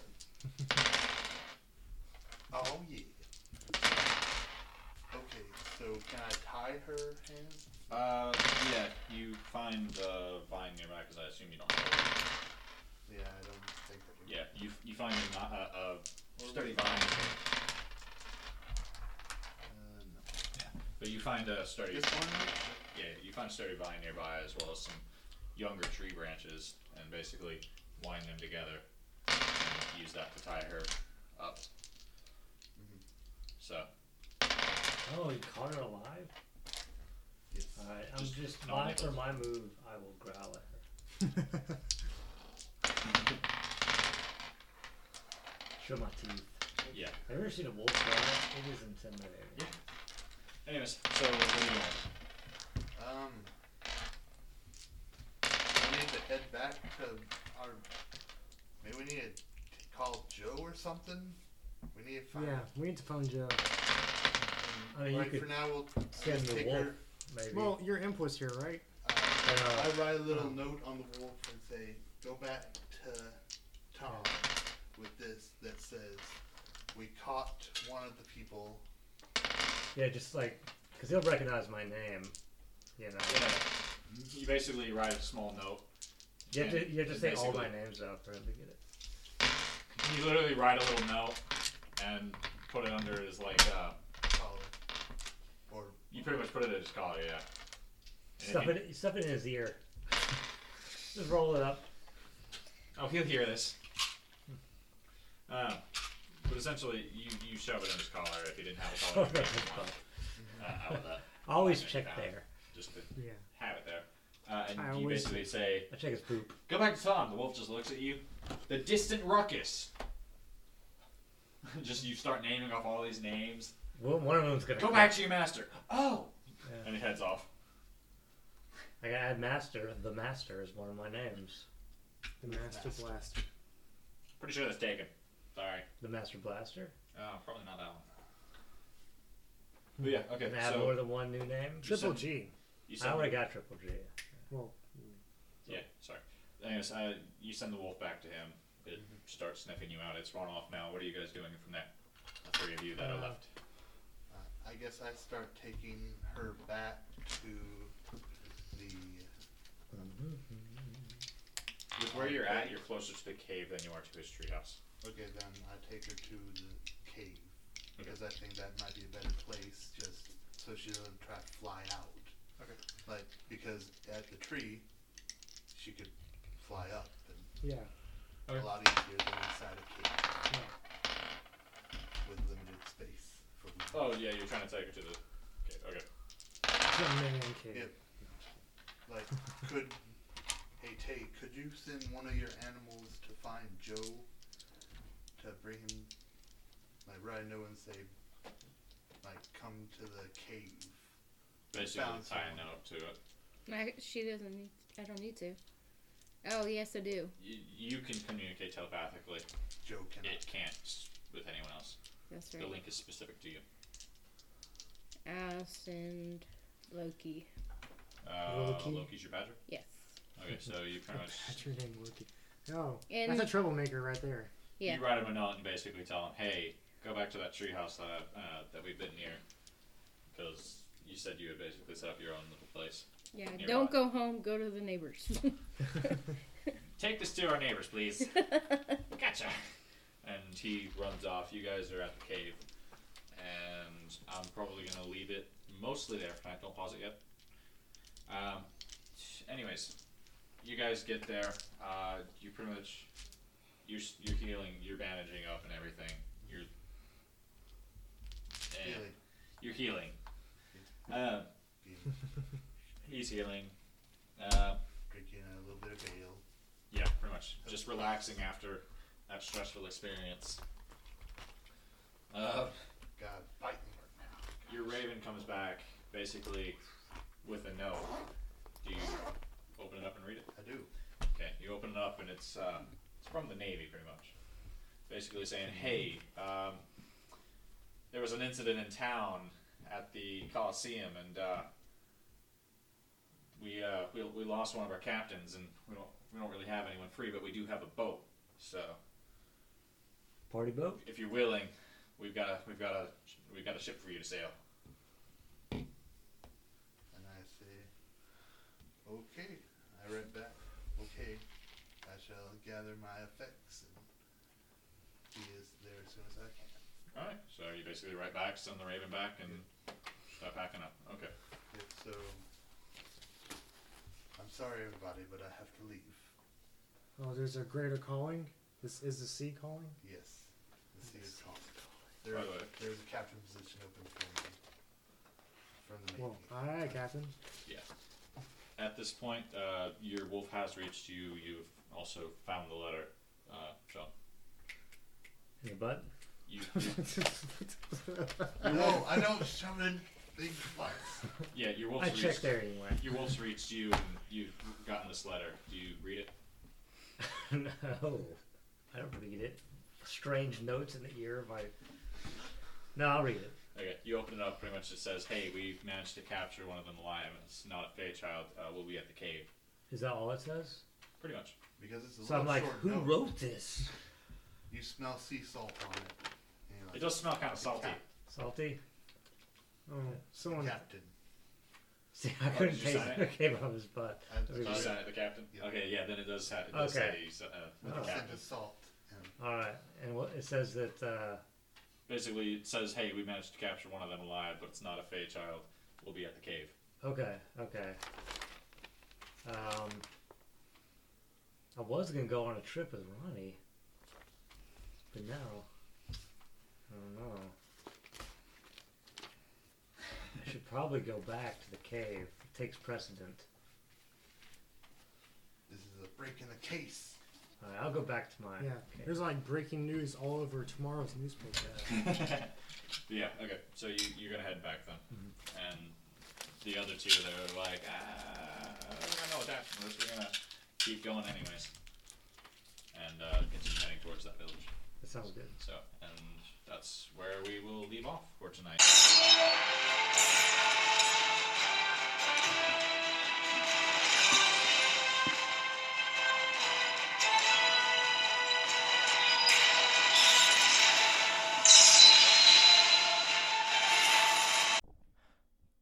Speaker 3: oh yeah. Okay, so can I tie her hands?
Speaker 1: Uh, yeah, you find uh, vine nearby because I assume you don't. Have it.
Speaker 3: Yeah, I don't think I do.
Speaker 1: Yeah, you you find a, a, a sturdy vine,
Speaker 3: Uh, no.
Speaker 1: but you find a sturdy.
Speaker 3: This one?
Speaker 1: Yeah, you find sturdy vine nearby as well as some younger tree branches, and basically wind them together and use that to tie her up. So
Speaker 11: Oh, you caught her alive.
Speaker 2: Alright, I'm
Speaker 1: Just
Speaker 2: just,
Speaker 1: no
Speaker 2: my,
Speaker 1: nickels.
Speaker 2: for my move, I will growl at her. Show my teeth.
Speaker 1: Yeah.
Speaker 2: Have you ever seen a wolf growl? It is intimidating.
Speaker 8: Anyways, so what do you want?
Speaker 3: Um, we need to head back to our. Maybe we need to t- call Joe or something. We need to find.
Speaker 2: Yeah, we need to phone Joe. I mean, you
Speaker 3: right
Speaker 2: could
Speaker 3: for now, we'll
Speaker 2: send
Speaker 3: just
Speaker 2: the
Speaker 3: take
Speaker 2: wolf,
Speaker 3: her.
Speaker 2: maybe.
Speaker 10: Well, your input's here, right?
Speaker 3: I write a little
Speaker 10: um,
Speaker 3: note on the wolf and say, "Go back to Tom with this that says we caught one of the people."
Speaker 2: yeah, just like, because he'll recognize my name. You know?
Speaker 1: Yeah. You basically write a small note.
Speaker 2: You have to, you have to
Speaker 1: And
Speaker 2: say all my
Speaker 1: basically-
Speaker 2: names out for him to get it.
Speaker 1: You literally write a little note and put it under his like. Uh,
Speaker 3: Collar. Or
Speaker 1: you pretty much put it in his collar, yeah. And
Speaker 2: Stuff
Speaker 1: if
Speaker 2: it, stuff it in his ear. just roll it up.
Speaker 1: you- oh, he'll hear this. Um, but essentially, you, you shove it in his collar if he didn't have a collar.
Speaker 2: Shove it in
Speaker 1: you
Speaker 2: his
Speaker 1: want. Uh, how would that-
Speaker 2: Always
Speaker 1: Okay,
Speaker 2: check
Speaker 1: now.
Speaker 2: there.
Speaker 1: Just to
Speaker 10: Yeah.
Speaker 1: have it there. Uh, and
Speaker 10: I
Speaker 1: you
Speaker 10: always-
Speaker 1: basically say,
Speaker 2: I check his poop.
Speaker 1: Go back to Tom. The wolf just looks at you. The distant ruckus. just you start naming off all these names.
Speaker 2: Well, one of them's gonna
Speaker 1: Go
Speaker 2: come.
Speaker 1: back to your master. Oh.
Speaker 2: Yeah.
Speaker 1: And he heads off.
Speaker 2: I gotta add master. The master is one of my names.
Speaker 10: The Master Blaster.
Speaker 1: Pretty sure that's taken. Sorry.
Speaker 2: The master blaster.
Speaker 1: Oh, probably not that one. But yeah, okay.
Speaker 2: Can I have
Speaker 1: so
Speaker 2: more than one new name?
Speaker 10: Triple
Speaker 1: said-
Speaker 10: G.
Speaker 1: you
Speaker 2: I
Speaker 1: send
Speaker 2: already got triple G.
Speaker 10: Well,
Speaker 1: Yeah, sorry. Anyways, uh, you send the wolf back to him. It
Speaker 2: Mm-hmm.
Speaker 1: starts sniffing you out. It's run off now. What are you guys doing from there? The three of you that are
Speaker 2: Uh,
Speaker 1: left.
Speaker 3: Uh, I guess I start taking her back to the.
Speaker 1: With where you're at, you're closer to the cave than you are to his treehouse.
Speaker 3: Okay, then I take her to the cave because I think that might be a better place, just so she doesn't try to fly out.
Speaker 1: Okay.
Speaker 3: Like because at the tree, she could fly up and
Speaker 10: yeah.
Speaker 1: Okay.
Speaker 3: a lot easier than inside a cave
Speaker 10: yeah.
Speaker 3: with limited space for movement.
Speaker 1: Oh yeah, you're trying to take her to the cave. Okay.
Speaker 10: Some man cave.
Speaker 3: Yep. Like, could hey Tay, could you send one of your animals to find Joe to bring him like right now and say like come to the cave?
Speaker 1: Basically,
Speaker 3: Found
Speaker 1: tying
Speaker 3: someone.
Speaker 1: that up to it.
Speaker 9: I, she doesn't need. I don't need to. Oh yes, I do.
Speaker 1: You, you can communicate telepathically.
Speaker 3: Joe cannot.
Speaker 1: It can't s- with anyone else.
Speaker 9: That's
Speaker 1: The
Speaker 9: right.
Speaker 1: link is specific to you.
Speaker 9: I'll send Loki.
Speaker 1: Uh,
Speaker 10: Loki?
Speaker 1: Loki's your badger.
Speaker 9: Yes.
Speaker 1: Okay, so you pretty much
Speaker 10: That's your name, Loki. No,
Speaker 9: And-
Speaker 10: that's a troublemaker right there.
Speaker 9: Yeah.
Speaker 1: you write him a note and basically tell him, "Hey, go back to that treehouse that uh, that we've been near, because you said you had basically set up your own little place.
Speaker 9: Yeah.
Speaker 1: Nearby.
Speaker 9: Don't go home. Go to the neighbors.
Speaker 1: Take this to our neighbors, please." gotcha. And he runs off. You guys are at the cave, and I'm probably gonna leave it mostly there for tonight. Don't pause it yet. Um, anyways, you guys get there. Uh, you pretty much you're s- you're healing, you're bandaging up and everything. You're and
Speaker 3: Healing.
Speaker 1: You're healing. Um,
Speaker 3: Being
Speaker 1: he's healing. Uh,
Speaker 3: drinking a little bit of ale.
Speaker 1: yeah, pretty much. Just relaxing after that stressful experience. Uh,
Speaker 3: God biting her now.
Speaker 1: your raven comes back basically with a note. Do you open it up and read it?
Speaker 3: I do.
Speaker 1: Okay, you open it up and it's uh, it's from the Navy, pretty much. Basically saying, hey, um, there was an incident in town at the Coliseum, and uh, we, uh, we we lost one of our captains, and we don't we don't really have anyone free, but we do have a boat. So
Speaker 2: Party boat.
Speaker 1: if you're willing, we've got a we've got a we've got a ship for you to sail.
Speaker 3: And I say, okay. I write back, okay. I shall gather my effects and be as there as soon as I can.
Speaker 1: All right. So you basically write back, send the Raven back, and start packing up. Okay.
Speaker 3: If so, I'm sorry, everybody, but I have to leave.
Speaker 10: Oh, there's a greater calling. This is the sea calling.
Speaker 3: Yes. The sea is calling.
Speaker 1: By
Speaker 3: There,
Speaker 1: the way.
Speaker 3: there's a captain position open for me. from the
Speaker 12: Well, all right, Captain.
Speaker 1: Yeah. At this point, uh, your wolf has reached you. You've also found the letter, uh, Sean.
Speaker 2: In your butt?
Speaker 1: You,
Speaker 3: No, I don't summon things twice.
Speaker 1: yeah, your wolf's
Speaker 2: I
Speaker 1: reached,
Speaker 2: checked there anyway.
Speaker 1: Your wolf's reached you, and you've gotten this letter. Do you read it?
Speaker 2: no, I don't read it. Strange notes in the ear of my. No, I'll read it.
Speaker 1: Okay, you open it up. Pretty much, it says, "Hey, we've managed to capture one of them alive. It's not a fae child. Uh, we'll be at the cave."
Speaker 2: Is that all it says?
Speaker 1: Pretty much.
Speaker 3: Because it's a
Speaker 2: So I'm
Speaker 3: little
Speaker 2: like,
Speaker 3: short
Speaker 2: who
Speaker 3: note.
Speaker 2: wrote this?
Speaker 3: You smell sea salt on it. And you're
Speaker 1: It
Speaker 3: like,
Speaker 1: does smell kind of salty.
Speaker 2: Salty?
Speaker 12: Oh, someone.
Speaker 3: Captain.
Speaker 2: See, I
Speaker 1: Oh,
Speaker 2: couldn't
Speaker 1: did you
Speaker 2: taste
Speaker 1: sign
Speaker 2: it.
Speaker 1: it?
Speaker 2: It came out of his butt.
Speaker 3: I-
Speaker 2: Let me
Speaker 1: Did you
Speaker 2: read
Speaker 1: sign
Speaker 2: it.
Speaker 1: it, the captain?
Speaker 3: Yeah.
Speaker 1: Okay. Yeah. Then it does have. It does
Speaker 2: Okay. Oh.
Speaker 1: say he's, uh, with
Speaker 3: With
Speaker 1: the
Speaker 3: a
Speaker 1: captain.
Speaker 3: scent of salt. And
Speaker 2: All right, and what it says that uh,
Speaker 1: Basically, it says, "Hey, we managed to capture one of them alive, but it's not a fae child. We'll be at the cave."
Speaker 2: Okay, okay. Um, I was gonna go on a trip with Ronnie, but now I don't know. I should probably go back to the cave. It takes precedent.
Speaker 3: this is a break in the case.
Speaker 2: All right, I'll go back to my
Speaker 12: Yeah,
Speaker 2: cave.
Speaker 12: there's like breaking news all over tomorrow's newspaper.
Speaker 1: yeah. Okay. So you you're gonna head back then, and the other two they're like, ah, I know what that. We're just gonna keep going anyways, and uh, continue heading towards that village.
Speaker 2: That sounds good.
Speaker 1: So, and that's where we will leave off for tonight.